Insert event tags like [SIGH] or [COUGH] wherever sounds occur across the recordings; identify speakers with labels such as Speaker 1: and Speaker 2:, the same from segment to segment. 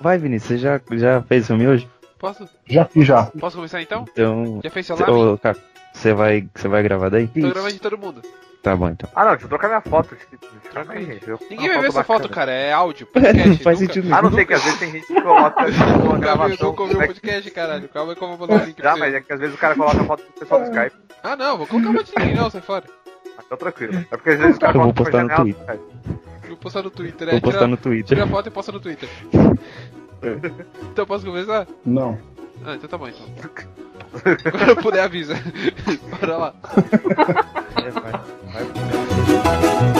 Speaker 1: Vai, Vinícius, você já, já fez filme hoje?
Speaker 2: Posso?
Speaker 3: Já fiz, já.
Speaker 2: Posso começar então?
Speaker 1: Então.
Speaker 2: Já fez seu
Speaker 1: cê-
Speaker 2: live?
Speaker 1: Ô, Caco, você vai, você vai gravar daí?
Speaker 2: Tô gravando de todo mundo.
Speaker 1: Tá bom, então.
Speaker 4: Ah, não, deixa eu trocar minha foto. tipo Deixa eu
Speaker 2: Troca
Speaker 4: trocar,
Speaker 2: aí.
Speaker 4: gente. Eu-
Speaker 2: Ninguém
Speaker 4: uma
Speaker 2: vai ver essa
Speaker 4: bacana.
Speaker 2: foto, cara. É
Speaker 3: [LAUGHS]
Speaker 2: áudio, podcast.
Speaker 1: Não faz
Speaker 2: nunca-
Speaker 1: sentido nenhum.
Speaker 4: Ah, não sei que às vezes tem gente
Speaker 2: [LAUGHS]
Speaker 4: que coloca uma
Speaker 2: Nunca vi-
Speaker 4: gravação.
Speaker 2: nunca ouviu o
Speaker 4: né?
Speaker 2: podcast, caralho. Calma aí que eu vou
Speaker 4: [LAUGHS]
Speaker 2: mandar o link pra
Speaker 4: Já,
Speaker 2: você.
Speaker 4: mas é que às vezes o cara coloca a foto do pessoal do Skype.
Speaker 2: Ah, não, vou colocar uma de ninguém, não, sai fora.
Speaker 4: Mas tá tranquilo. É porque às vezes o cara
Speaker 1: Eu vou
Speaker 4: coloca uma
Speaker 1: postar no
Speaker 4: janela né? do
Speaker 1: Twitter.
Speaker 4: Skype.
Speaker 2: Vou postar no Twitter.
Speaker 1: Vou
Speaker 2: É,
Speaker 1: postar
Speaker 2: tira,
Speaker 1: no Twitter.
Speaker 2: tira a foto e posta no
Speaker 4: [LAUGHS]
Speaker 2: Twitter. Então posso começar?
Speaker 3: Não.
Speaker 2: Ah, então tá bom, então. Quando eu puder, avisa. [LAUGHS] Bora lá.
Speaker 1: É, vai. Vai.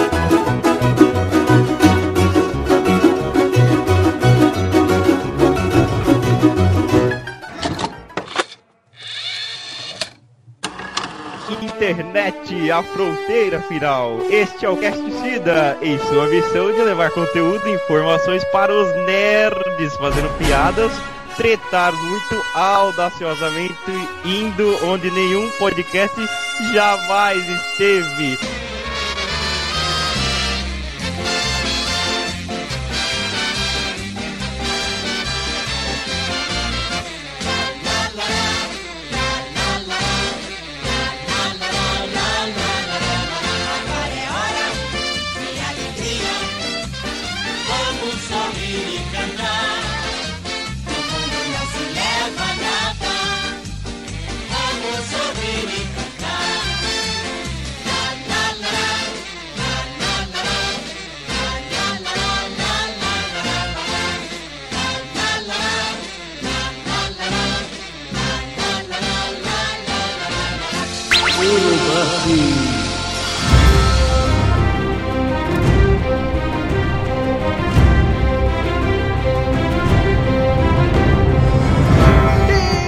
Speaker 5: Internet, a fronteira final. Este é o Casticida, em sua missão de levar conteúdo e informações para os nerds, fazendo piadas, tretar muito audaciosamente, indo onde nenhum podcast jamais esteve.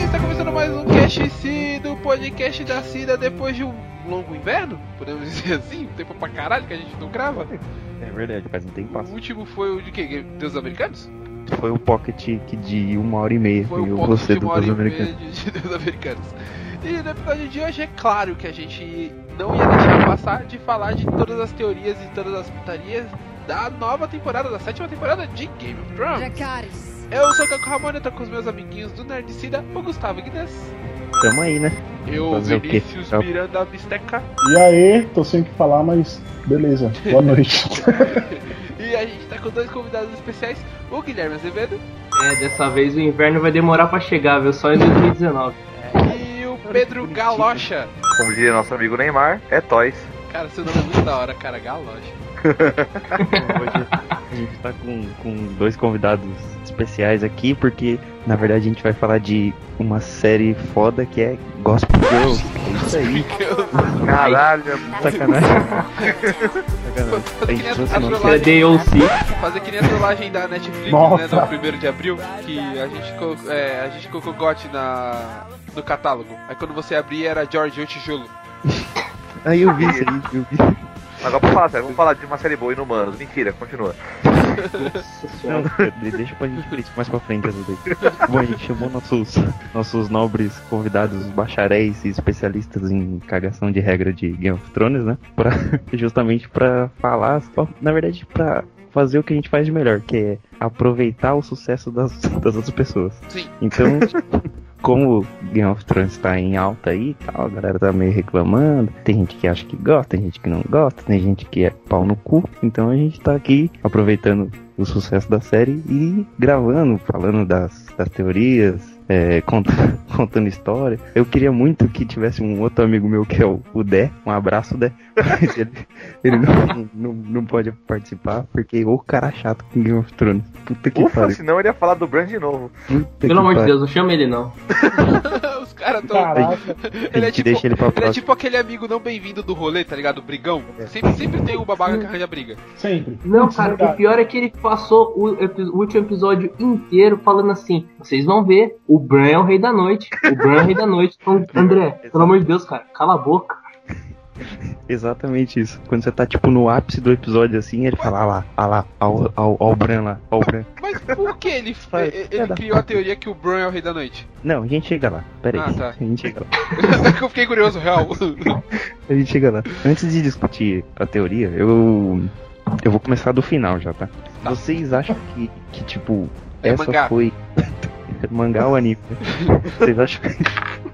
Speaker 2: E está começando mais um Cast Cida, o podcast da Cida depois de um longo inverno, podemos [LAUGHS] dizer assim, um tempo pra caralho que a gente não grava.
Speaker 1: É verdade, faz um tempo.
Speaker 2: O último foi o de quê? Game- Deus dos Americanos?
Speaker 1: Foi o pocket que de uma hora e meia.
Speaker 2: Foi
Speaker 1: e
Speaker 2: o
Speaker 1: eu
Speaker 2: ponto
Speaker 1: você
Speaker 2: de
Speaker 1: do
Speaker 2: uma hora e
Speaker 1: Brasil
Speaker 2: meia
Speaker 1: Americano.
Speaker 2: de de [LAUGHS] Deus dos Americanos. E no episódio de hoje é claro que a gente não ia deixar passar de falar de todas as teorias e todas as putarias da nova temporada, da sétima temporada de Game of Thrones.
Speaker 6: Dracarys.
Speaker 2: Eu sou o Caco Ramone, eu tô com os meus amiguinhos do Nerdcida, o Gustavo Guinness,
Speaker 1: Tamo aí, né?
Speaker 2: eu,
Speaker 1: Fazer o quê? Tá.
Speaker 2: Vinícius Miranda Bisteca.
Speaker 3: E aí, tô sem o que falar, mas beleza. Boa noite.
Speaker 2: E a gente tá com dois convidados especiais, o Guilherme Azevedo
Speaker 7: É, dessa vez o inverno vai demorar pra chegar, viu? Só em 2019.
Speaker 2: e o Pedro Galocha.
Speaker 4: Como diria nosso amigo Neymar, é Toys.
Speaker 2: Cara, seu nome é muito da hora, cara, Galocha.
Speaker 1: Então, Hoje a gente tá com, com dois convidados especiais aqui, porque na verdade a gente vai falar de uma série foda que é Gospel Girls. É isso aí,
Speaker 4: Caralho, é
Speaker 1: sacanagem. sacanagem. tá, A gente trouxe
Speaker 2: A
Speaker 1: o nosso-
Speaker 2: trollagem-
Speaker 7: É DLC.
Speaker 2: Fazer que nem a trollagem da Netflix, né,
Speaker 3: Nossa.
Speaker 2: do 1 de abril, que a gente, co- é, a gente colocou GOT na, no catálogo. Aí quando você abria era George o Tijolo. [LAUGHS]
Speaker 1: Aí eu vi isso aí, eu vi.
Speaker 4: agora vamos falar sério, vamos falar de uma série boa e inumanos. Mentira, continua.
Speaker 1: Não, de- deixa pra gente ver isso mais pra frente essa daí. Bom, a gente chamou nossos, nossos nobres convidados, bacharéis e especialistas em cagação de regra de Game of Thrones, né? Pra, [LAUGHS] justamente pra falar, só- na verdade, pra fazer o que a gente faz de melhor, que é aproveitar o sucesso das, [LAUGHS] das outras pessoas.
Speaker 2: Sim.
Speaker 1: Então, [LAUGHS] como Game of Thrones tá em alta aí e tal, a galera tá meio reclamando. Tem gente que acha que gosta, tem gente que não gosta, tem gente que é pau no cu. Então a gente tá aqui aproveitando o sucesso da série e gravando, falando das, das teorias. é, cont- [LAUGHS] contando história. Eu queria muito que tivesse um outro amigo meu que é o, o Dé. Um abraço, Dé. [LAUGHS] Mas ele, ele não, não, não pode participar porque o cara é chato com Game of Thrones. Puta que
Speaker 4: Ufa,
Speaker 1: pariu.
Speaker 4: senão ele ia falar do Brand de novo.
Speaker 1: Puta que
Speaker 7: Pelo amor de
Speaker 1: pariu.
Speaker 7: Deus, não chama ele não.
Speaker 2: Os caras tão.
Speaker 3: Caraca.
Speaker 1: A gente deixa ele pra
Speaker 2: ele é
Speaker 1: próxima.
Speaker 2: tipo aquele amigo não bem-vindo do rolê, tá ligado? Brigão. Sempre, sempre tem o babaca que arranja briga.
Speaker 3: Sempre.
Speaker 7: Não,
Speaker 3: Putz,
Speaker 7: cara, o
Speaker 3: verdade.
Speaker 7: pior é que ele passou o, epi- o último episódio inteiro falando assim: vocês vão ver, o Bran é o rei da noite. O Bran é o rei da noite. Então, André, pelo amor de Deus, cara, cala a boca.
Speaker 1: Exatamente isso. Quando você tá, tipo, no ápice do episódio, assim, ele fala, ah lá, ah lá, ó, o- ó, ó o Bran lá, ó o Bran.
Speaker 2: Mas por que ele,
Speaker 1: Vai,
Speaker 2: ele-
Speaker 1: vai
Speaker 2: ele
Speaker 1: dar.
Speaker 2: criou a teoria que o Bran é o rei da noite? [LAUGHS]
Speaker 1: Não, a gente chega lá, peraí.
Speaker 2: Ah, tá.
Speaker 1: A gente chega lá.
Speaker 2: Eu fiquei curioso, real.
Speaker 1: A gente chega lá. Antes de discutir a teoria, eu... Eu vou começar do final já, tá? Vocês acham que, que tipo,
Speaker 2: Tá. É
Speaker 1: essa
Speaker 2: mangá.
Speaker 1: foi. [LAUGHS] mangá ou anime? Vocês acham...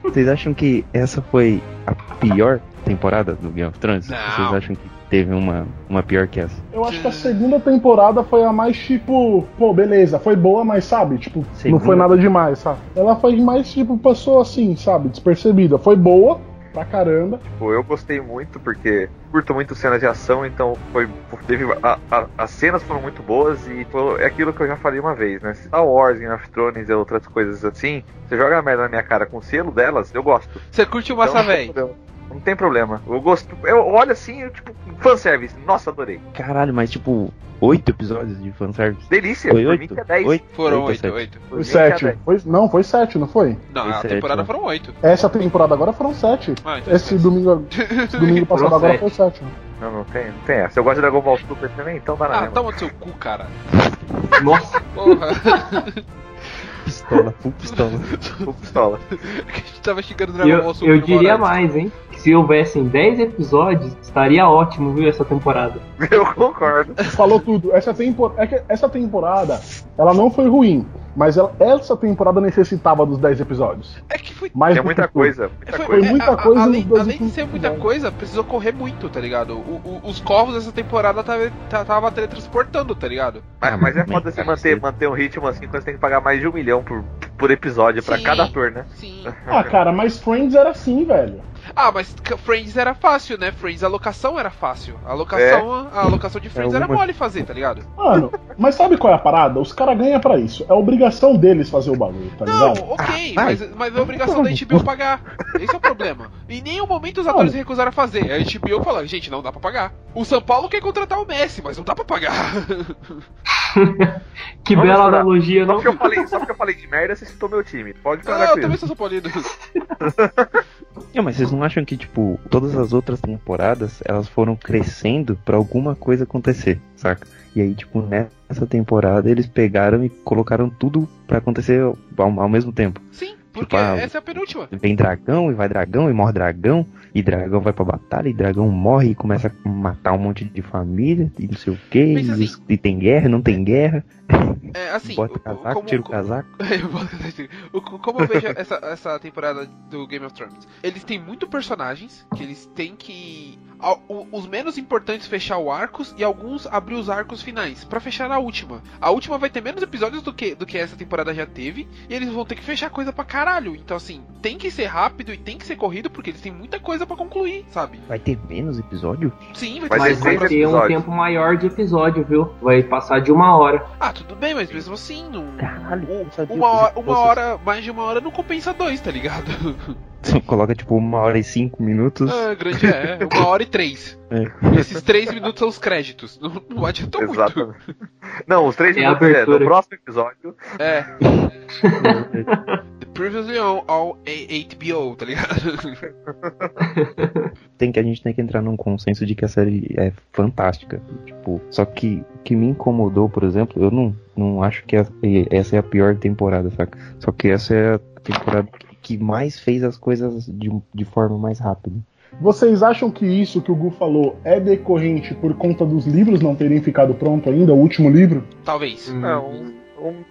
Speaker 1: Vocês acham que essa foi a pior temporada do Game of Thrones?
Speaker 2: Não.
Speaker 1: Vocês acham que teve uma, uma pior que essa?
Speaker 3: Eu acho que a segunda temporada foi a mais tipo, pô, beleza, foi boa, mas sabe, tipo,
Speaker 1: Segunda.
Speaker 3: não foi nada demais, sabe? Ela foi mais tipo, passou assim, sabe, despercebida. Foi boa pra caramba.
Speaker 4: Tipo, eu gostei muito porque curto muito cenas de ação, então foi teve a- a- as cenas foram muito boas e foi, é aquilo que eu já falei uma vez, né? Star Wars, Game of Thrones e outras coisas assim, você joga a merda na minha cara com o selo delas, eu gosto.
Speaker 2: Você curte o
Speaker 4: Então,
Speaker 2: Massa
Speaker 4: não tem
Speaker 2: Véi?
Speaker 4: problema. Não tem problema. Eu gosto. Eu olho assim, eu, tipo, fanservice. Nossa, adorei.
Speaker 1: Caralho, mas tipo, oito episódios de fanservice.
Speaker 4: Delícia.
Speaker 1: Foi
Speaker 4: pra mim
Speaker 1: oito?
Speaker 4: que é 10.
Speaker 1: Oito?
Speaker 2: Foram
Speaker 1: Oito,
Speaker 2: oito,
Speaker 1: sete.
Speaker 2: oito.
Speaker 4: Pra
Speaker 3: Foi
Speaker 4: mim que é
Speaker 3: sete.
Speaker 4: 10.
Speaker 3: Foi, não, foi sete, não foi?
Speaker 2: Não,
Speaker 1: Foi
Speaker 2: a
Speaker 1: sete,
Speaker 2: temporada
Speaker 1: né?
Speaker 2: foram oito.
Speaker 3: Essa temporada agora foram sete.
Speaker 2: Ah, então
Speaker 3: Esse domingo, esse domingo passado
Speaker 7: Foram
Speaker 3: agora
Speaker 7: sete.
Speaker 3: foi sete.
Speaker 4: Não, não tem, não tem essa. Eu gosto de Dragon Ball Super também, então dá
Speaker 2: [LAUGHS]
Speaker 4: na
Speaker 2: Ah,
Speaker 4: mesma.
Speaker 2: toma no seu cu, cara.
Speaker 7: Nossa,
Speaker 2: [LAUGHS] Porra,
Speaker 1: Pistola, full
Speaker 2: [LAUGHS]
Speaker 1: pistola.
Speaker 2: então-
Speaker 4: Com pistola. [LAUGHS]
Speaker 2: que a gente tava xingando o Dragon
Speaker 7: eu,
Speaker 2: Ball Super
Speaker 7: eu
Speaker 2: Morales.
Speaker 7: diria mais, hein? Que se houvessem 10 episódios, estaria ótimo, viu, essa temporada.
Speaker 4: Eu concordo.
Speaker 3: Falou tudo. Essa, tempo- é que essa temporada, ela não foi ruim, mas ela- essa temporada necessitava dos 10 episódios.
Speaker 2: É que foi
Speaker 3: Mais
Speaker 4: é
Speaker 3: do
Speaker 4: muita
Speaker 3: que tudo.
Speaker 4: coisa, muita
Speaker 2: Foi, é,
Speaker 4: coisa.
Speaker 3: Foi muita
Speaker 2: a- a-
Speaker 3: coisa nos
Speaker 2: além,
Speaker 3: dois
Speaker 2: além de
Speaker 3: últimos
Speaker 2: ser muita
Speaker 3: episódios.
Speaker 2: coisa, precisou correr muito, tá ligado? O- o- os corvos dessa temporada tava, tá- tava teletransportando, tá ligado?
Speaker 4: Mas, mas é
Speaker 1: Ah,
Speaker 4: foda se
Speaker 1: mas-
Speaker 4: manter, manter um ritmo assim quando você tem que pagar mais de um milhão por, por episódio pra
Speaker 2: Sim.
Speaker 4: cada ator, né?
Speaker 2: Sim.
Speaker 3: Ah, cara, mas Friends era assim, velho.
Speaker 2: Ah, mas c- Friends era fácil, né? Friends, a locação era fácil. A locação,
Speaker 1: É.
Speaker 2: a locação de Friends era
Speaker 1: uma-
Speaker 2: mole fazer, tá ligado?
Speaker 4: [LAUGHS]
Speaker 3: Mano, mas sabe qual é a parada? Os caras ganham pra isso. É obrigação deles fazer o bagulho, tá
Speaker 2: Não,
Speaker 3: ligado?
Speaker 2: ok,
Speaker 1: Ah, vai.
Speaker 2: mas, mas é obrigação da HBO pagar. Esse é o problema. Em nenhum momento os atores recusaram a fazer. A HBO falou, gente, não dá pra pagar. O São Paulo quer contratar o Messi, mas não dá pra pagar.
Speaker 7: Que
Speaker 4: Vamos
Speaker 7: bela
Speaker 4: chorar.
Speaker 7: analogia,
Speaker 4: Só
Speaker 7: não?
Speaker 4: porque eu falei, só porque eu falei de merda, você citou meu time. Pode
Speaker 2: Não,
Speaker 4: pagar
Speaker 2: [LAUGHS] eu
Speaker 4: com
Speaker 2: também
Speaker 4: isso.
Speaker 2: sou São Paulino.
Speaker 1: Não, mas vocês não acham que, tipo, todas as outras temporadas, elas foram crescendo pra alguma coisa acontecer, saca? E aí, tipo, nessa temporada, eles pegaram e colocaram tudo pra acontecer ao, ao mesmo tempo.
Speaker 2: Sim,
Speaker 1: Tipo,
Speaker 2: porque
Speaker 1: ah,
Speaker 2: essa é a penúltima.
Speaker 1: Vem dragão, e vai dragão, e morre dragão, e dragão vai pra batalha, e dragão morre e começa a matar um monte de família, e não sei o quê, e,
Speaker 2: Pensa assim.
Speaker 1: os- e tem guerra, não tem guerra,
Speaker 2: É assim.
Speaker 1: bota o
Speaker 2: o- o-
Speaker 1: casaco,
Speaker 2: como-
Speaker 1: tira o
Speaker 2: como- um
Speaker 1: casaco.
Speaker 2: [LAUGHS] Eu boto assim, o- co- Como eu vejo essa, essa temporada do Game of Thrones? Eles têm muito personagens que eles têm que. a- o- Os menos importantes fechar o arcos e alguns abrir os arcos finais pra fechar na última. A última vai ter menos episódios do que, do que essa temporada já teve e eles vão ter que fechar coisa pra caralho. Então, assim, tem que ser rápido e tem que ser corrido porque eles têm muita coisa pra concluir, sabe?
Speaker 1: Vai ter menos episódio?
Speaker 2: Sim, vai ter
Speaker 4: Mas
Speaker 7: Mas
Speaker 2: mais
Speaker 4: seis
Speaker 7: vai
Speaker 2: coisa.
Speaker 4: eles-
Speaker 7: ter um
Speaker 4: episódios.
Speaker 7: tempo maior de episódio, viu? Vai passar de uma hora.
Speaker 2: Ah, tudo bem, mas mesmo assim, não.
Speaker 1: Caralho, eu não sabia
Speaker 2: Uma
Speaker 1: que
Speaker 2: hora,
Speaker 1: vocês-
Speaker 2: uma hora, mais de uma hora não compensa dois, tá ligado?
Speaker 1: [LAUGHS] Coloca, tipo, uma hora e cinco minutos.
Speaker 2: Ah, grande é. Uma hora e três.
Speaker 1: É.
Speaker 2: Esses três minutos são os créditos. Não, não adiantou muito.
Speaker 4: Exatamente. Não, os três
Speaker 7: É a
Speaker 4: minutos é, no
Speaker 7: abertura.
Speaker 4: próximo episódio.
Speaker 2: É. The Previously on, on A- HBO, tá ligado?
Speaker 1: [LAUGHS]
Speaker 2: [LAUGHS]
Speaker 1: tem que a gente tem que entrar num consenso de que a série é fantástica. Tipo, só que o que me incomodou, por exemplo, eu não, não acho que essa- essa é a pior temporada, saca? Só que essa é a temporada que mais fez as coisas de, de forma mais rápida.
Speaker 3: Vocês acham que isso que o Gu falou é decorrente por conta dos livros não terem ficado pronto ainda, o último livro?
Speaker 1: Hum.
Speaker 2: Talvez.
Speaker 7: Hum.
Speaker 4: Não, um-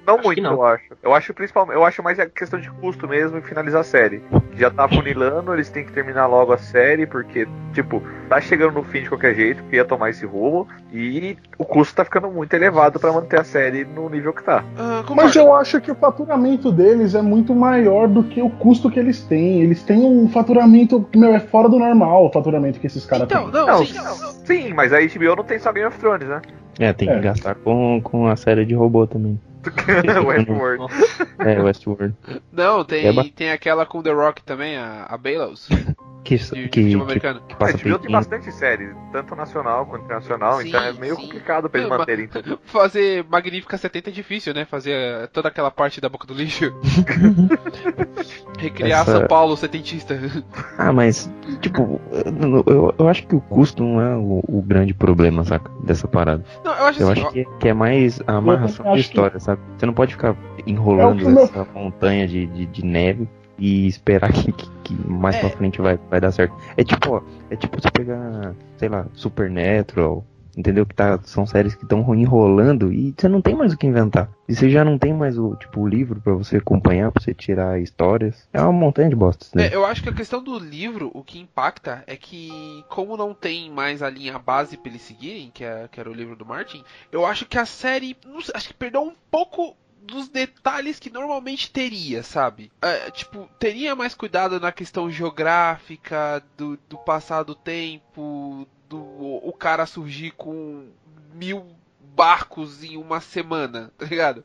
Speaker 4: não
Speaker 7: que
Speaker 4: muito,
Speaker 7: não.
Speaker 4: eu acho. Eu acho principalmente, eu acho mais a questão de custo mesmo e finalizar a série. Já tá funilando, eles têm que terminar logo a série, porque, tipo, tá chegando no fim de qualquer jeito, porque ia tomar esse rumo, e o custo tá ficando muito elevado pra manter a série no nível que tá.
Speaker 2: Ah, concordo.
Speaker 3: Mas eu acho que o faturamento deles é muito maior do que o custo que eles têm. Eles têm um faturamento, meu, é fora do normal o faturamento que esses caras
Speaker 2: Então,
Speaker 3: têm.
Speaker 2: não,
Speaker 4: Não,
Speaker 2: sim,
Speaker 4: Sim, mas a HBO não tem só Game of
Speaker 2: [LAUGHS]
Speaker 4: Thrones, né?
Speaker 1: É, tem
Speaker 3: É.
Speaker 1: que gastar com, com a série de robô também.
Speaker 4: Westworld.
Speaker 2: [LAUGHS]
Speaker 1: É, Westworld.
Speaker 2: não tem,
Speaker 1: Eba.
Speaker 2: tem aquela com The Rock também, a, a Bailos,
Speaker 1: Que,
Speaker 2: de,
Speaker 1: que,
Speaker 2: de
Speaker 1: que,
Speaker 2: futebol americano.
Speaker 1: que
Speaker 4: A
Speaker 1: passa
Speaker 4: HBO tem
Speaker 1: tempinho.
Speaker 4: bastante séries, tanto nacional quanto internacional,
Speaker 2: Sim,
Speaker 4: então é meio
Speaker 2: sim.
Speaker 4: complicado pra eles
Speaker 2: Não, mas-
Speaker 4: manterem. então. tudo.
Speaker 2: Fazer Magnífica 70 é difícil, né? Fazer eh, toda aquela parte da boca
Speaker 1: [LAUGHS]
Speaker 2: do lixo. Recriar
Speaker 1: Essa-
Speaker 2: São Paulo setentista. [LAUGHS]
Speaker 1: Ah, mas, tipo, eu- eu, eu acho que o custo não é o, o grande problema, saca? Dessa parada.
Speaker 2: Não, eu acho
Speaker 1: Eu
Speaker 2: assim,
Speaker 1: acho
Speaker 2: ó,
Speaker 1: que, que é mais a amarração
Speaker 3: acho
Speaker 1: de
Speaker 3: que-
Speaker 1: história, sabe? Você não pode ficar
Speaker 3: É o
Speaker 1: enrolando
Speaker 3: que meu-
Speaker 1: essa montanha de, de, de neve e esperar [LAUGHS] que, que, que mais
Speaker 2: É.
Speaker 1: pra frente vai, vai dar certo. É tipo, ó, é tipo você pegar, sei lá, Supernatural, entendeu? Que tá, são séries que estão enrolando e você não tem mais o que inventar. E você já não tem mais o tipo o livro pra você acompanhar, pra você tirar histórias. É uma montanha de bostas, né?
Speaker 2: É, eu acho que a questão do livro, o que impacta é que, como não tem mais a linha base pra eles seguirem, que, é, que era o livro do Martin, eu acho que a série, não sei, acho que perdeu um pouco dos detalhes que normalmente teria, sabe? É, tipo, teria mais cuidado na questão geográfica, do, do passar do tempo, do o cara surgir com mil barcos em uma semana, [LAUGHS] tá ligado?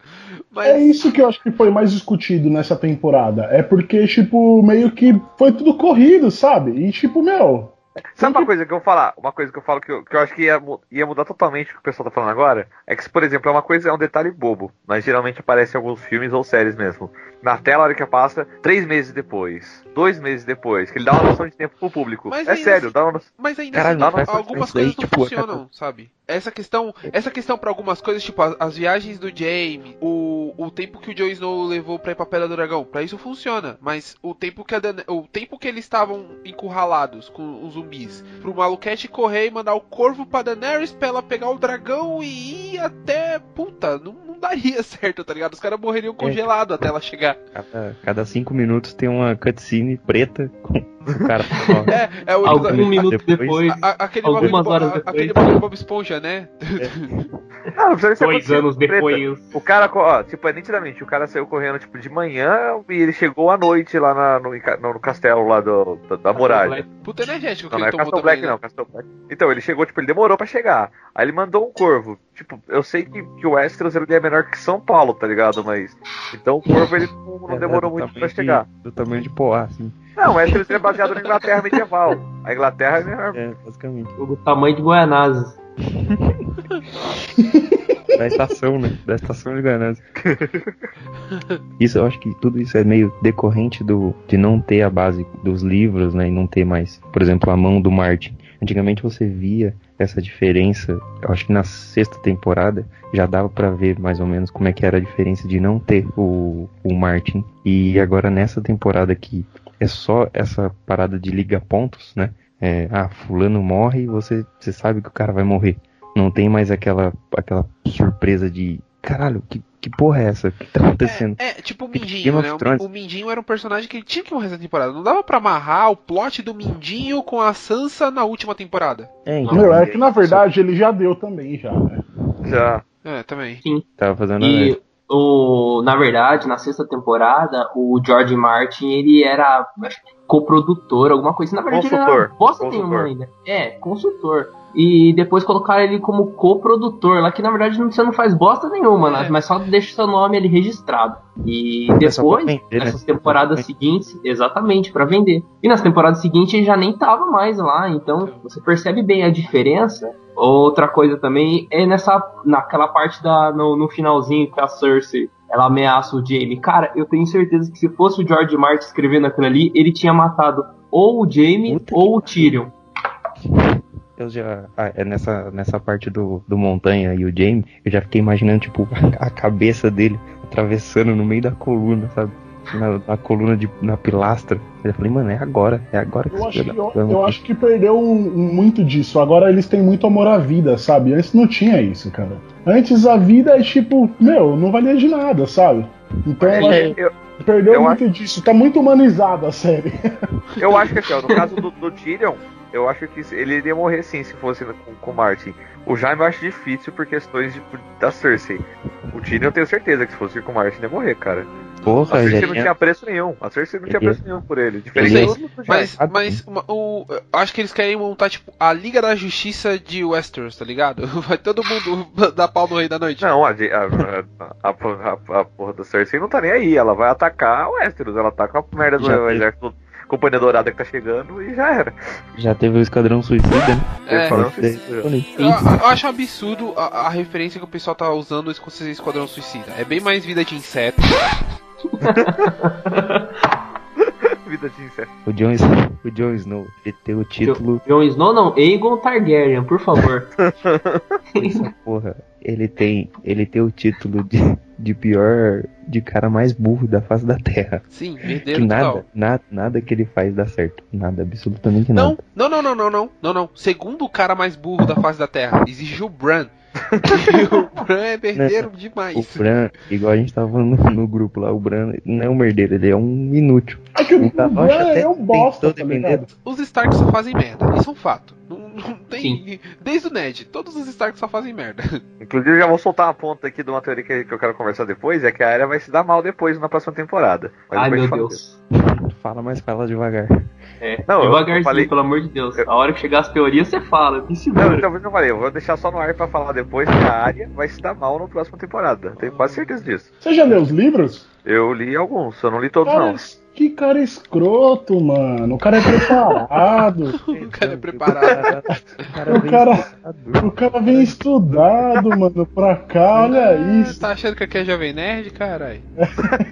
Speaker 2: Mas
Speaker 3: É isso que eu acho que foi mais discutido nessa temporada. É porque, tipo, meio que foi tudo corrido, sabe? E, tipo, meu.
Speaker 4: Sabe uma coisa que eu vou falar? Uma coisa que eu falo que eu, que eu acho que ia, mu- ia mudar totalmente o que o pessoal tá falando agora é que, por exemplo, é uma coisa, é um detalhe bobo, mas geralmente aparece em alguns filmes ou séries mesmo. Na tela, a hora que passa, três meses depois, dois meses depois, que ele dá uma noção de tempo pro público.
Speaker 2: Mas
Speaker 4: é
Speaker 2: ainda
Speaker 4: sério,
Speaker 2: assim-
Speaker 4: dá uma noção.
Speaker 2: Mas ainda
Speaker 1: Caralho,
Speaker 2: assim,
Speaker 1: mas
Speaker 2: algumas
Speaker 1: isso
Speaker 2: coisas
Speaker 1: daí,
Speaker 2: não
Speaker 1: tipo,
Speaker 2: funcionam, sabe? Essa questão, essa questão para algumas coisas, tipo as, as viagens do Jaime, o, o tempo que o Jon Snow levou pra ir pra Pedra do Dragão, pra isso funciona. Mas o tempo que a Dan- o tempo que eles estavam encurralados com os zumbis, pro Maluquete correr e mandar o corvo pra Daenerys pra ela pegar o dragão e ir até puta, não, não daria [LAUGHS] certo, tá ligado? Os caras morreriam
Speaker 1: É.
Speaker 2: congelados até ela chegar.
Speaker 1: Cada, cada cinco minutos tem uma cutscene preta com o cara.
Speaker 4: [LAUGHS]
Speaker 1: falando.
Speaker 2: É, é o
Speaker 1: Algum
Speaker 2: episódio-
Speaker 7: Algum minuto
Speaker 1: depois-
Speaker 7: depois.
Speaker 2: a- a- aquele
Speaker 7: Algumas
Speaker 2: bagulho do Bo-
Speaker 7: horas
Speaker 2: a-
Speaker 7: depois.
Speaker 2: aquele bagulho do Bob Esponja, né?
Speaker 4: Ah, Não, não precisa nem ser
Speaker 7: Dois
Speaker 4: acontecido,
Speaker 7: anos
Speaker 4: preta.
Speaker 7: depois.
Speaker 4: O cara, ó, tipo, é nitidamente, o cara saiu correndo, tipo, de manhã e ele chegou à noite lá na- no, no- no castelo lá do- da, da muralha.
Speaker 7: né?
Speaker 2: Puta né, energético que
Speaker 4: Não, não
Speaker 2: ele
Speaker 4: é
Speaker 2: tomou
Speaker 4: Castle
Speaker 2: também,
Speaker 4: Black,
Speaker 2: né?
Speaker 4: não. Castle Black. Então, ele chegou, tipo, ele demorou pra chegar. Aí ele mandou um corvo. Tipo, eu sei que, que o Westeros ele é menor que São Paulo, tá ligado? Mas. Então o corvo ele não, não
Speaker 1: É,
Speaker 4: demorou
Speaker 1: do
Speaker 4: muito
Speaker 1: tamanho
Speaker 4: pra
Speaker 1: de-
Speaker 4: chegar.
Speaker 1: Do tamanho de Poá, assim.
Speaker 4: Não, o Westeros ele é baseado na Inglaterra medieval. A Inglaterra é.
Speaker 1: É, basicamente.
Speaker 7: O tamanho de Goianazes.
Speaker 1: Da estação, né? Da estação de Ganância. Isso, eu acho que tudo isso é meio decorrente do de não ter a base dos livros, né? E não ter mais, por exemplo, a mão do Martin. Antigamente você via essa diferença. Eu acho que na sexta temporada já dava pra ver mais ou menos como é que era a diferença de não ter o, o Martin. E agora nessa temporada que é só essa parada de liga pontos, né? É, ah, fulano morre e você, você sabe que o cara vai morrer. Não tem mais aquela, aquela surpresa de caralho, que, que porra é essa? O que tá acontecendo?
Speaker 2: É, é, tipo o
Speaker 1: Tem que
Speaker 2: Mindinho,
Speaker 1: Game of
Speaker 2: né?
Speaker 1: Thrones.
Speaker 2: O Mindinho era um personagem que ele tinha que morrer essa temporada. Não dava pra amarrar o plot do Mindinho com a Sansa na última temporada.
Speaker 1: É, então,
Speaker 3: Meu, é que na verdade ele já deu também, já, né?
Speaker 4: Já.
Speaker 2: É, também.
Speaker 1: tava fazendo.
Speaker 7: E, o, na verdade, na sexta temporada, o George Martin, ele era acho que, coprodutor, alguma coisa. Na verdade, ele era
Speaker 4: Consultor.
Speaker 7: bosta nenhuma
Speaker 4: Consultor.
Speaker 7: ainda. É, consultor. E depois colocaram ele como coprodutor, lá que na verdade não- você não faz bosta nenhuma, né?
Speaker 2: É.
Speaker 7: mas só deixa seu nome ali registrado. E
Speaker 1: É só pra
Speaker 7: depois,
Speaker 1: vender, né?
Speaker 7: nessas temporadas seguintes, exatamente, pra vender. E nas temporadas seguintes ele já nem tava mais lá, então você percebe bem a diferença. Outra coisa também é nessa naquela parte da no, no finalzinho que a Cersei ela ameaça o Jaime. Cara, eu tenho certeza que se fosse o George Martin escrevendo aquilo ali, ele tinha matado ou o Jaime
Speaker 1: Puta
Speaker 7: ou o Tyrion.
Speaker 1: Eu já. ah, é nessa, nessa parte do, do Montanha e o Jamie, eu já fiquei imaginando, tipo, [LAUGHS] a cabeça dele atravessando no meio da coluna, sabe? Na, na coluna de. na pilastra. Eu falei, mano, é agora, é agora
Speaker 3: Eu
Speaker 1: esse
Speaker 3: acho, que,
Speaker 1: filho
Speaker 3: eu,
Speaker 1: da-
Speaker 3: eu acho que perdeu um- um muito disso. Agora eles têm muito amor à vida, sabe? Antes não tinha isso, cara. Antes a vida é tipo, meu, não valia de nada, sabe? Então
Speaker 4: É,
Speaker 3: eu acho
Speaker 4: Eu,
Speaker 3: que perdeu
Speaker 4: eu
Speaker 3: muito disso. Tá muito humanizada a série.
Speaker 4: eu acho que assim, ó, no caso do, do Tyrion, eu acho que ele iria morrer sim se fosse com, com o Martin. O Jaime eu acho difícil por questões de, da Cersei. O Tyrion eu tenho certeza que se fosse com o Martin ia morrer, cara. A
Speaker 1: Porra, já
Speaker 4: Cersei não
Speaker 1: tinha-
Speaker 4: tinha preço nenhum. A Cersei não tinha
Speaker 1: Ele-
Speaker 4: preço nenhum por ele. Diferente
Speaker 1: Ele-
Speaker 4: do outro Jaime.
Speaker 2: Mas,
Speaker 1: Ah,
Speaker 2: mas uma- o, eu acho que eles querem montar, tipo, a Liga da Justiça de Westeros, tá ligado? [LAUGHS] Vai todo mundo [LAUGHS] dar pau no Rei da Noite.
Speaker 4: Não, a, Je- a, a, a- a porra da Cersei não tá nem aí. Ela vai atacar o Westeros. Ela ataca a merda do
Speaker 1: Já teve.
Speaker 4: exército Companhia Dourada que tá chegando e já era. [LAUGHS]
Speaker 1: já teve o Esquadrão Suicida, né?
Speaker 2: É.
Speaker 4: Fala-
Speaker 1: Falei que daí-
Speaker 2: Eu, eu acho um absurdo a, a referência que o pessoal tá usando com esse Esquadrão Suicida. É bem mais vida de inseto.
Speaker 4: Vida de inseto.
Speaker 1: O Jon, o Jon Snow, ele tem o título,
Speaker 7: Jon Snow não, Aegon Targaryen, por favor.
Speaker 1: porra, ele tem, ele tem o título de, de pior de cara mais burro da face da Terra.
Speaker 2: Sim,
Speaker 1: Que
Speaker 2: herdeiro total.
Speaker 1: nada, nada, nada que ele faz dá certo. Nada, absolutamente nada.
Speaker 2: Não, não, não, não, não, não, não, não. Segundo o cara mais burro da face da Terra, existe o Bran. E o
Speaker 1: [LAUGHS]
Speaker 2: Bran é herdeiro
Speaker 1: O
Speaker 2: demais.
Speaker 1: Bran, igual a gente tava falando [LAUGHS] no grupo lá, o Bran não é um merdeiro, ele é um inútil.
Speaker 3: É que o
Speaker 1: Então,
Speaker 3: Bran
Speaker 1: acho até
Speaker 3: é um bosta,
Speaker 1: tentou
Speaker 3: tá ligado?
Speaker 2: Os Stark só fazem merda, isso é um fato. Não, não tem.
Speaker 7: Sim.
Speaker 2: Desde o Ned, todos os Stark só fazem merda. [LAUGHS]
Speaker 4: Inclusive, já vou soltar uma ponta aqui de uma teoria que, que eu quero conversar depois, é que a área vai se dar mal depois na próxima temporada. Mas depois a
Speaker 7: Ai, meu
Speaker 4: gente fala disso.
Speaker 7: Deus.
Speaker 1: Fala, mas fala devagar.
Speaker 7: É,
Speaker 4: Não, eu
Speaker 7: devagarzinho,
Speaker 4: falei-
Speaker 7: pelo amor de Deus. A hora que chegar as teorias, você fala. Me
Speaker 4: Não,
Speaker 7: segura.
Speaker 4: talvez eu falei, eu vou deixar só no ar pra falar depois que a área vai se dar mal na próxima temporada. Tenho quase certeza disso.
Speaker 3: Você já leu os livros?
Speaker 4: Eu li alguns, eu não li todos
Speaker 3: Cara,
Speaker 4: não.
Speaker 3: es- que cara escroto, mano. O cara é preparado. [LAUGHS]
Speaker 2: O cara é
Speaker 1: [LAUGHS]
Speaker 2: preparado.
Speaker 1: O cara,
Speaker 3: O
Speaker 1: vem
Speaker 3: cara-
Speaker 1: estudado.
Speaker 3: o cara vem estudado, mano, pra cá. Olha
Speaker 2: Ah,
Speaker 3: isso.
Speaker 2: Tá achando que aqui é Jovem Nerd, caralho?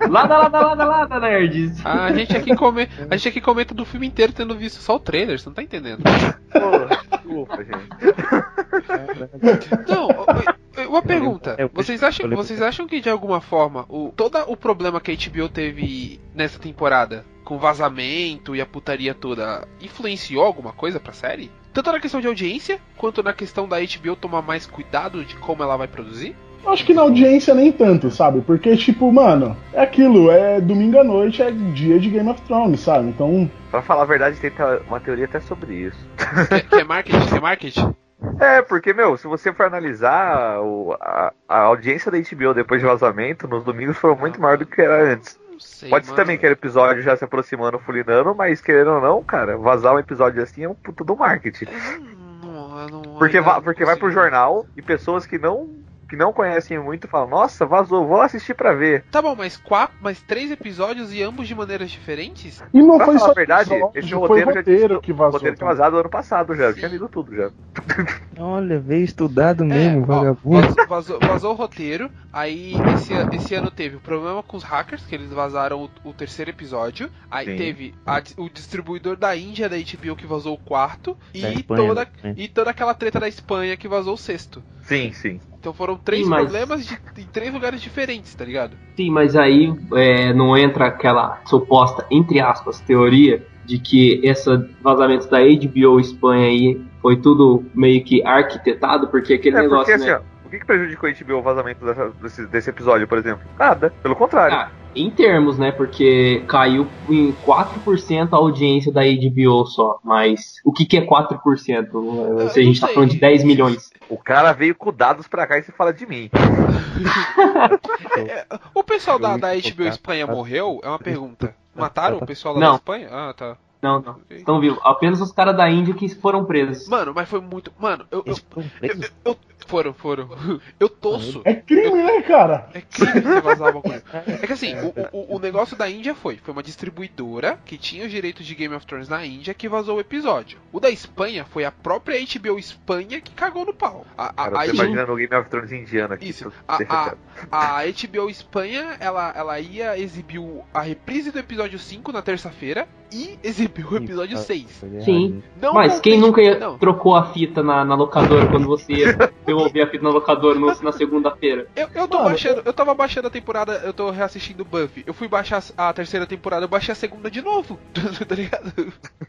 Speaker 7: Lada, lada, lada, lada, nerds.
Speaker 2: A gente, aqui come... a gente aqui comenta do filme inteiro tendo visto só o trailer, você não tá entendendo.
Speaker 4: Pô, desculpa, gente.
Speaker 1: né?
Speaker 2: Não, ô, ô, uma pergunta.
Speaker 1: eu-
Speaker 2: Vocês
Speaker 1: eu
Speaker 2: acham,
Speaker 1: lembro-
Speaker 2: vocês acham que de alguma forma o todo o problema que a HBO teve nessa temporada, com vazamento e a putaria toda, influenciou alguma coisa pra série? Tanto na questão de audiência, quanto na questão da HBO tomar mais cuidado de como ela vai produzir?
Speaker 3: Acho que na audiência nem tanto, sabe? Porque, tipo, mano, é aquilo, é domingo à noite, é dia de Game of Thrones, sabe? Então,
Speaker 4: Pra falar a verdade, tem te- uma teoria até sobre isso.
Speaker 2: Que, que
Speaker 4: [LAUGHS]
Speaker 2: é marketing? Que é marketing?
Speaker 4: É, porque, meu, se você for analisar, o- a, a audiência da HBO depois de vazamento, nos domingos foram muito maior do que era antes.
Speaker 2: Não sei.
Speaker 4: Pode ser
Speaker 2: mano.
Speaker 4: também que era episódio já se aproximando, fulinando, mas querendo ou não, cara, vazar um episódio assim é um puto do marketing.
Speaker 2: Não, eu não-
Speaker 4: Porque,
Speaker 2: ainda
Speaker 4: va
Speaker 2: não
Speaker 4: porque vai pro
Speaker 2: consigo.
Speaker 4: jornal e pessoas que não, que não conhecem muito falam, nossa, vazou, vou assistir pra ver.
Speaker 2: Tá bom, mas quatro, mas três episódios e ambos de maneiras diferentes?
Speaker 3: e não
Speaker 4: Pra
Speaker 3: foi
Speaker 4: falar
Speaker 3: só
Speaker 4: a verdade,
Speaker 3: episódio,
Speaker 4: esse
Speaker 3: foi
Speaker 4: roteiro já-
Speaker 3: roteiro que
Speaker 4: O
Speaker 3: vazou.
Speaker 4: roteiro
Speaker 7: então.
Speaker 4: tinha
Speaker 3: cara.
Speaker 4: vazado ano passado já, eu tinha
Speaker 2: Sim.
Speaker 4: lido tudo já.
Speaker 1: Olha, veio estudado
Speaker 2: É,
Speaker 1: mesmo,
Speaker 2: ó,
Speaker 1: vagabundo.
Speaker 2: vazou- vazou, vazou o roteiro, aí esse, a- esse ano teve o problema com os hackers, que eles vazaram o, o terceiro episódio, aí
Speaker 4: Sim.
Speaker 2: teve a di- o distribuidor da Índia da HBO que vazou o quarto,
Speaker 1: Da Espanha,
Speaker 2: e
Speaker 1: né?
Speaker 2: toda,
Speaker 1: da
Speaker 2: [LAUGHS]
Speaker 1: Espanha.
Speaker 2: e toda aquela treta da Espanha que vazou o sexto.
Speaker 4: Sim, sim.
Speaker 2: Então foram três
Speaker 7: Sim, mas-
Speaker 2: problemas de, em três lugares diferentes, tá ligado?
Speaker 7: Sim, mas aí é, não entra aquela suposta, entre aspas, teoria de que esse vazamento da HBO Espanha aí foi tudo meio que arquitetado, porque aquele
Speaker 4: é
Speaker 7: negócio,
Speaker 4: porque assim,
Speaker 7: né?
Speaker 4: ó, o que, que prejudicou a HBO o vazamento dessa- desse, desse episódio, por exemplo? Nada, pelo contrário.
Speaker 7: Ah, em termos, né? Porque caiu em 4% a audiência da HBO só. Mas o que, que é 4%? Se a
Speaker 2: Eu
Speaker 7: gente tá
Speaker 2: não sei.
Speaker 7: falando de 10 milhões.
Speaker 4: O cara veio com dados pra cá e se fala de mim.
Speaker 2: O pessoal da,
Speaker 1: Eu
Speaker 2: da
Speaker 1: ia
Speaker 2: HBO
Speaker 1: colocar-
Speaker 2: Espanha morreu? É uma pergunta. Mataram o pessoal lá
Speaker 7: Não.
Speaker 2: da Espanha? Ah, tá.
Speaker 7: Não, não.
Speaker 2: Ok.
Speaker 7: Estão vivos. Apenas os caras da Índia que foram presos.
Speaker 2: Mano, mas foi muito. Mano, eu. eu
Speaker 1: Eles foram presos?
Speaker 2: [LAUGHS] foram, foram. [LAUGHS] Eu torço
Speaker 3: É crime, né, cara?
Speaker 2: É crime você vazar uma coisa. É que assim, o, o- o negócio da Índia foi: foi uma distribuidora que tinha os direitos de Game of Thrones na Índia que vazou o episódio. O da Espanha foi a própria HBO Espanha que cagou no pau. A, a-
Speaker 4: Cara,
Speaker 2: a-
Speaker 4: você imagina no Game of Thrones indiano aqui.
Speaker 2: Ah, Isso. ah,
Speaker 4: tô-
Speaker 2: A,
Speaker 4: deixa
Speaker 2: a,
Speaker 4: quieto.
Speaker 2: a HBO Espanha, ela, ela ia exibir o- a reprise do episódio 5 na terça-feira e exibiu o episódio
Speaker 1: Sim, tá.
Speaker 2: 6.
Speaker 1: Foi errado,
Speaker 7: Sim.
Speaker 1: né?
Speaker 2: Não
Speaker 7: Mas quem
Speaker 2: contente-
Speaker 7: nunca ia-
Speaker 2: Não,
Speaker 7: trocou a fita na, na locadora quando
Speaker 4: [LAUGHS]
Speaker 7: você ia devolver a fita na locadora no- na segunda-feira?
Speaker 2: Eu, eu tô
Speaker 3: Mano,
Speaker 2: baixando, eu tava baixando a temporada, eu tô reassistindo o Buffy. Eu fui baixar a terceira temporada, eu baixei a segunda de novo. [LAUGHS] tá ligado?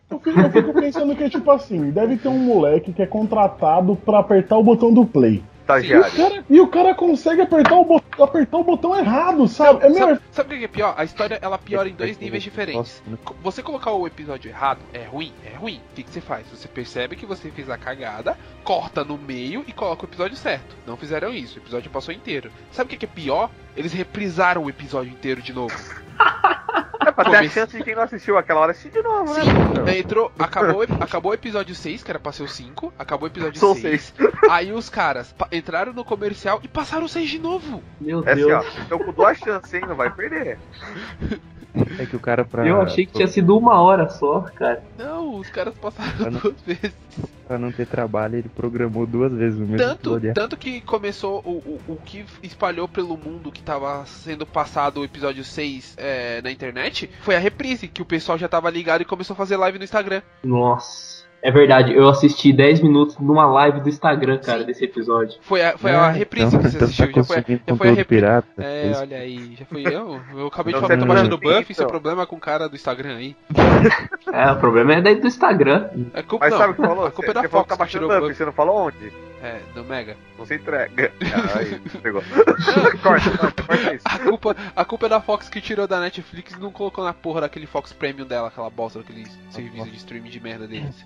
Speaker 3: Eu fico, eu fico pensando que, tipo assim, deve ter um moleque que é contratado pra apertar o botão do play. E o
Speaker 4: Estagiário.
Speaker 3: cara, e o cara consegue apertar o, bot- apertar o botão errado, sabe? É melhor.
Speaker 2: Sabe, sabe o que que é pior? A história ela piora em dois
Speaker 1: [LAUGHS] Nossa,
Speaker 2: níveis diferentes.
Speaker 1: né?
Speaker 2: Co- Você colocar o episódio errado é ruim, é ruim. O que, que você faz? Você percebe que você fez a cagada, corta no meio e coloca o episódio certo. Não fizeram isso, o episódio passou inteiro. Sabe o que que é pior? Eles reprisaram o episódio inteiro de novo.
Speaker 4: É pra ter a
Speaker 2: Começo.
Speaker 4: chance de quem não assistiu aquela hora assistir de novo, né?
Speaker 2: Sim, aí entrou, acabou, o ep- acabou o episódio 6, que era pra ser o 5, acabou o episódio
Speaker 4: Sou
Speaker 2: 6. [LAUGHS] Aí os caras pa- entraram no comercial e passaram o 6 de novo.
Speaker 7: Meu
Speaker 4: É assim, ó,
Speaker 7: Deus.
Speaker 4: eu dou a chance, hein? Não vai perder.
Speaker 1: É que o cara pra.
Speaker 7: Eu achei que tinha sido uma hora só, cara.
Speaker 2: Não, os caras
Speaker 1: Ah,
Speaker 2: passaram
Speaker 1: não.
Speaker 2: duas vezes.
Speaker 1: Pra não ter trabalho, ele programou duas vezes o mesmo
Speaker 2: Tanto,
Speaker 1: episódio.
Speaker 2: tanto que começou o, o, o que espalhou pelo mundo que tava sendo passado o episódio 6 é, na internet foi a reprise, que o pessoal já tava ligado e começou a fazer live no Instagram.
Speaker 7: Nossa. É verdade, eu assisti 10 minutos numa live do Instagram, cara, desse episódio.
Speaker 2: Foi a, foi a
Speaker 1: Ah,
Speaker 2: reprise
Speaker 1: então-
Speaker 2: que você
Speaker 1: então
Speaker 2: assistiu.
Speaker 1: tá
Speaker 2: já foi,
Speaker 1: consumindo
Speaker 2: já foi a
Speaker 1: conteúdo
Speaker 2: reprise.
Speaker 1: pirata.
Speaker 2: É,
Speaker 1: Isso.
Speaker 2: olha aí, já fui eu. Eu acabei de
Speaker 4: Não,
Speaker 2: falar,
Speaker 4: você
Speaker 2: tô
Speaker 4: não
Speaker 2: baixando o
Speaker 4: tem,
Speaker 2: buff, isso é
Speaker 4: então.
Speaker 2: problema com o cara do Instagram aí.
Speaker 7: É, o problema é daí do Instagram.
Speaker 2: É culpa,
Speaker 4: Mas
Speaker 2: não,
Speaker 4: sabe o que falou?
Speaker 2: a culpa é da
Speaker 4: você
Speaker 2: Fox
Speaker 4: falou que tá
Speaker 2: que
Speaker 4: baixando
Speaker 2: tirou
Speaker 4: o
Speaker 2: o
Speaker 4: up,
Speaker 2: buff.
Speaker 4: você não falou onde?
Speaker 2: É, do Mega.
Speaker 4: Não
Speaker 2: [LAUGHS]
Speaker 4: se entrega. Ah, aí, pegou. [LAUGHS] corta, corta, corta isso.
Speaker 2: A culpa, a culpa é da Fox que tirou da Netflix e não colocou na porra daquele Fox Premium dela, aquela bosta daquele
Speaker 1: Tá
Speaker 2: serviço de streaming de merda deles.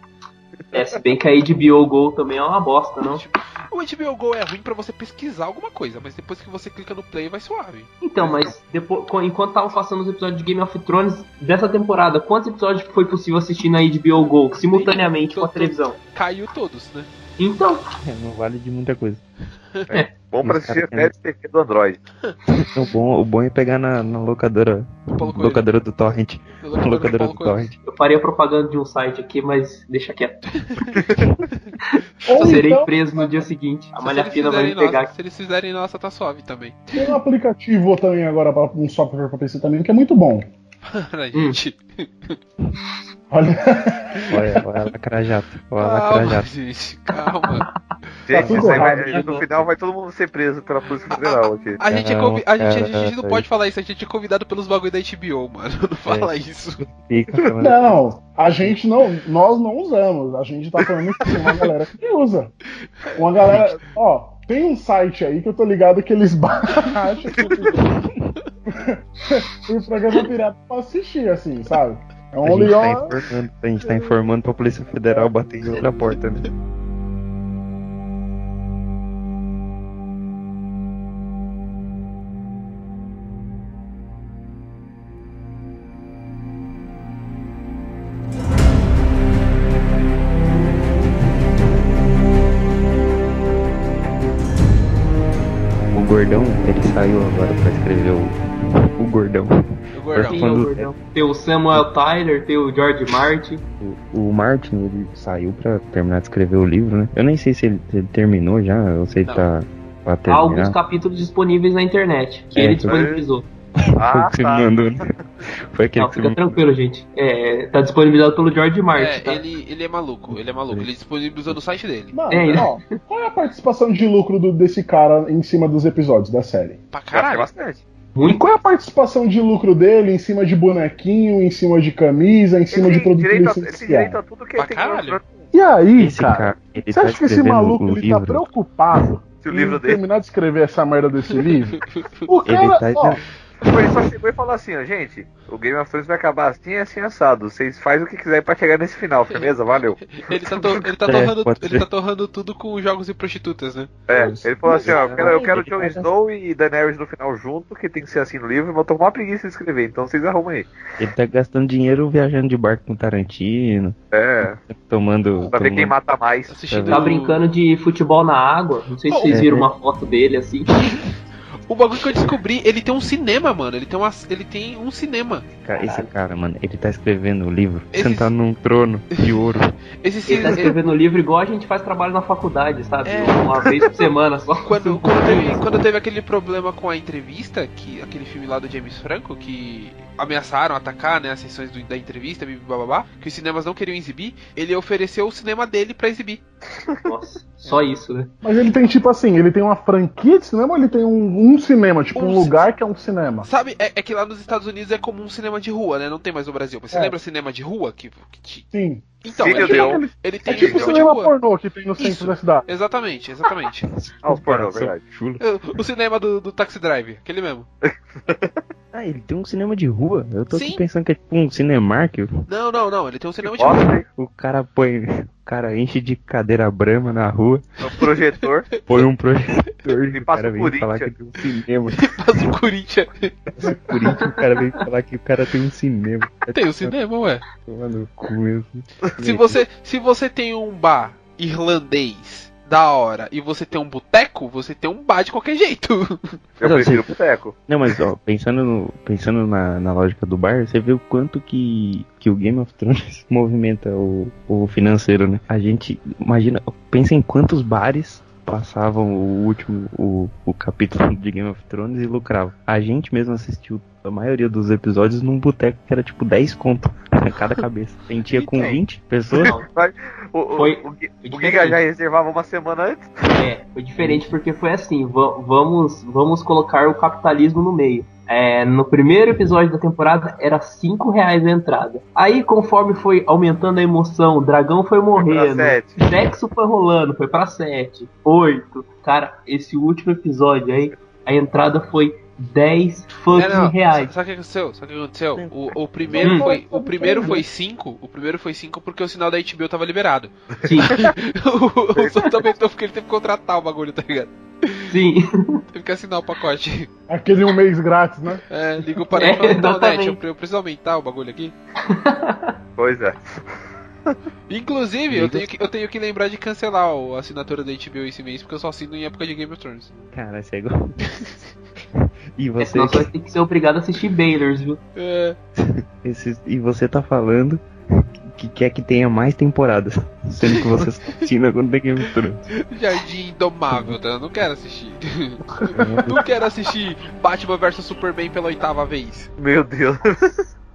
Speaker 7: É, se bem que a HBO Go também é uma bosta, não?
Speaker 2: Tipo, O HBO Go é ruim pra você pesquisar alguma coisa, mas depois que você clica no play vai suave.
Speaker 7: Então, mas depois, co- enquanto tava passando os episódios de Game of Thrones dessa temporada, quantos episódios foi possível assistir na HBO Go simultaneamente com a televisão?
Speaker 2: Caiu todos, né?
Speaker 7: Então,
Speaker 1: É, [LAUGHS] não vale de muita coisa.
Speaker 4: Bom pra
Speaker 1: Os
Speaker 4: assistir
Speaker 1: caras
Speaker 4: até de TV do Android.
Speaker 3: Tá
Speaker 1: O bom, o bom é pegar na, na locadora.
Speaker 2: O Paulo Coelho.
Speaker 1: Locadora do Torrent.
Speaker 2: O locador do
Speaker 1: Locadora
Speaker 2: Paulo
Speaker 1: do
Speaker 2: Coelho.
Speaker 1: Torrent.
Speaker 7: eu faria propaganda de um site aqui, mas deixa quieto.
Speaker 3: Ou
Speaker 7: Eu serei
Speaker 3: então,
Speaker 7: preso no dia seguinte. A
Speaker 2: Se
Speaker 7: malha
Speaker 2: eles
Speaker 7: fina vai me
Speaker 2: fizerem
Speaker 7: pegar
Speaker 2: nossa- se eles fizerem nossa, tá suave também. [LAUGHS]
Speaker 3: tem um aplicativo também agora, pra, um software pra PC também, que é muito bom.
Speaker 2: Para,
Speaker 7: Hum.
Speaker 2: gente.
Speaker 3: Olha,
Speaker 1: Olha, olha a lacrajato. Olha
Speaker 2: Ah,
Speaker 1: a
Speaker 2: Calma,
Speaker 1: lacrajato.
Speaker 2: gente, calma.
Speaker 4: Gente,
Speaker 3: tudo
Speaker 4: isso aí vai-
Speaker 3: errado. né?
Speaker 4: no final vai todo mundo ser preso pela Polícia Federal aqui.
Speaker 2: A gente, é
Speaker 1: Calma,
Speaker 2: convi- a, gente, a gente não
Speaker 1: cara.
Speaker 2: pode falar isso, a gente é convidado pelos bagulho da HBO, mano. [LAUGHS] Não fala isso.
Speaker 1: Fica falando-
Speaker 3: não, a gente não, nós não usamos, a gente tá falando que tem uma galera que usa. Uma galera, ó, tem um site aí que eu tô ligado que eles [LAUGHS] baixam o- o programa pirata pra assistir, assim, sabe? É um
Speaker 1: A gente, tá
Speaker 3: legal.
Speaker 1: informando, a gente tá informando pra Polícia Federal bater em outra porta, né? O Gordão, ele saiu agora pra escrever o, o Gordão.
Speaker 2: O gordão.
Speaker 7: Sim,
Speaker 1: quando-
Speaker 7: ô gordão. é. Tem o Samuel Tyler, tem o George Martin.
Speaker 1: O, o Martin, ele saiu pra terminar de escrever o livro, né? Eu nem sei se ele, se ele terminou já, ou se ele
Speaker 7: Não.
Speaker 1: tá pra
Speaker 7: Há alguns
Speaker 1: terminar.
Speaker 7: capítulos disponíveis na internet, que
Speaker 1: É,
Speaker 7: ele
Speaker 1: tá.
Speaker 7: disponibilizou.
Speaker 1: Foi
Speaker 4: Ah, [LAUGHS]
Speaker 1: o que você
Speaker 4: tá.
Speaker 1: me mandou, né? [LAUGHS] Foi aquele
Speaker 7: Não,
Speaker 1: que você
Speaker 7: fica
Speaker 1: me mandou.
Speaker 7: tranquilo, gente. É, tá disponibilizado pelo George Martin,
Speaker 2: É,
Speaker 7: tá?
Speaker 2: ele, ele é maluco, ele é maluco. Ele disponibilizou no site dele.
Speaker 3: Mano,
Speaker 7: É,
Speaker 1: né?
Speaker 7: ele-
Speaker 3: ó, qual é a participação de lucro do- desse cara em cima dos episódios da série?
Speaker 2: Pra
Speaker 4: Eu achei
Speaker 2: caralho.
Speaker 4: bastante.
Speaker 3: E qual é a participação de lucro dele em cima de bonequinho, em cima de camisa, em cima
Speaker 4: Ele tem
Speaker 3: de produto
Speaker 4: direito a, ele tem direito
Speaker 3: licenciado?
Speaker 4: a tudo que
Speaker 2: Pra
Speaker 4: ele tem
Speaker 2: caralho.
Speaker 3: E aí,
Speaker 1: Esse cara, ele
Speaker 3: Você
Speaker 1: tá um
Speaker 3: acha que esse
Speaker 1: escrevendo
Speaker 3: maluco
Speaker 1: o
Speaker 3: ele tá
Speaker 1: livro.
Speaker 3: preocupado
Speaker 4: [LAUGHS] Se o livro
Speaker 3: em
Speaker 4: dele.
Speaker 3: terminar de escrever essa merda desse
Speaker 4: [LAUGHS]
Speaker 3: livro? O
Speaker 1: Ele
Speaker 3: cara,
Speaker 1: tá-
Speaker 3: ó,
Speaker 4: Foi, ele só chegou e falou assim, ó, gente, o Game of Thrones vai acabar assim assim assado. Vocês fazem o que quiserem pra chegar nesse final, firmeza? Valeu.
Speaker 2: Ele tá, to- ele, tá
Speaker 1: É,
Speaker 2: torrando,
Speaker 1: pode
Speaker 2: ele
Speaker 1: ser.
Speaker 2: tá torrando tudo com jogos e prostitutas, né?
Speaker 4: É, ele falou assim, ó, eu quero, eu quero
Speaker 1: Ele
Speaker 4: Jon
Speaker 1: faz assim.
Speaker 4: Snow e Daenerys no final junto, que tem que ser assim no livro, mas eu tô com uma preguiça de escrever, então vocês arrumam aí.
Speaker 1: Ele tá gastando dinheiro viajando de barco com Tarantino,
Speaker 4: É,
Speaker 1: tomando.
Speaker 4: pra ver quem
Speaker 1: tomando-
Speaker 4: mata mais.
Speaker 2: Assistindo.
Speaker 7: Tá brincando de futebol na água. Não sei se
Speaker 1: é.
Speaker 7: vocês viram uma foto dele assim.
Speaker 2: O bagulho que eu descobri, ele tem um cinema, mano. Ele tem, uma, ele tem um cinema.
Speaker 1: Cara, Esse cara, mano, ele tá escrevendo o livro,
Speaker 2: Esse-
Speaker 1: sentado num trono de ouro.
Speaker 2: Esse
Speaker 7: Ele
Speaker 2: cinema.
Speaker 7: tá escrevendo livro igual a gente faz trabalho na faculdade, sabe?
Speaker 2: É.
Speaker 7: Uma vez por semana só.
Speaker 2: Quando,
Speaker 3: um
Speaker 2: quando, teve, quando teve aquele problema com a entrevista, que aquele filme lá do James Franco, que ameaçaram atacar né, as sessões do- da entrevista, bibi, bababá, que os cinemas não queriam exibir, ele ofereceu o cinema dele pra exibir.
Speaker 7: Nossa, só isso, né?
Speaker 3: mas ele tem tipo assim, ele tem uma franquia de cinema ou ele tem um, um cinema, tipo um,
Speaker 2: Um
Speaker 3: lugar que é um cinema?
Speaker 2: Sabe, é, é que lá nos Estados Unidos é comum cinema de rua, né? Não tem mais no Brasil. Mas você
Speaker 3: É.
Speaker 2: lembra cinema de rua? Que, que te-
Speaker 3: Sim.
Speaker 2: Então,
Speaker 4: Sim,
Speaker 2: ele,
Speaker 4: meu
Speaker 2: tem-
Speaker 4: Deus.
Speaker 3: aquele-
Speaker 2: ele
Speaker 3: É
Speaker 2: tem cinema
Speaker 3: tipo
Speaker 2: de
Speaker 3: cinema
Speaker 2: rua.
Speaker 3: pornô que tem no centro
Speaker 2: Isso.
Speaker 3: da cidade.
Speaker 2: Exatamente, exatamente. [LAUGHS]
Speaker 4: Ah, os pornô,
Speaker 1: Comparação
Speaker 4: verdade.
Speaker 1: chula.
Speaker 2: O cinema do, do Taxi Drive, aquele mesmo.
Speaker 1: Ah, ele tem um cinema de rua? Eu tô aqui
Speaker 2: Sim.
Speaker 1: pensando que é tipo um Cinemark.
Speaker 2: Não, não, não, ele tem um cinema de rua.
Speaker 4: Bota aí
Speaker 1: O cara põe. O cara enche de cadeira brama na rua,
Speaker 4: no projetor.
Speaker 1: põe um projetor e
Speaker 4: Me
Speaker 1: o
Speaker 4: passa
Speaker 1: cara
Speaker 4: o
Speaker 1: vem falar que tem um
Speaker 4: Corinthians.
Speaker 1: cinema.
Speaker 2: Mas o Corinthians
Speaker 1: Por isso o cara vem falar que o cara tem um cinema.
Speaker 2: tem um cinema, ué.
Speaker 1: Mano, cu mesmo.
Speaker 2: Se você, se você tem um bar irlandês da hora e você tem um boteco, você tem um bar de qualquer jeito.
Speaker 4: Eu
Speaker 1: Não,
Speaker 4: prefiro o boteco.
Speaker 1: Não, mas ó, pensando, no- pensando na, na lógica do bar, você vê o quanto que, que o Game of Thrones [LAUGHS] movimenta o, o financeiro, né? A gente, imagina, pensa em quantos bares passavam o último, o, o capítulo de Game of Thrones e lucravam. A gente mesmo assistiu a maioria dos episódios num boteco que era tipo 10 conto pra cada cabeça. A gente ia com
Speaker 7: Então.
Speaker 1: 20 pessoas.
Speaker 4: O, o,
Speaker 7: Foi-
Speaker 4: o, Gui-
Speaker 7: foi
Speaker 4: o Giga
Speaker 7: diferente.
Speaker 4: já reservava uma semana antes.
Speaker 7: É, foi diferente porque foi assim, va- vamos, vamos colocar o capitalismo no meio. É, no primeiro episódio da temporada era 5 reais a entrada. Aí, conforme foi aumentando a emoção, o dragão foi
Speaker 4: Pra
Speaker 7: morrendo,
Speaker 4: sete.
Speaker 7: sexo foi rolando, foi pra 7, 8. Cara, esse último episódio aí, a entrada foi 10 fucking
Speaker 2: É, não,
Speaker 7: reais.
Speaker 2: sa- Sabe o que aconteceu? Sabe o que aconteceu? O, o primeiro
Speaker 7: Hum.
Speaker 2: foi o primeiro foi 5, o primeiro foi 5 porque o sinal da HBO tava liberado. [LAUGHS]
Speaker 7: Sim,
Speaker 2: o o Santos aumentou porque ele teve que contratar o bagulho, tá ligado?
Speaker 7: sim.
Speaker 2: Teve que assinar o pacote.
Speaker 3: Aquele um mês grátis, né?
Speaker 2: É, ligou para ele e
Speaker 7: [LAUGHS]
Speaker 2: falou, não,
Speaker 7: É,
Speaker 2: Net, eu,
Speaker 7: exatamente.
Speaker 2: eu preciso aumentar o bagulho aqui.
Speaker 4: Pois é.
Speaker 2: Inclusive, eu tenho, que, eu tenho que lembrar de cancelar o- a assinatura da HBO esse mês, porque eu só assino em época de Game of Thrones.
Speaker 1: Cara, isso é igual. [LAUGHS] E
Speaker 7: É,
Speaker 1: você,
Speaker 7: senão você vai ter que ser obrigado a assistir Baylors, viu?
Speaker 2: É,
Speaker 1: esses- e você tá falando que quer que tenha mais temporadas, sendo que você tá só assina quando tem Game of [LAUGHS] Thrones.
Speaker 2: Jardim Indomável, tá? Eu não quero assistir. não quero assistir Batman vs Superman pela oitava vez.
Speaker 4: Meu Deus.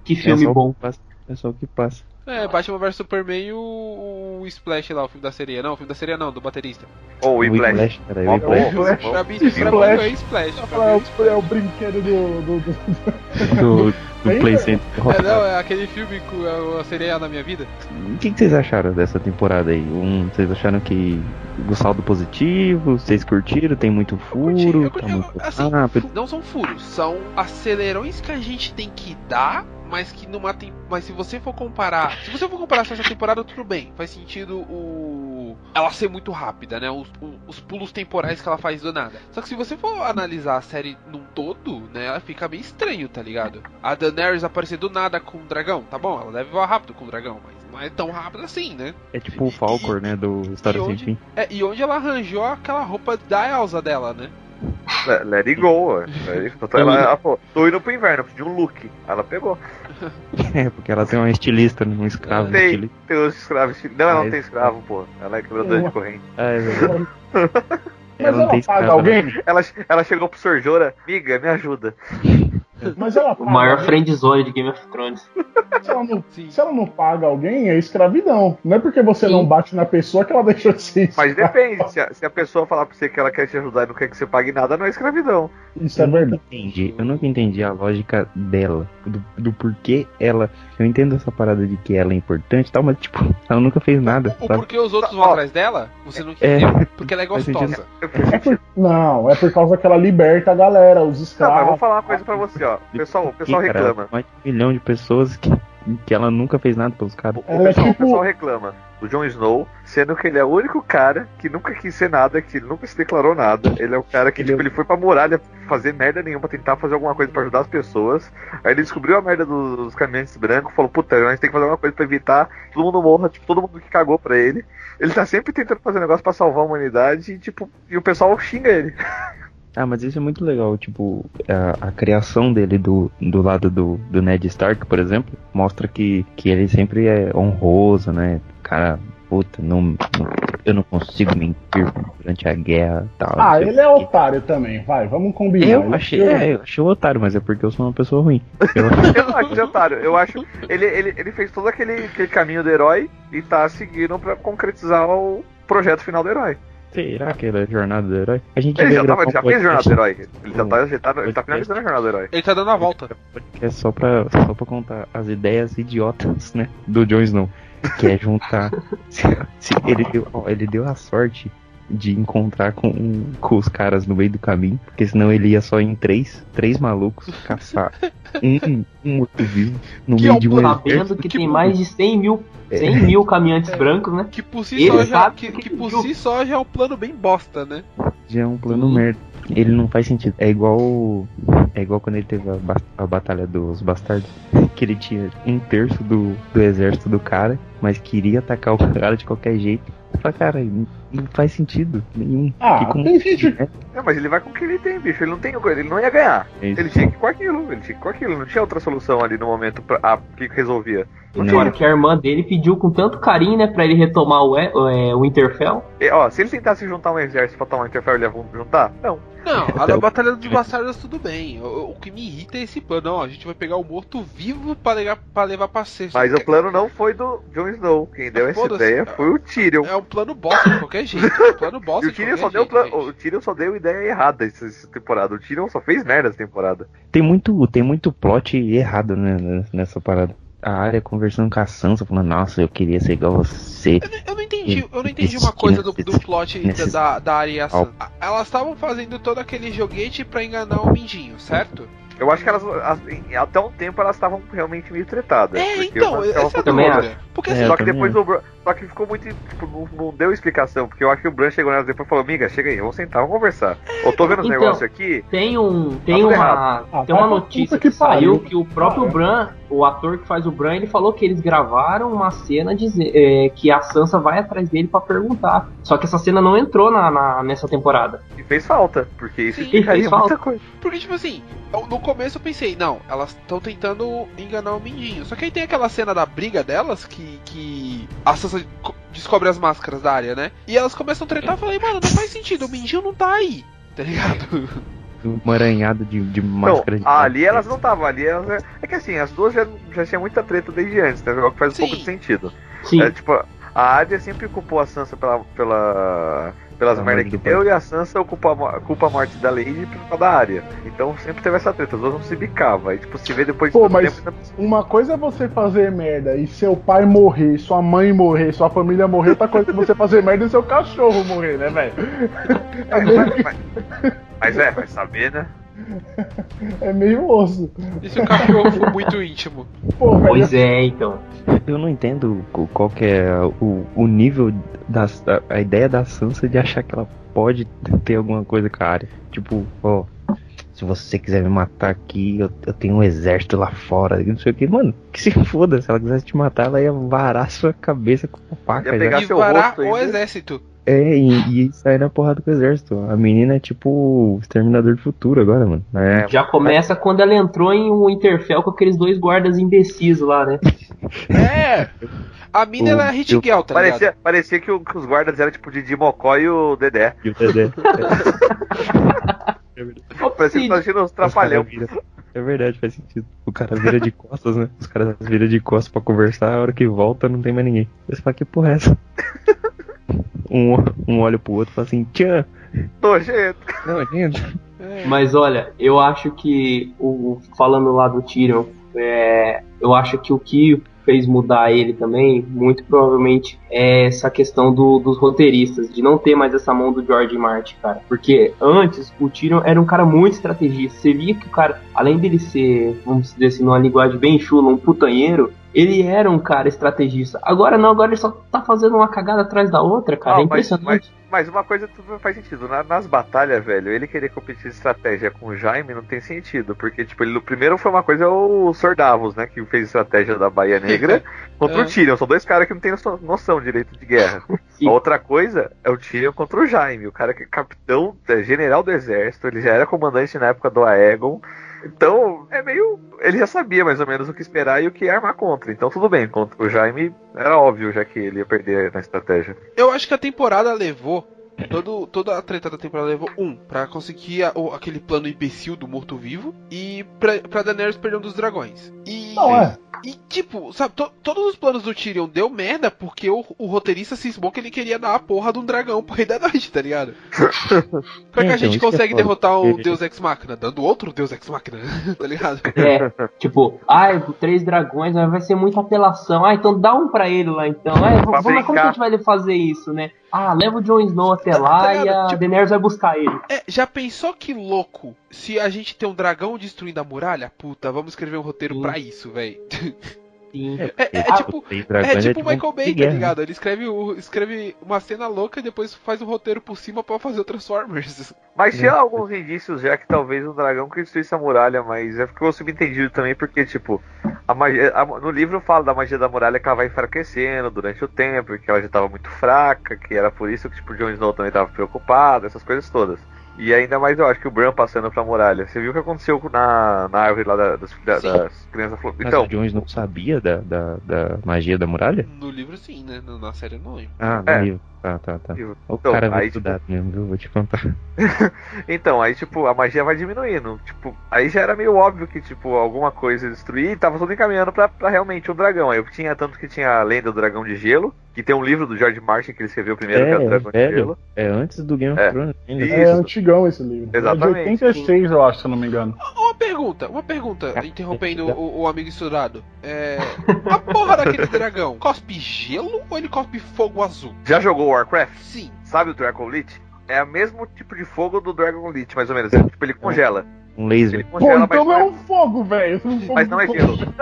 Speaker 7: Que filme
Speaker 1: é só o que
Speaker 7: bom.
Speaker 1: passa- É só o que passa.
Speaker 2: É, Batman vs Superman e o, o Splash lá, o filme da sereia. Não, o filme da sereia não, do baterista.
Speaker 4: Ou o Whiplash.
Speaker 1: Whiplash, cara,
Speaker 4: Ó,
Speaker 1: Whiplash.
Speaker 4: bom, bom.
Speaker 2: Pra mim, pra mim
Speaker 3: Splash.
Speaker 2: é Splash. pra
Speaker 3: [LAUGHS] É
Speaker 2: mim.
Speaker 3: o, é o brinquedo do, do- [LAUGHS] do-
Speaker 1: [LAUGHS] do,
Speaker 3: Bem,
Speaker 1: do Play Center.
Speaker 2: É, não, é aquele filme com a, a sereia na minha vida.
Speaker 1: O que, que vocês acharam dessa temporada aí? Um, vocês acharam que o saldo positivo? Vocês curtiram? Tem muito furo?
Speaker 2: curti, eu curti,
Speaker 1: tá
Speaker 2: eu-
Speaker 1: muito
Speaker 2: assim,
Speaker 1: rápido?
Speaker 2: Não são furos, são acelerões que a gente tem que dar, mas que numa tem... mas se você for comparar, se você for comparar só essa temporada tudo bem, faz sentido o ela ser muito rápida, né? Os, o- os pulos temporais que ela faz do nada. Só que se você for analisar a série num todo, né, ela fica meio estranho, tá ligado? A Daenerys aparecer do nada com o dragão, tá bom? Ela deve voar rápido com o dragão, mas não é tão rápido assim, né?
Speaker 1: É tipo o Falcor, né? Do História Sem
Speaker 2: onde-
Speaker 1: Fim.
Speaker 2: É, e onde ela arranjou aquela roupa da Elsa dela, né?
Speaker 4: Let- Let it go, ó. Let it go. Então Ela, ela falou, tô indo pro inverno, preciso de um look. Ela pegou.
Speaker 1: [LAUGHS] É, porque ela tem uma estilista, né, um escravo.
Speaker 4: Tem.
Speaker 1: estilista.
Speaker 4: Tem os escravos. Não, ela não
Speaker 1: Mas-
Speaker 4: tem escravo, pô. Ela é quebradora de corrente.
Speaker 1: Ah, é verdade.
Speaker 3: Mas
Speaker 1: Ela não
Speaker 3: ela,
Speaker 1: tem escravo.
Speaker 3: paga
Speaker 1: né?
Speaker 3: alguém?
Speaker 4: Ela, ela chegou pro Sorjora, amiga, me ajuda.
Speaker 3: Mas ela
Speaker 7: O
Speaker 3: paga
Speaker 7: maior
Speaker 3: alguém?
Speaker 7: friendzone de Game of Thrones.
Speaker 3: Se ela, não,
Speaker 2: Sim.
Speaker 3: se ela não paga alguém, é escravidão. Não é porque você
Speaker 7: Sim.
Speaker 3: não bate na pessoa que ela deixou de ser
Speaker 4: Mas
Speaker 3: escrava.
Speaker 4: depende, se a, se a pessoa falar pra você que ela quer te ajudar e não quer que você pague nada, não é escravidão.
Speaker 3: Isso é
Speaker 1: Eu
Speaker 3: verdade.
Speaker 1: nunca entendi. Eu nunca entendi a lógica dela. Do, do porquê ela. Eu entendo essa parada de que ela é importante e tal, mas tipo, [LAUGHS] ela nunca fez nada.
Speaker 2: O
Speaker 1: Sabe?
Speaker 2: porquê os outros vão
Speaker 4: Ó.
Speaker 2: atrás dela, você não
Speaker 1: É.
Speaker 2: entendeu. Porque ela é
Speaker 1: Faz sentido.
Speaker 2: gostosa.
Speaker 3: É por- Não, é por causa que ela liberta a galera,
Speaker 4: Não, mas eu
Speaker 3: os
Speaker 4: vou
Speaker 3: escravos.
Speaker 4: falar uma coisa pra você, ó. O pessoal, o pessoal
Speaker 1: Ih, cara, ela tem
Speaker 4: reclama.
Speaker 1: Mais de um milhão de pessoas que, que ela nunca fez nada pelos caras.
Speaker 4: Tá O
Speaker 3: Ela é
Speaker 4: pessoal, o
Speaker 3: tipo-
Speaker 4: pessoal reclama do Jon Snow, sendo que ele é o único cara que nunca quis ser nada, que ele nunca se declarou nada. Ele é o cara que,
Speaker 1: Ele é
Speaker 4: tipo,
Speaker 1: o-
Speaker 4: ele foi pra muralha fazer merda nenhuma, tentar fazer alguma coisa pra ajudar as pessoas. Aí ele descobriu a merda dos, dos caminhantes brancos, falou, puta, a gente tem que fazer alguma coisa pra evitar, todo mundo morra, tipo, todo mundo que cagou pra ele. Ele tá sempre tentando fazer negócio pra salvar a humanidade e, tipo, e o pessoal xinga ele. [LAUGHS]
Speaker 1: Ah, mas isso é muito legal, tipo, a, a criação dele do, do lado do, do Ned Stark, por exemplo, mostra que, que ele sempre é honroso, né? Cara, puta, não, não- eu não consigo mentir durante a guerra e tal. não
Speaker 3: Ah,
Speaker 1: sei o
Speaker 3: ele é
Speaker 1: quê.
Speaker 3: otário também, vai, vamos combinar.
Speaker 1: Eu
Speaker 3: Ele-
Speaker 1: achei, é, eu achei o otário, mas é porque eu sou uma pessoa ruim.
Speaker 4: [LAUGHS] Eu não acho de otário. Eu acho. Ele, ele, ele fez todo aquele, aquele caminho do herói e tá seguindo pra concretizar o projeto final do herói.
Speaker 1: [LAUGHS] Será que ele é jornada do herói? A gente
Speaker 4: Ele
Speaker 1: devia
Speaker 4: já,
Speaker 1: gravar
Speaker 4: tava, ele já
Speaker 1: um
Speaker 4: fez a jornada do
Speaker 1: podcast-
Speaker 4: herói. Ele já tá, já tá, ele tá finalizando a jornada do herói.
Speaker 2: Ele tá dando a volta.
Speaker 1: É só pra, só pra contar as ideias idiotas, né? Do Jon Snow. Que é
Speaker 4: [LAUGHS]
Speaker 1: juntar. se, se ele, deu, ó, ele deu a sorte de encontrar com, com os caras no meio do caminho. Porque senão ele ia só em três, três malucos
Speaker 4: [LAUGHS]
Speaker 1: caçar um, um morto vivo no
Speaker 2: Que é
Speaker 1: meio
Speaker 2: o
Speaker 1: de um
Speaker 2: plano
Speaker 4: né?
Speaker 1: exército
Speaker 7: Sabendo que tem mais de 100 mil,
Speaker 1: É.
Speaker 7: 100 mil caminhantes brancos, né?
Speaker 2: Que por si
Speaker 7: Ele
Speaker 2: só já, é
Speaker 7: sabe
Speaker 2: que,
Speaker 7: que
Speaker 2: que
Speaker 7: ele
Speaker 2: por
Speaker 7: viu.
Speaker 2: si só já é um plano bem bosta, né?
Speaker 1: Já é um
Speaker 4: Hum.
Speaker 1: plano
Speaker 7: Sim.
Speaker 1: merda. Ele não faz sentido. É igual. o- É igual quando ele teve a, ba- a batalha dos bastardos. [LAUGHS] Que ele tinha um terço do, do exército do cara, mas queria atacar o cara de qualquer jeito. Fala, cara, n- Não faz sentido nenhum.
Speaker 3: Ah,
Speaker 1: Que com- né?
Speaker 3: tem gente.
Speaker 4: É, mas ele vai com o que ele tem, bicho. Ele não tem, ele não ia ganhar.
Speaker 1: É isso.
Speaker 4: Ele tinha que ir com aquilo, ele tinha que ir com aquilo. Não tinha outra solução ali no momento pra, ah, que resolvia.
Speaker 1: Não.
Speaker 4: Não tinha.
Speaker 7: Fora que a irmã dele pediu com tanto carinho, né, pra ele retomar o, E- o, é, o Interfell.
Speaker 4: E, ó, se ele tentasse juntar um exército pra tomar Interfell, ele ia juntar? Não.
Speaker 2: Não, a
Speaker 1: Até
Speaker 2: da
Speaker 1: o-
Speaker 2: Batalha de Bastardas tudo bem. O, o que me irrita é esse plano. Não, a gente vai pegar o morto vivo pra levar, pra, levar pra sexta.
Speaker 4: Mas o plano não foi do Jon Snow. Quem deu essa
Speaker 2: Foda-se.
Speaker 4: ideia foi o Tyrion.
Speaker 2: É um plano bosta de qualquer jeito. É um plano
Speaker 4: [LAUGHS] E
Speaker 2: bosta
Speaker 4: o
Speaker 2: de
Speaker 4: Tyrion
Speaker 2: qualquer
Speaker 4: só deu
Speaker 2: jeito.
Speaker 4: plan-
Speaker 2: gente.
Speaker 4: o Tyrion só deu ideia errada essa, essa temporada. O Tyrion só fez merda essa temporada.
Speaker 1: Tem muito, tem muito plot errado né, né, nessa parada. A área conversando com a Sansa, falando, nossa, eu queria ser igual a você.
Speaker 2: Eu não entendi, eu não entendi
Speaker 1: Esse-
Speaker 2: uma coisa do, do plot da,
Speaker 1: nesse-
Speaker 2: da, da Arya Sansa. Elas estavam fazendo todo aquele joguete pra enganar o Mindinho, certo?
Speaker 4: Eu acho que elas, as- em- até um tempo elas estavam realmente meio tretadas.
Speaker 2: É,
Speaker 4: porque
Speaker 2: então,
Speaker 4: elas-
Speaker 2: essa
Speaker 4: elas
Speaker 2: é a
Speaker 4: foram-
Speaker 7: também
Speaker 2: dúvida. Porque assim,
Speaker 1: É,
Speaker 4: Só
Speaker 1: eu
Speaker 4: que
Speaker 1: também
Speaker 4: depois
Speaker 1: acho.
Speaker 4: o Bran, só que ficou muito, tipo, não, não deu explicação, porque eu acho que o Bran chegou nelas depois e falou, amiga, chega aí, vamos sentar, vamos conversar. Eu tô vendo os
Speaker 7: Então.
Speaker 4: negócios aqui,
Speaker 7: Tem um, tem
Speaker 4: tudo
Speaker 7: uma,
Speaker 4: errado.
Speaker 3: Ah,
Speaker 7: tem
Speaker 3: vai
Speaker 7: uma
Speaker 3: pra
Speaker 7: notícia
Speaker 3: puta
Speaker 7: que,
Speaker 3: que
Speaker 7: saiu
Speaker 3: pariu.
Speaker 7: que o próprio
Speaker 3: Ah, é.
Speaker 7: Bran, o ator que faz o Bran, ele falou que eles gravaram uma cena dize- é, que a Sansa vai atrás dele pra perguntar. Só que essa cena não entrou na, na- nessa temporada.
Speaker 4: e fez falta, porque isso
Speaker 2: Sim,
Speaker 4: explicaria
Speaker 7: fez falta.
Speaker 4: muita coisa.
Speaker 2: Porque, tipo assim, eu- no começo eu pensei, não, elas estão tentando enganar o Mindinho. Só que aí tem aquela cena da briga delas que, que a Sansa co- descobre as máscaras da área, né? E elas começam a tretar, eu falei, mano, não faz sentido, o Mindinho não tá aí, tá [LAUGHS] ligado?
Speaker 1: Um aranhado de, de
Speaker 4: Não,
Speaker 1: máscara de
Speaker 4: ali elas não estavam, ali elas... É que assim, as duas já, já tinham muita treta desde antes, né, o que faz um
Speaker 2: Sim.
Speaker 4: pouco de sentido.
Speaker 7: Sim,
Speaker 4: É, tipo, a Arya sempre culpou a Sansa pela, pela, pelas
Speaker 1: Pela
Speaker 4: merdas
Speaker 1: morte
Speaker 4: que
Speaker 1: Tá do
Speaker 4: deu e a Sansa culpa, a mo- culpa a morte da Lady por causa da Arya. Então sempre teve essa treta, as duas não se bicavam. Aí, tipo, se vê depois
Speaker 3: Pô,
Speaker 4: tanto
Speaker 3: mas-
Speaker 4: tempo, ainda-
Speaker 3: Uma coisa é você fazer merda e seu pai morrer, sua mãe morrer, sua família morrer, outra coisa é você fazer merda e seu cachorro morrer, né, velho? É meio,
Speaker 4: Mas é, vai saber, né?
Speaker 3: é meio osso.
Speaker 2: E se o cachorro for muito íntimo?
Speaker 3: Pô, velho,
Speaker 7: pois é, então.
Speaker 1: Eu não entendo co- qual que é o, o nível da a, a ideia da Sansa de achar que ela pode ter alguma coisa com a área. Tipo, ó, se você quiser me matar aqui, eu, eu tenho um exército lá fora, não sei o que. Mano, que se foda, se ela quisesse te matar, ela ia varar sua cabeça com uma faca.
Speaker 4: Ia
Speaker 1: já.
Speaker 4: pegar
Speaker 2: e
Speaker 4: seu
Speaker 2: varar
Speaker 4: rosto aí,
Speaker 2: o
Speaker 4: né?
Speaker 2: exército.
Speaker 1: É, e, e sair na porrada com o exército. A menina é tipo o exterminador do futuro agora, mano. É,
Speaker 7: Já começa quando ela entrou em um Interfell com aqueles dois guardas imbecis lá, né?
Speaker 2: É! A mina
Speaker 1: O-
Speaker 2: ela é a Hit
Speaker 1: eu-
Speaker 2: Girl, tá ligado?
Speaker 4: Parecia, parecia que, o- que os guardas eram tipo Didi Mocó e o Dedé.
Speaker 1: e o Dedé.
Speaker 7: Ô,
Speaker 4: Parecia que
Speaker 7: Cid,
Speaker 4: tá assistindo os
Speaker 1: Os
Speaker 4: trapalhão.
Speaker 1: cara vira- É verdade, faz sentido. O cara vira de costas, né? Os caras viram de costas pra conversar, a hora que volta não tem mais ninguém. Você fala, que porra é essa? Um, um olha pro outro e fala assim, tchan!
Speaker 4: Nojento.
Speaker 1: Não, gente.
Speaker 2: É.
Speaker 7: Mas olha, eu acho que o falando lá do Tyrion, é, eu acho que o que fez mudar ele também, muito provavelmente, é essa questão do- dos roteiristas, de não ter mais essa mão do George Martin, cara. Porque antes o Tyrion era um cara muito estrategista. Você via que o cara, além dele ser, vamos dizer assim, numa linguagem bem chula, um putanheiro, ele era um cara estrategista. Agora não, agora ele só tá fazendo uma cagada atrás da outra, cara.
Speaker 4: Ah,
Speaker 7: é
Speaker 4: mas-
Speaker 7: impressionante.
Speaker 4: mas- Mas uma coisa tudo faz sentido. Na- nas batalhas, velho, ele querer competir de estratégia com o Jaime não tem sentido. Porque, tipo, ele no primeiro foi uma coisa o Sordavos, né? Que fez estratégia da Bahia Negra
Speaker 2: É.
Speaker 4: contra o Tyrion. São dois caras que não tem noção, noção direito de guerra.
Speaker 7: Sim.
Speaker 4: A outra coisa é o Tyrion contra o Jaime. O cara que é capitão, é general do exército, ele já era comandante na época do Aegon. Então, é meio. Ele já sabia mais ou menos o que esperar e o que armar contra. Então, tudo bem, contra o Jaime era óbvio, já que ele ia perder na estratégia.
Speaker 2: Eu acho que a temporada levou. Todo, toda a treta da temporada levou um, pra conseguir a- o- aquele plano imbecil do morto-vivo e pra, pra Daenerys perder um dos dragões. E,
Speaker 3: não é.
Speaker 2: e tipo, sabe, to- todos os planos do Tyrion deu merda porque o, o roteirista cismou que ele queria dar a porra de um dragão pro Rei da Noite, tá ligado?
Speaker 1: [LAUGHS]
Speaker 2: Como é que
Speaker 1: Então,
Speaker 2: a gente
Speaker 1: isso que é
Speaker 2: consegue
Speaker 1: foda.
Speaker 2: derrotar um
Speaker 1: Ele-
Speaker 2: Deus Ex Machina? Dando outro Deus Ex Machina, [LAUGHS] tá ligado?
Speaker 7: É,
Speaker 4: [LAUGHS]
Speaker 7: tipo, ai, três dragões, mas vai ser muita apelação. Ah, então dá um pra ele lá então. Ai,
Speaker 4: Pra
Speaker 7: vamos, mas como que a
Speaker 4: brincar.
Speaker 7: gente vai fazer isso, né? Ah, leva o Jon Snow até lá
Speaker 2: Tá ligado?
Speaker 7: e a
Speaker 2: Tipo-
Speaker 7: Daenerys vai buscar ele.
Speaker 2: É, já pensou que louco se a gente tem um dragão destruindo a muralha? Puta, vamos escrever um roteiro
Speaker 7: Sim.
Speaker 2: pra isso, véi.
Speaker 7: Sim.
Speaker 2: É, é
Speaker 1: Ah,
Speaker 2: tipo,
Speaker 1: três
Speaker 2: É
Speaker 1: dragões
Speaker 2: tipo o
Speaker 1: um
Speaker 2: Michael Bay,
Speaker 1: de
Speaker 2: tá
Speaker 1: guerra.
Speaker 2: ligado? Ele escreve, o- escreve uma cena louca e depois faz um roteiro por cima pra fazer o Transformers.
Speaker 4: Mas tinha
Speaker 1: Hum.
Speaker 4: alguns indícios já que talvez um dragão que destruísse a muralha, mas é porque ficou subentendido também, porque, tipo, a magia, a- no livro fala da magia da muralha que ela vai enfraquecendo durante o tempo, que ela já estava muito fraca, que era por isso que tipo, o Jon Snow também estava preocupado, essas coisas todas. E ainda mais eu acho que o Bran passando pra muralha. Você viu o que aconteceu com- na, na árvore lá da- das, da-
Speaker 2: Sim.
Speaker 4: das crianças flor...
Speaker 1: Mas
Speaker 4: Então,
Speaker 1: o Jones não sabia da, da, da magia da muralha?
Speaker 2: [LAUGHS] No livro sim, né? Na na série eu não lembro.
Speaker 1: Ah, no
Speaker 4: É.
Speaker 1: livro. Tá, tá, tá.
Speaker 4: Livro.
Speaker 1: O
Speaker 4: Então,
Speaker 1: cara vai
Speaker 4: aí,
Speaker 1: estudar mesmo, viu? Vou te contar.
Speaker 4: então, aí tipo, a magia vai diminuindo. Tipo, aí já era meio óbvio que, tipo, alguma coisa ia destruir e tava tudo encaminhando pra, pra realmente um dragão. Aí eu tinha tanto que tinha a lenda do dragão de gelo, que tem um livro do George Martin que ele escreveu primeiro, que é
Speaker 1: É,
Speaker 4: o dragão
Speaker 1: velho.
Speaker 4: de gelo.
Speaker 1: É antes do Game of
Speaker 4: É.
Speaker 1: Thrones ainda.
Speaker 4: Isso.
Speaker 3: É antigão esse livro.
Speaker 4: Exatamente.
Speaker 3: É de 86, eu acho, se eu não me engano.
Speaker 2: Uma pergunta, uma pergunta, interrompendo o, o amigo estourado. É. A porra daquele dragão cospe gelo ou ele cospe fogo azul?
Speaker 4: Já jogou Warcraft?
Speaker 2: Sim.
Speaker 4: Sabe o Dragon Leech? É o mesmo tipo de fogo do Dragon Leech, mais ou menos. Tipo, ele congela.
Speaker 1: Um
Speaker 4: Ele
Speaker 1: laser.
Speaker 3: Pô,
Speaker 4: congela, mas,
Speaker 3: então
Speaker 4: não
Speaker 3: é
Speaker 4: é,
Speaker 3: um fogo, velho. Um fogo
Speaker 4: mas não é
Speaker 3: com-
Speaker 4: gelo.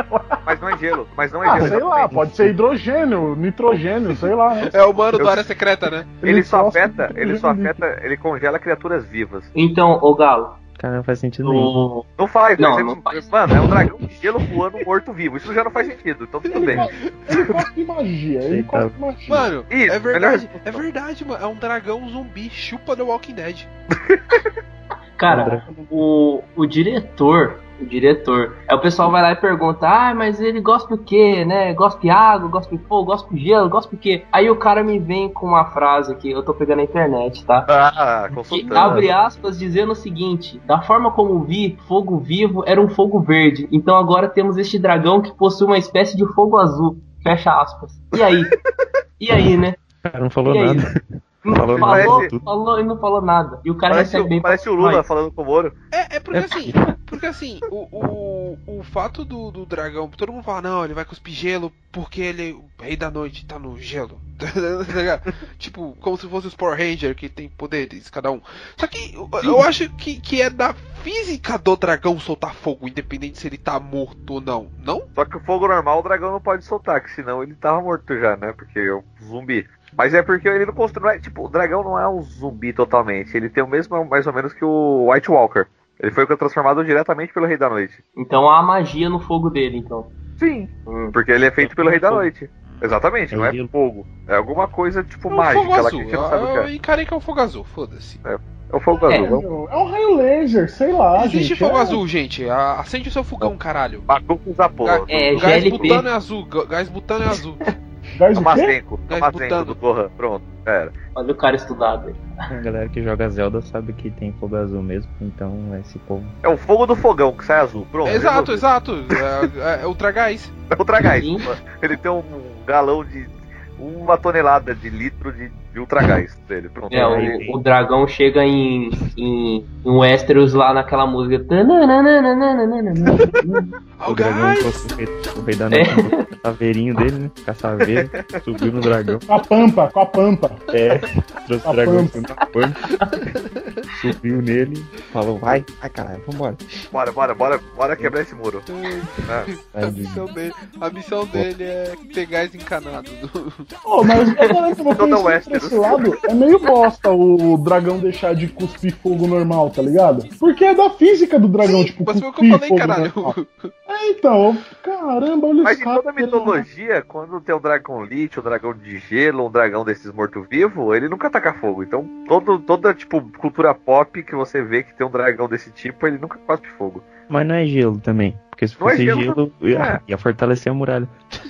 Speaker 4: Mas não é gelo. Mas não é
Speaker 3: Ah,
Speaker 4: gelo.
Speaker 3: sei lá,
Speaker 4: exatamente.
Speaker 3: pode ser hidrogênio, nitrogênio, sei lá. né?
Speaker 2: É o mano
Speaker 4: Eu-
Speaker 2: do área secreta, né?
Speaker 4: Ele, só
Speaker 3: sofre-
Speaker 4: afeta, ele só afeta, ele congela criaturas vivas.
Speaker 7: Então, ô Galo,
Speaker 1: Cara, não faz sentido nenhum.
Speaker 7: no...
Speaker 4: Não faz,
Speaker 7: Não,
Speaker 4: você-
Speaker 7: não faz.
Speaker 4: mano, é um dragão de gelo voando morto vivo. Isso já não faz sentido, então tudo bem.
Speaker 2: É
Speaker 3: Ele cospe magia, ele
Speaker 1: Sei, cara.
Speaker 3: cospe magia.
Speaker 2: Mano,
Speaker 4: Isso,
Speaker 2: é verdade,
Speaker 4: melhor-
Speaker 2: é verdade, mano. É um dragão zumbi, chupa The Walking Dead.
Speaker 7: cara, o, o diretor, o diretor, aí o pessoal vai lá e pergunta, ah, mas ele gosta do quê, né? Gosta de água, gosta de fogo, gosta de gelo, gosta do quê? Aí o cara me vem com uma frase que eu tô pegando na internet, tá?
Speaker 4: Ah,
Speaker 7: Que
Speaker 4: consultando.
Speaker 7: abre aspas dizendo o seguinte: da forma como vi, fogo vivo era um fogo verde. Então agora temos este dragão que possui uma espécie de fogo azul. Fecha aspas. E aí? E aí, né?
Speaker 1: O cara não falou
Speaker 7: e aí?
Speaker 1: nada. [LAUGHS]
Speaker 7: Não
Speaker 1: Falou
Speaker 7: falou,
Speaker 4: nada.
Speaker 7: falou,
Speaker 1: Parece-
Speaker 7: e não falou nada. E o cara
Speaker 4: Parece,
Speaker 7: recebe bem
Speaker 4: o- parece o Lula falando com o Moro.
Speaker 2: É, é porque
Speaker 4: [LAUGHS]
Speaker 2: assim, porque assim, o, o, o fato do, do dragão, todo mundo fala, não, ele vai cuspir gelo porque ele, é o rei da noite, tá no gelo. [LAUGHS] Tá ligado? tipo, como se fosse os Power Ranger que tem poderes, cada um. Só que eu, eu acho que, que é da física do dragão soltar fogo, independente se ele tá morto ou não. Não?
Speaker 4: Só que o fogo normal o dragão não pode soltar, que senão ele tava morto já, né? Porque é um zumbi. Mas é porque ele não constrói. Tipo, o dragão não é um zumbi totalmente. Ele tem o mesmo, mais ou menos, que o White Walker. Ele foi transformado diretamente pelo Rei da Noite.
Speaker 7: Então há magia no fogo dele, então.
Speaker 4: Sim. Porque ele é feito pelo Rei da
Speaker 7: Hum.
Speaker 1: Fogo.
Speaker 4: Noite. Exatamente,
Speaker 1: É
Speaker 4: não é
Speaker 1: gelo.
Speaker 4: fogo. É alguma coisa, tipo,
Speaker 2: É um fogo
Speaker 4: mágica lá que
Speaker 2: azul.
Speaker 4: a gente não sabe o que
Speaker 2: Eu
Speaker 4: é.
Speaker 2: eu encarei que é um fogo azul, foda-se.
Speaker 4: É o fogo
Speaker 7: É.
Speaker 4: azul. Vamos-
Speaker 3: É um raio laser, sei lá,
Speaker 2: Existe
Speaker 3: gente.
Speaker 2: fogo
Speaker 3: é...
Speaker 2: azul, gente. A- Acende o seu fogão, caralho.
Speaker 4: Macucos da porra.
Speaker 7: É,
Speaker 2: O gás
Speaker 7: GLP.
Speaker 2: butano é azul, ga- gás butano é azul.
Speaker 3: Gás o quê?
Speaker 4: Amazenco.
Speaker 2: Gás
Speaker 4: Amazenco
Speaker 2: butano.
Speaker 4: do Gohan. Pronto, já era.
Speaker 7: Olha o cara estudado. aí.
Speaker 1: A galera que joga Zelda sabe que tem fogo azul mesmo, então esse povo.
Speaker 4: É o fogo do fogão que sai azul. Pronto.
Speaker 2: exato,
Speaker 4: resolvido.
Speaker 2: exato. É, é, é ultra gás.
Speaker 4: É Ultragás.
Speaker 7: Sim.
Speaker 4: Ele tem um galão de. Uma tonelada de litro de, de ultragás dele. Pronto.
Speaker 7: É, o, o dragão chega em, em, em Westeros lá naquela música.
Speaker 1: [LAUGHS] o dragão encontrou o rei- o rei
Speaker 4: tá-
Speaker 1: da noite encontrou o caveirinho dele, né? Caçaveiro, subiu no dragão.
Speaker 3: Com a pampa, com a pampa.
Speaker 1: É, trouxe
Speaker 3: A
Speaker 1: o dragão
Speaker 3: pampa.
Speaker 1: na pampa. Subiu nele, falou, vai, vai caralho, vambora.
Speaker 4: Bora, bora, bora, bora quebrar esse muro.
Speaker 2: A missão dele, a missão dele é ter gás encanado.
Speaker 3: Pô, mas agora que eu vou
Speaker 4: Toda
Speaker 3: pensar por
Speaker 4: Westeros.
Speaker 3: esse lado, é meio bosta o dragão deixar de cuspir fogo normal, tá ligado? Porque é da física do dragão, tipo,
Speaker 2: Mas foi o que eu
Speaker 3: cuspir
Speaker 2: falei, caralho.
Speaker 3: fogo normal. É, então, eu- caramba, olha né?
Speaker 4: Mas em
Speaker 3: isso.
Speaker 4: toda a mitologia, quando tem um dragão lit, um dragão de gelo, um dragão desses morto-vivo, ele nunca taca fogo. Então, todo, toda, tipo, cultura pop que você vê que tem um dragão desse tipo, ele nunca cospe fogo.
Speaker 1: Mas não é gelo também, porque se
Speaker 4: Não é
Speaker 1: fosse
Speaker 4: gelo, É.
Speaker 1: gelo, ia, ia fortalecer a muralha.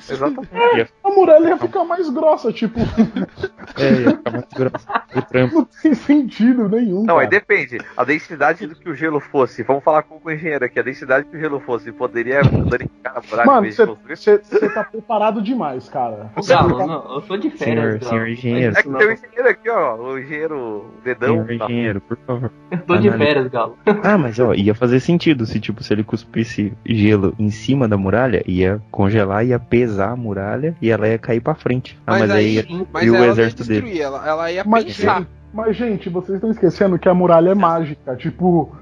Speaker 4: Exatamente.
Speaker 3: A muralha ia ficar mais grossa, tipo, [LAUGHS]
Speaker 1: É, ia ficar mais grosso. O trampo.
Speaker 3: não tem sentido nenhum.
Speaker 4: Não, aí
Speaker 3: cara.
Speaker 4: depende. A densidade do que o gelo fosse. Vamos falar com o engenheiro aqui. A densidade que o gelo fosse poderia danificar a buraco em
Speaker 3: Mano,
Speaker 4: vez de construir?
Speaker 3: você tá preparado demais, cara.
Speaker 7: O Galo, não, eu tô de
Speaker 1: Senhor-
Speaker 7: férias. Galo.
Speaker 1: senhor engenheiro.
Speaker 4: É
Speaker 7: Faz
Speaker 4: que
Speaker 7: isso não.
Speaker 4: tem um engenheiro aqui, ó. O engenheiro dedão.
Speaker 1: Senhor
Speaker 4: tá?
Speaker 1: um engenheiro, por favor.
Speaker 7: Eu tô de
Speaker 1: Analisa.
Speaker 7: férias, Galo.
Speaker 1: Ah, mas ó, ia fazer sentido se, tipo, se ele cuspisse gelo em cima da muralha, ia congelar, ia pesar a muralha e ela ia cair pra frente. Ah,
Speaker 2: Mas
Speaker 1: mas,
Speaker 2: aí-
Speaker 1: aí,
Speaker 7: Sim.
Speaker 2: Mas
Speaker 1: E o
Speaker 2: ela não ia
Speaker 1: exército
Speaker 2: destruir,
Speaker 1: dele?
Speaker 2: ela, ela ia
Speaker 3: Mas-
Speaker 2: pensar.
Speaker 3: Mas, gente, vocês estão esquecendo que a muralha é mágica. Tipo,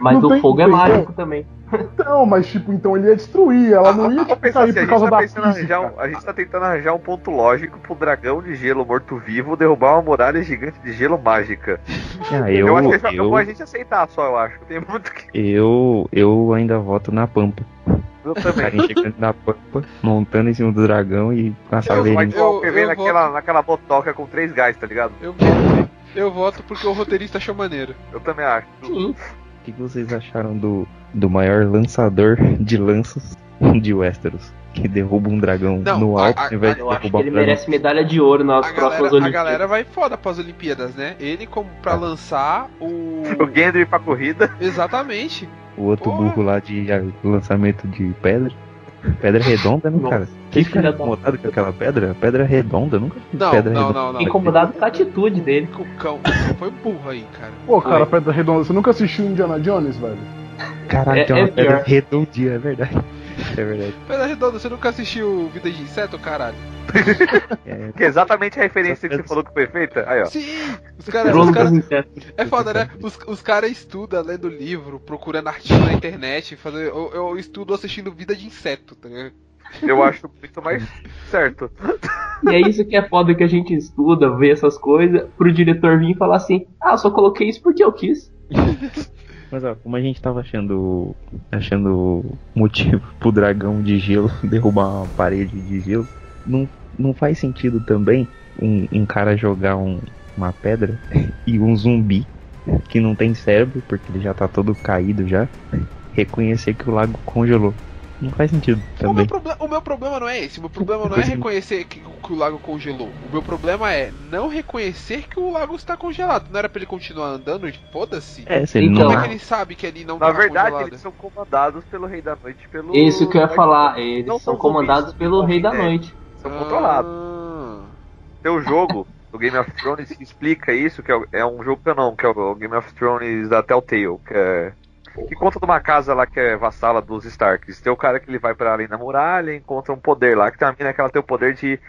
Speaker 7: Mas
Speaker 3: Não
Speaker 7: o
Speaker 3: tem
Speaker 7: fogo é
Speaker 3: jeito,
Speaker 7: mágico também.
Speaker 3: então, mas tipo, então ele ia destruir. Ela não ia
Speaker 4: Vamos
Speaker 3: tipo,
Speaker 4: pensar assim,
Speaker 3: cair
Speaker 4: a
Speaker 3: por
Speaker 4: gente,
Speaker 3: causa
Speaker 4: tá
Speaker 3: da
Speaker 4: pensando
Speaker 3: física.
Speaker 4: arranjar um, a gente tá tentando arranjar um ponto lógico pro dragão de gelo morto-vivo derrubar uma muralha gigante de gelo mágica.
Speaker 1: ah, eu,
Speaker 4: acho que é
Speaker 1: eu,
Speaker 4: bom a gente aceitar só, eu acho. Tem muito que.
Speaker 1: eu, eu ainda voto na pampa.
Speaker 4: [LAUGHS]
Speaker 1: [LAUGHS]
Speaker 4: Eu também.
Speaker 1: carinha chegando na pampa, montando em cima do dragão e com a
Speaker 4: Os
Speaker 1: saveirinha.
Speaker 4: White
Speaker 2: Eu-
Speaker 4: vem
Speaker 2: eu
Speaker 4: naquela, naquela motoca com três gás, tá ligado?
Speaker 2: Eu voto, eu voto porque o roteirista achou maneiro.
Speaker 4: Eu também acho.
Speaker 7: Sim.
Speaker 1: O que vocês acharam do, do maior lançador de lanças de Westeros? Que derruba um dragão
Speaker 2: Não,
Speaker 1: no
Speaker 2: a-
Speaker 1: alto
Speaker 2: a-
Speaker 1: ao invés de
Speaker 7: Eu acho
Speaker 1: derrubar
Speaker 7: que
Speaker 1: o
Speaker 7: ele
Speaker 1: dragão.
Speaker 7: merece medalha de ouro nas
Speaker 2: A
Speaker 7: próximas
Speaker 2: galera, a
Speaker 7: Olimpíadas.
Speaker 2: galera vai foda pras Olimpíadas, né? Ele como pra
Speaker 1: É.
Speaker 2: lançar
Speaker 1: [LAUGHS]
Speaker 2: o.
Speaker 4: O Gendry pra corrida.
Speaker 2: Exatamente.
Speaker 1: O outro
Speaker 2: Porra.
Speaker 1: burro lá de ah, lançamento de pedra. Pedra redonda, não,
Speaker 7: Nossa,
Speaker 1: cara?
Speaker 7: que
Speaker 1: Vocês ficaram
Speaker 7: filha da-
Speaker 1: incomodados com aquela pedra? Pedra redonda, nunca vi
Speaker 2: Não,
Speaker 1: pedra
Speaker 2: não,
Speaker 1: redonda.
Speaker 2: não, não.
Speaker 7: Incomodado com a atitude dele.
Speaker 2: O cão, o cão foi burro aí, cara.
Speaker 3: Pô, cara, Pedra Redonda, você nunca assistiu Indiana Jones, velho?
Speaker 1: Caralho,
Speaker 7: É-
Speaker 1: tem uma
Speaker 7: é
Speaker 1: pedra
Speaker 7: pior.
Speaker 1: redondinha, é verdade. É verdade.
Speaker 2: Pedra Redonda, você nunca assistiu Vida de Inseto, caralho?
Speaker 1: É,
Speaker 4: Que é exatamente a referência que você falou que foi feita.
Speaker 7: É.
Speaker 4: Aí, ó.
Speaker 2: Sim! Os caras.
Speaker 7: Trono
Speaker 2: Os
Speaker 7: das
Speaker 2: caras
Speaker 7: insetos.
Speaker 2: é foda, né? Os, os caras estudam lendo livro, procurando artigo na internet. Fazer, eu, eu estudo assistindo Vida de Inseto, tá ligado?
Speaker 4: Eu acho muito mais certo.
Speaker 7: E é isso que é foda que a gente estuda, vê essas coisas, pro diretor vir e falar assim, ah, eu só coloquei isso porque eu quis.
Speaker 1: Mas ó, como a gente tava achando achando motivo [LAUGHS] pro dragão de gelo [LAUGHS] derrubar uma parede de gelo, não, não faz sentido também um, um cara jogar um- uma pedra [LAUGHS] e um zumbi que não tem cérebro, porque ele já tá todo caído já, [LAUGHS] reconhecer que o lago congelou. Não faz sentido
Speaker 2: O meu,
Speaker 1: também.
Speaker 2: proble- o meu problema não é esse. O meu problema não é
Speaker 1: Pois é.
Speaker 2: reconhecer que, que o lago congelou. O meu problema é não reconhecer que o lago está congelado. Não era pra ele continuar andando? e Foda-se.
Speaker 1: É, se ele
Speaker 7: Então,
Speaker 2: Como
Speaker 1: não
Speaker 2: é que
Speaker 1: é
Speaker 2: ele sabe que ali não
Speaker 4: Na
Speaker 2: tá
Speaker 4: verdade,
Speaker 2: congelado?
Speaker 4: eles são comandados pelo Rei da Noite e pelo.
Speaker 7: É Isso que eu ia falar,
Speaker 4: é Não
Speaker 7: eles
Speaker 4: são
Speaker 7: são comandados
Speaker 4: zumbis,
Speaker 7: pelo
Speaker 4: são
Speaker 7: Rei da
Speaker 4: zumbis, né?
Speaker 7: Noite.
Speaker 4: São controlados.
Speaker 2: Ah.
Speaker 4: Tem o jogo do Game of Thrones que explica isso, que é o- é um jogo canon, que é o Game of Thrones da Telltale, que é. Que conta de uma casa lá que é vassala dos Starks. Tem o cara que ele vai pra além da muralha e encontra um poder lá, que tem uma mina que ela tem o poder de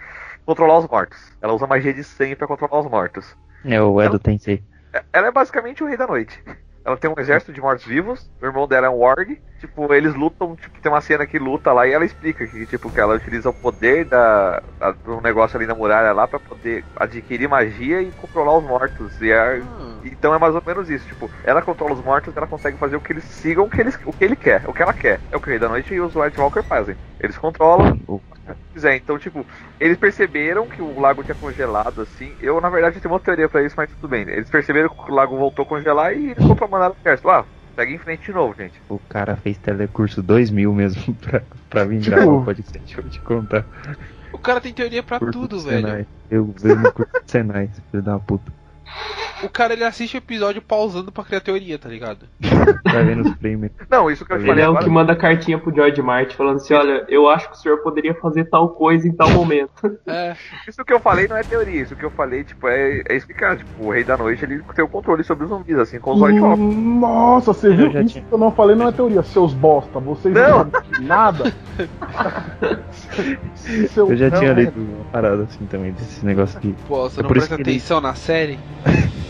Speaker 4: controlar os mortos. Ela usa magia de sangue pra controlar os mortos.
Speaker 1: é o Edo Tensei.
Speaker 4: Ela é basicamente o rei da noite. Ela tem um exército de mortos-vivos, o irmão dela é um warg, tipo, eles lutam, tipo, tem uma cena que luta lá e ela explica que, tipo, que ela utiliza o poder da, da- do negócio ali na muralha lá pra poder adquirir magia e controlar os mortos. E é-
Speaker 2: Ah.
Speaker 4: então é mais ou menos isso, tipo, ela controla os mortos, ela consegue fazer o que eles sigam, o que, eles, o que ele quer, o que ela quer. É o que o Rei da Noite e os White Walker fazem. Eles controlam,
Speaker 1: O-
Speaker 4: Pois é, então, tipo, eles perceberam que o lago tinha congelado, assim. Eu, na verdade, tenho uma teoria pra isso, mas tudo bem. Eles perceberam que o lago voltou a congelar e eles foram mandar o exército. Ah, segue em frente de novo, gente.
Speaker 1: O cara fez telecurso 2000 mesmo [LAUGHS] pra, pra vir gravar o podcast. Deixa eu te contar.
Speaker 2: O cara tem teoria pra
Speaker 1: Curso
Speaker 2: tudo,
Speaker 1: do
Speaker 2: velho.
Speaker 1: Senai. Eu vejo no curso do Senai, esse filho da puta.
Speaker 2: O cara ele assiste o episódio pausando pra criar teoria, tá ligado?
Speaker 1: Tá vendo os prêmios.
Speaker 4: Não, isso que eu te
Speaker 7: Ele
Speaker 4: falei
Speaker 7: é o
Speaker 4: agora.
Speaker 7: que manda cartinha pro George Martin falando assim, olha, eu acho que o senhor poderia fazer tal coisa em tal momento.
Speaker 2: É.
Speaker 4: Isso que eu falei não é teoria. Isso que eu falei, tipo, é, é explicar. Tipo, o Rei da Noite, ele tem o controle sobre os zumbis, assim, com os
Speaker 3: Hum,
Speaker 4: White Walkers.
Speaker 3: Nossa, você
Speaker 1: Eu
Speaker 3: viu?
Speaker 1: já
Speaker 3: Isso
Speaker 1: tinha-
Speaker 3: que eu não falei não é teoria, seus bosta. Vocês
Speaker 4: Não.
Speaker 3: não, sabem nada. Seu-
Speaker 1: Eu já
Speaker 3: não,
Speaker 1: tinha
Speaker 3: é.
Speaker 1: lido uma parada assim também, desse negócio aqui.
Speaker 2: Pô, você
Speaker 1: É
Speaker 2: não
Speaker 1: por isso
Speaker 2: presta
Speaker 1: que ele-
Speaker 2: atenção na série?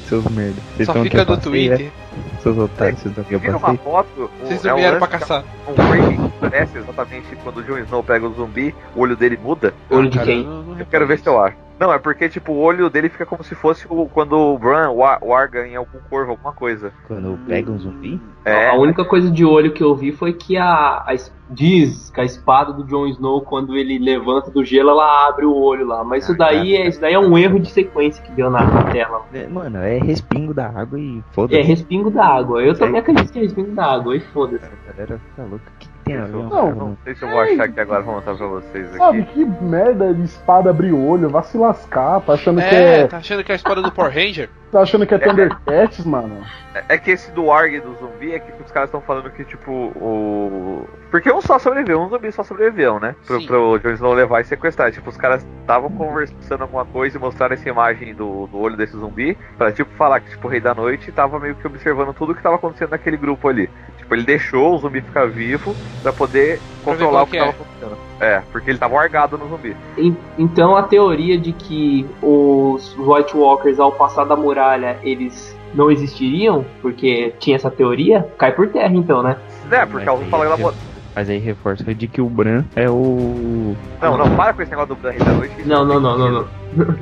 Speaker 1: Seus merda. Vocês
Speaker 2: Só
Speaker 1: tão aqui
Speaker 2: fica
Speaker 1: eu
Speaker 2: no
Speaker 1: passei,
Speaker 2: Twitter.
Speaker 1: é? Seus otários, vocês estão aqui eu
Speaker 4: Viram uma
Speaker 1: passei.
Speaker 4: foto? O-
Speaker 2: Vocês
Speaker 4: é
Speaker 2: não
Speaker 4: um
Speaker 2: vieram
Speaker 4: lance
Speaker 2: pra
Speaker 4: que-
Speaker 2: caçar.
Speaker 4: Um frame que parece exatamente quando o Jon Snow pega o zumbi, o olho dele muda.
Speaker 7: Olho
Speaker 2: Ah,
Speaker 7: de
Speaker 2: cara,
Speaker 7: quem?
Speaker 2: não- não
Speaker 4: Eu quero ver se eu acho. Não, é porque, tipo, o olho dele fica como se fosse o, quando o Bran wa- warga em algum corvo, alguma coisa.
Speaker 1: Quando pega um zumbi?
Speaker 4: É,
Speaker 7: A única coisa de olho que eu vi foi que a, a es- diz que a espada do Jon Snow quando ele levanta do gelo ela abre o olho lá, mas isso daí é isso daí é um erro de sequência que deu na, na tela.
Speaker 1: É, Mano, é respingo da água e
Speaker 7: É
Speaker 1: foda-se.
Speaker 7: respingo da água. Eu também acredito que é respingo da água, e foda-se.
Speaker 1: Cara, a galera fica louca. O que, que tem a ver?
Speaker 4: Não,
Speaker 1: uma
Speaker 3: não.
Speaker 1: cara,
Speaker 4: não
Speaker 1: mano?
Speaker 4: sei se eu vou achar aqui agora, vou mostrar pra vocês
Speaker 3: Sabe,
Speaker 4: aqui.
Speaker 3: que merda de espada abrir olho, vai se lascar, tá achando que
Speaker 2: É,
Speaker 3: é.
Speaker 2: tá achando que é a história do Power Ranger?
Speaker 3: Tá achando que é Thundercats, mano?
Speaker 4: É, é que esse do warg do zumbi é que os caras estão falando que, tipo, o. Porque um só sobreviveu, um zumbi só sobreviveu, né? Pro,
Speaker 2: Sim.
Speaker 4: pro Jon Snow levar e sequestrar. Tipo, os caras estavam conversando alguma coisa e mostraram essa imagem do, do olho desse zumbi pra, tipo, falar que, tipo, o Rei da Noite tava meio que observando tudo que tava acontecendo naquele grupo ali. Tipo, ele deixou o zumbi ficar vivo pra poder
Speaker 2: Pra ver
Speaker 4: controlar
Speaker 2: qual
Speaker 4: o que,
Speaker 2: que é.
Speaker 4: tava acontecendo. É, porque ele tava largado no zumbi.
Speaker 7: En- Então a teoria de que os White Walkers ao passar da muralha eles não existiriam, porque tinha essa teoria, cai por terra então, né?
Speaker 4: Né, porque ela
Speaker 1: Mas aí é
Speaker 4: fala que ela.
Speaker 1: reforça- Mas aí reforça de que o Bran é o.
Speaker 4: Não, não, para com esse negócio do Rei da Noite. isso
Speaker 7: Não, não,
Speaker 4: tem
Speaker 7: não, não,
Speaker 4: sentido.
Speaker 7: não.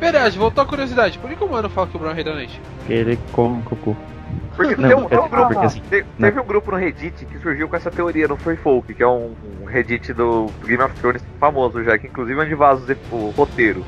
Speaker 2: Verdade, voltou a curiosidade. Por que que o mano fala que o Brown é rei da noite?
Speaker 1: que ele come um cocô.
Speaker 4: Porque
Speaker 1: Não,
Speaker 4: tem um,
Speaker 1: porque-
Speaker 4: tem um grupo,
Speaker 1: porque assim,
Speaker 4: te-
Speaker 1: né?
Speaker 4: teve um grupo no Reddit que surgiu com essa teoria, não foi folk, que é um, um Reddit do Game of Thrones famoso já, que inclusive é onde vaza o o roteiro.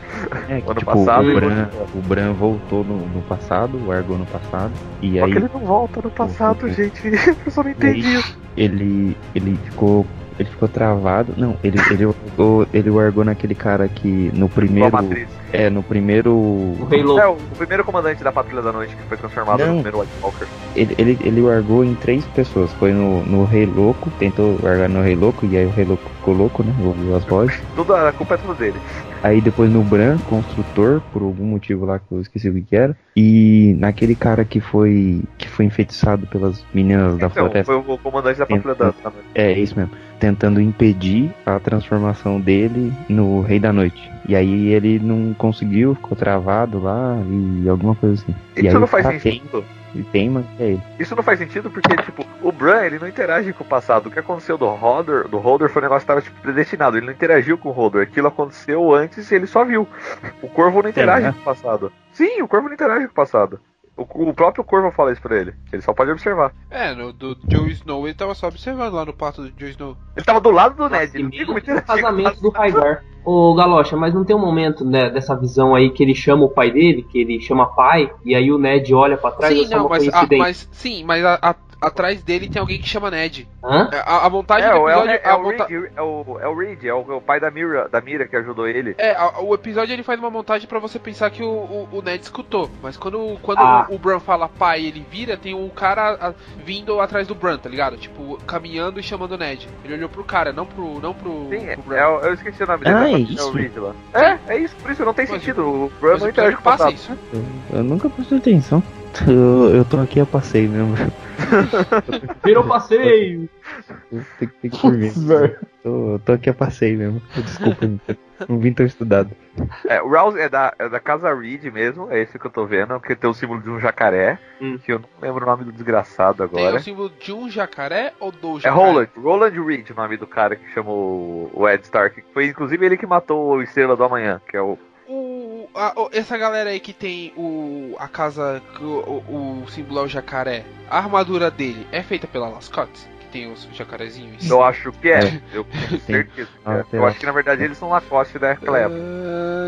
Speaker 1: É, que,
Speaker 4: Ano
Speaker 1: tipo,
Speaker 4: passado,
Speaker 1: o
Speaker 4: ele-
Speaker 1: Bran, o Bran voltou no, no passado, o Argo no passado, e aí
Speaker 4: Só
Speaker 1: Uhum.
Speaker 4: que ele não volta no passado,
Speaker 1: o-
Speaker 4: gente. [LAUGHS] Eu só não entendi isso.
Speaker 1: ele, ele ficou. Ele ficou travado. Não, ele, ele, largou, ele largou naquele cara que no
Speaker 4: Com a
Speaker 1: primeiro.
Speaker 4: matriz.
Speaker 1: É, no primeiro.
Speaker 7: O Rei Louco.
Speaker 4: É, o, o primeiro comandante da Patrulha da Noite que foi transformado
Speaker 1: Não.
Speaker 4: no primeiro White Walker.
Speaker 1: Ele, ele, ele largou em três pessoas. Foi no, no Rei Louco, tentou largar no Rei Louco, e aí o Rei Louco ficou louco, né? Ouviu as vozes.
Speaker 4: Tudo, a culpa é tudo dele.
Speaker 1: Aí depois no Bran, construtor, por algum motivo lá que eu esqueci o que que era. E naquele cara que foi. que foi enfeitiçado pelas meninas da
Speaker 4: Então,
Speaker 1: floresta.
Speaker 4: foi o comandante da Patrulha da, da Noite.
Speaker 1: É, isso mesmo. Tentando impedir a transformação dele no Rei da Noite. E aí ele não conseguiu, ficou travado lá e alguma coisa assim. e aí
Speaker 4: Isso
Speaker 1: o
Speaker 4: não faz
Speaker 1: cara
Speaker 4: sentido.
Speaker 1: Tem, ele tem, mas é ele.
Speaker 4: Isso não faz sentido porque, tipo, o Bran, ele não interage com o passado. O que aconteceu do Hodor, do Hodor foi um negócio que tava, tipo, predestinado. Ele não interagiu com o Hodor. Aquilo aconteceu antes e ele só viu. O Corvo não interage
Speaker 1: né?
Speaker 4: com o passado. Sim, o Corvo não interage com o passado. O, o próprio Corvo fala isso pra ele. Ele só pode observar.
Speaker 2: É, no, do Joe Snow ele tava só observando lá no quarto do Joe Snow.
Speaker 4: Ele tava do lado do Ned.
Speaker 7: Nossa,
Speaker 4: Ele não tem como
Speaker 7: e o
Speaker 4: interagir com o
Speaker 7: casamento
Speaker 4: passado.
Speaker 7: do Rhaegar. Ô, Galocha, mas não tem um momento né, dessa visão aí que ele chama o pai dele, que ele chama pai, e aí o Ned olha pra trás e
Speaker 2: Sim,
Speaker 7: só
Speaker 2: não,
Speaker 7: uma
Speaker 2: mas, ah,
Speaker 7: coincidência.
Speaker 2: mas sim, mas a- a- atrás dele tem alguém que chama Ned.
Speaker 7: Hã?
Speaker 2: É, A, a montagem
Speaker 4: É,
Speaker 2: do
Speaker 4: o- é, o-
Speaker 2: episódio.
Speaker 4: é,
Speaker 2: a
Speaker 4: o
Speaker 2: monta-
Speaker 4: Reed, é, o, é o Reed, é o, é o pai da Mira, da Mira que ajudou ele.
Speaker 2: É, a- o episódio ele faz uma montagem pra você pensar que o, o, o Ned escutou, mas quando, quando
Speaker 7: Ah.
Speaker 2: o, o Bran fala pai e ele vira, tem um cara a- vindo atrás do Bran, tá ligado? Tipo, caminhando e chamando o Ned. Ele olhou pro cara, não pro, não pro,
Speaker 4: Sim, é,
Speaker 2: pro
Speaker 4: é o- eu esqueci o nome dele.
Speaker 1: Ah,
Speaker 4: mas
Speaker 1: é
Speaker 4: é
Speaker 1: isso.
Speaker 4: o Reed lá. É, é isso. Por isso não tem
Speaker 2: Mas-
Speaker 4: sentido. O Bran
Speaker 2: Mas o
Speaker 4: não interage
Speaker 2: episódio
Speaker 4: com o passado. né?
Speaker 2: passa isso.
Speaker 1: Eu, eu nunca prestei atenção. [LAUGHS] Eu, eu tô aqui a passeio mesmo.
Speaker 7: Virou passeio.
Speaker 1: Tem que- tem que dormir.
Speaker 3: Putz, velho.
Speaker 1: Tô- Eu tô aqui a passeio mesmo.
Speaker 4: [LAUGHS]
Speaker 1: Desculpa, não vim tão estudado.
Speaker 4: É, o Rouse é da, é da casa Reed mesmo, é esse que eu tô vendo, que tem o símbolo de um jacaré,
Speaker 7: Hum.
Speaker 4: que eu não lembro o nome do desgraçado
Speaker 2: Tem
Speaker 4: agora.
Speaker 2: o símbolo de um jacaré ou do
Speaker 4: É
Speaker 2: jacaré?
Speaker 4: Roland, Roland Reed, o nome do cara que chamou o Ed Stark, que foi inclusive ele que matou o Estrela do Amanhã, que é o.
Speaker 2: O, a- o- essa galera aí que tem o a casa que o, o, o símbolo é o jacaré, a armadura dele é feita pela Lascotes, que tem os jacarezinhos.
Speaker 4: Eu acho que é,
Speaker 1: É.
Speaker 4: eu tenho
Speaker 1: Sim.
Speaker 4: certeza.
Speaker 1: Ah,
Speaker 4: eu
Speaker 1: tem lá.
Speaker 4: acho que na verdade eles são Lacoste da Cleo.
Speaker 2: Ah,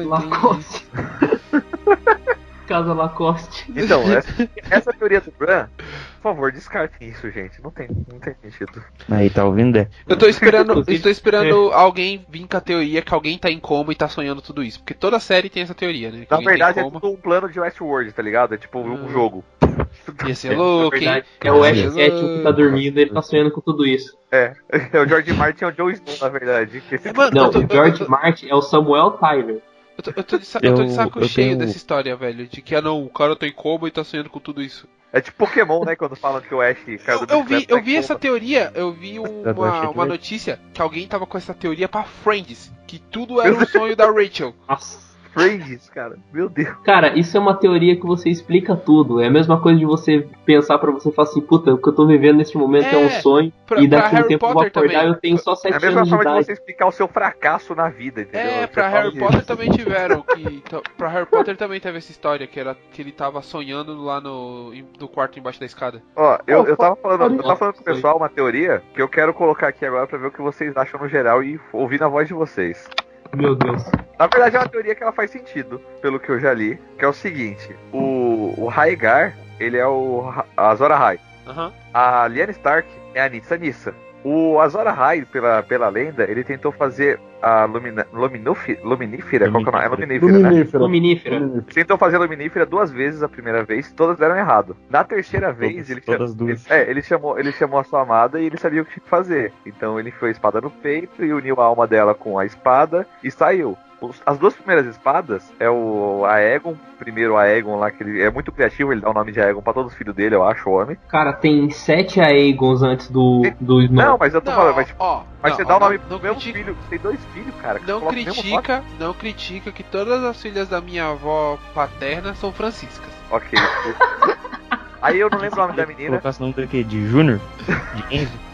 Speaker 2: entendi.
Speaker 7: [LAUGHS] Lacoste. [LAUGHS] Casa Lacoste.
Speaker 4: Então, essa, essa teoria do Bran, por favor, descartem isso, gente. Não tem, não tem sentido.
Speaker 1: Aí tá ouvindo? É.
Speaker 2: Eu tô esperando,
Speaker 7: Inclusive,
Speaker 2: eu tô esperando alguém vir com a teoria que alguém tá em coma e tá sonhando tudo isso. Porque toda série tem essa teoria, né? Que
Speaker 4: Na
Speaker 2: alguém tá em
Speaker 4: verdade, é
Speaker 2: coma.
Speaker 4: tudo um plano de Westworld, tá ligado? É tipo
Speaker 2: Hum.
Speaker 4: um jogo. [LAUGHS]
Speaker 2: Ia ser louco, hein?
Speaker 7: Verdade, É o
Speaker 1: Ai,
Speaker 7: Ash Ketchum que tá dormindo, ele tá sonhando com tudo isso.
Speaker 4: É, é o George Martin é o Joe Snow, na verdade. que esse-
Speaker 2: É, Mano,
Speaker 7: Não,
Speaker 2: eu, tô,
Speaker 7: o
Speaker 2: eu,
Speaker 7: George
Speaker 2: tô-
Speaker 7: Martin é o Samuel Tyler.
Speaker 2: eu tô- eu tô de sa- eu tô de
Speaker 1: Eu-
Speaker 2: saco
Speaker 1: eu
Speaker 2: cheio
Speaker 1: tenho-
Speaker 2: dessa história, velho. De que, ah não, o cara tá em coma e tá sonhando com tudo isso.
Speaker 4: É tipo Pokémon, né? Quando falam que o Ash caiu
Speaker 2: Eu,
Speaker 4: do
Speaker 2: eu vi,
Speaker 4: bicicleta,
Speaker 2: eu
Speaker 4: né,
Speaker 2: vi
Speaker 4: que
Speaker 2: essa
Speaker 4: conta.
Speaker 2: teoria, eu vi um, uma,
Speaker 1: achei que
Speaker 2: uma
Speaker 1: vai-
Speaker 2: notícia que alguém tava com essa teoria pra Friends. Que tudo
Speaker 4: [LAUGHS]
Speaker 2: era um sonho da Rachel.
Speaker 7: Nossa.
Speaker 4: Friends, cara. Meu Deus.
Speaker 7: Cara, isso é uma teoria que você explica tudo. É a mesma coisa de você pensar pra você e falar assim, puta, o que eu tô vivendo neste momento é, um
Speaker 2: É,
Speaker 7: sonho.
Speaker 2: Pra,
Speaker 7: e
Speaker 2: pra
Speaker 7: daqui a um
Speaker 2: Harry
Speaker 7: tempo eu vou
Speaker 2: Potter
Speaker 7: acordar
Speaker 2: também.
Speaker 7: e eu tenho só
Speaker 4: É a
Speaker 7: 7
Speaker 4: mesma
Speaker 7: anos de
Speaker 4: forma de
Speaker 7: idade.
Speaker 4: você explicar o seu fracasso na vida, entendeu?
Speaker 2: É,
Speaker 4: Você
Speaker 2: pra
Speaker 4: fala
Speaker 2: Harry
Speaker 4: que- [LAUGHS]
Speaker 2: Potter também tiveram que to- pra Harry Potter também teve essa história que era que ele tava sonhando lá no em- no quarto embaixo da escada.
Speaker 4: Ó, eu, eu tava falando, eu tava falando pro
Speaker 7: Foi.
Speaker 4: pessoal uma teoria que eu quero colocar aqui agora pra ver o que vocês acham no geral e ouvir na voz de vocês.
Speaker 7: Meu Deus.
Speaker 4: Na verdade, é uma teoria que ela faz sentido, pelo que eu já li, que é o seguinte: o, o Rhaegar, ele é o Ra- Azor Ahai.
Speaker 2: Aham.
Speaker 4: A Lyanna Stark é a Nissa Nissa. O Azor Ahai, pela, pela lenda, ele tentou fazer a lumina, luminufi- luminífera, qual que é o nome? É luminífera, né?
Speaker 3: Luminífera.
Speaker 7: Luminífera.
Speaker 3: Luminífera.
Speaker 4: Tentou fazer a luminífera duas vezes a primeira vez, todas deram errado. Na terceira vez,
Speaker 1: Todas-
Speaker 4: ele,
Speaker 1: todas
Speaker 4: chamou,
Speaker 1: duas.
Speaker 4: é, ele, chamou, ele chamou a sua amada e ele sabia o que tinha que fazer. Então ele foi a espada no peito e uniu a alma dela com a espada e saiu. Os- As duas primeiras espadas é o Aegon, primeiro Aegon lá, que ele é muito criativo, ele dá o nome de Aegon pra todos os filhos dele, eu acho, o homem.
Speaker 7: Cara, tem 7 Aegons antes do, do Snow.
Speaker 4: Não, mas eu tô falando, mas
Speaker 2: ó,
Speaker 4: Mas
Speaker 2: não,
Speaker 4: você
Speaker 2: ó,
Speaker 4: dá o nome
Speaker 2: não,
Speaker 4: pro
Speaker 2: não
Speaker 4: mesmo
Speaker 2: critica,
Speaker 4: filho, você tem dois filhos, cara. que
Speaker 2: não
Speaker 4: coloca o mesmo
Speaker 2: critica, não critica que todas as filhas da minha avó paterna são franciscas.
Speaker 4: nome. Ok. Aí eu não lembro o nome da
Speaker 1: Se
Speaker 4: menina.
Speaker 1: colocasse o nome do quê? De Júnior? De Enzo?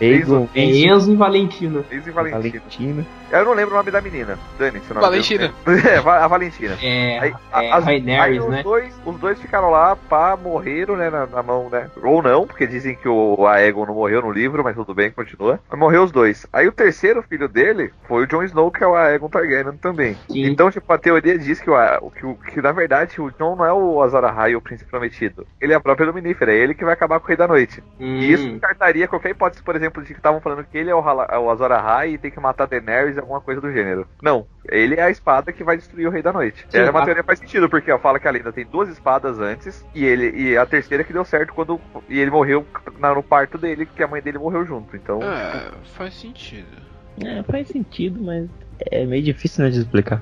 Speaker 1: Egon,
Speaker 7: É Enzo e Valentino.
Speaker 4: Liz e Valentina.
Speaker 1: Valentina.
Speaker 4: Eu não lembro o nome da menina. Dani, seu nome.
Speaker 2: Valentina.
Speaker 4: dela. [LAUGHS] É, Va- a Valentina.
Speaker 7: É,
Speaker 4: Aí, a-
Speaker 7: é
Speaker 4: as- aí
Speaker 7: Daenerys,
Speaker 4: os,
Speaker 7: né?
Speaker 4: dois, os dois ficaram lá, pá, morreram, né, na, na mão, né? Ou não, porque dizem que o a Egon não morreu no livro, mas tudo bem, continua. Mas morreu os dois. Aí o terceiro filho dele foi o Jon Snow, que é o Aegon Targaryen também.
Speaker 7: Sim.
Speaker 4: Então, tipo, a teoria diz que, o, a- o- que, o- que, na verdade, o Jon não é o Azor Ahai, o príncipe prometido. Ele é a própria Luminífera, é ele que vai acabar com o Rei da Noite.
Speaker 7: Hum,
Speaker 4: E isso descartaria qualquer hipótese, por exemplo, de que estavam falando que ele é o, Hala- é o Azor Ahai e tem que matar Daenerys, alguma coisa do gênero. Não, ele é a espada que vai destruir o Rei da Noite.
Speaker 7: Sim,
Speaker 4: é uma
Speaker 7: a-
Speaker 4: teoria que faz sentido, porque ó, fala que a lenda tem duas espadas antes e ele e a terceira que deu certo quando e ele morreu na- no parto dele, que a mãe dele morreu junto. Então,
Speaker 2: Ah, faz sentido.
Speaker 1: É, faz sentido, mas é meio difícil né, de explicar.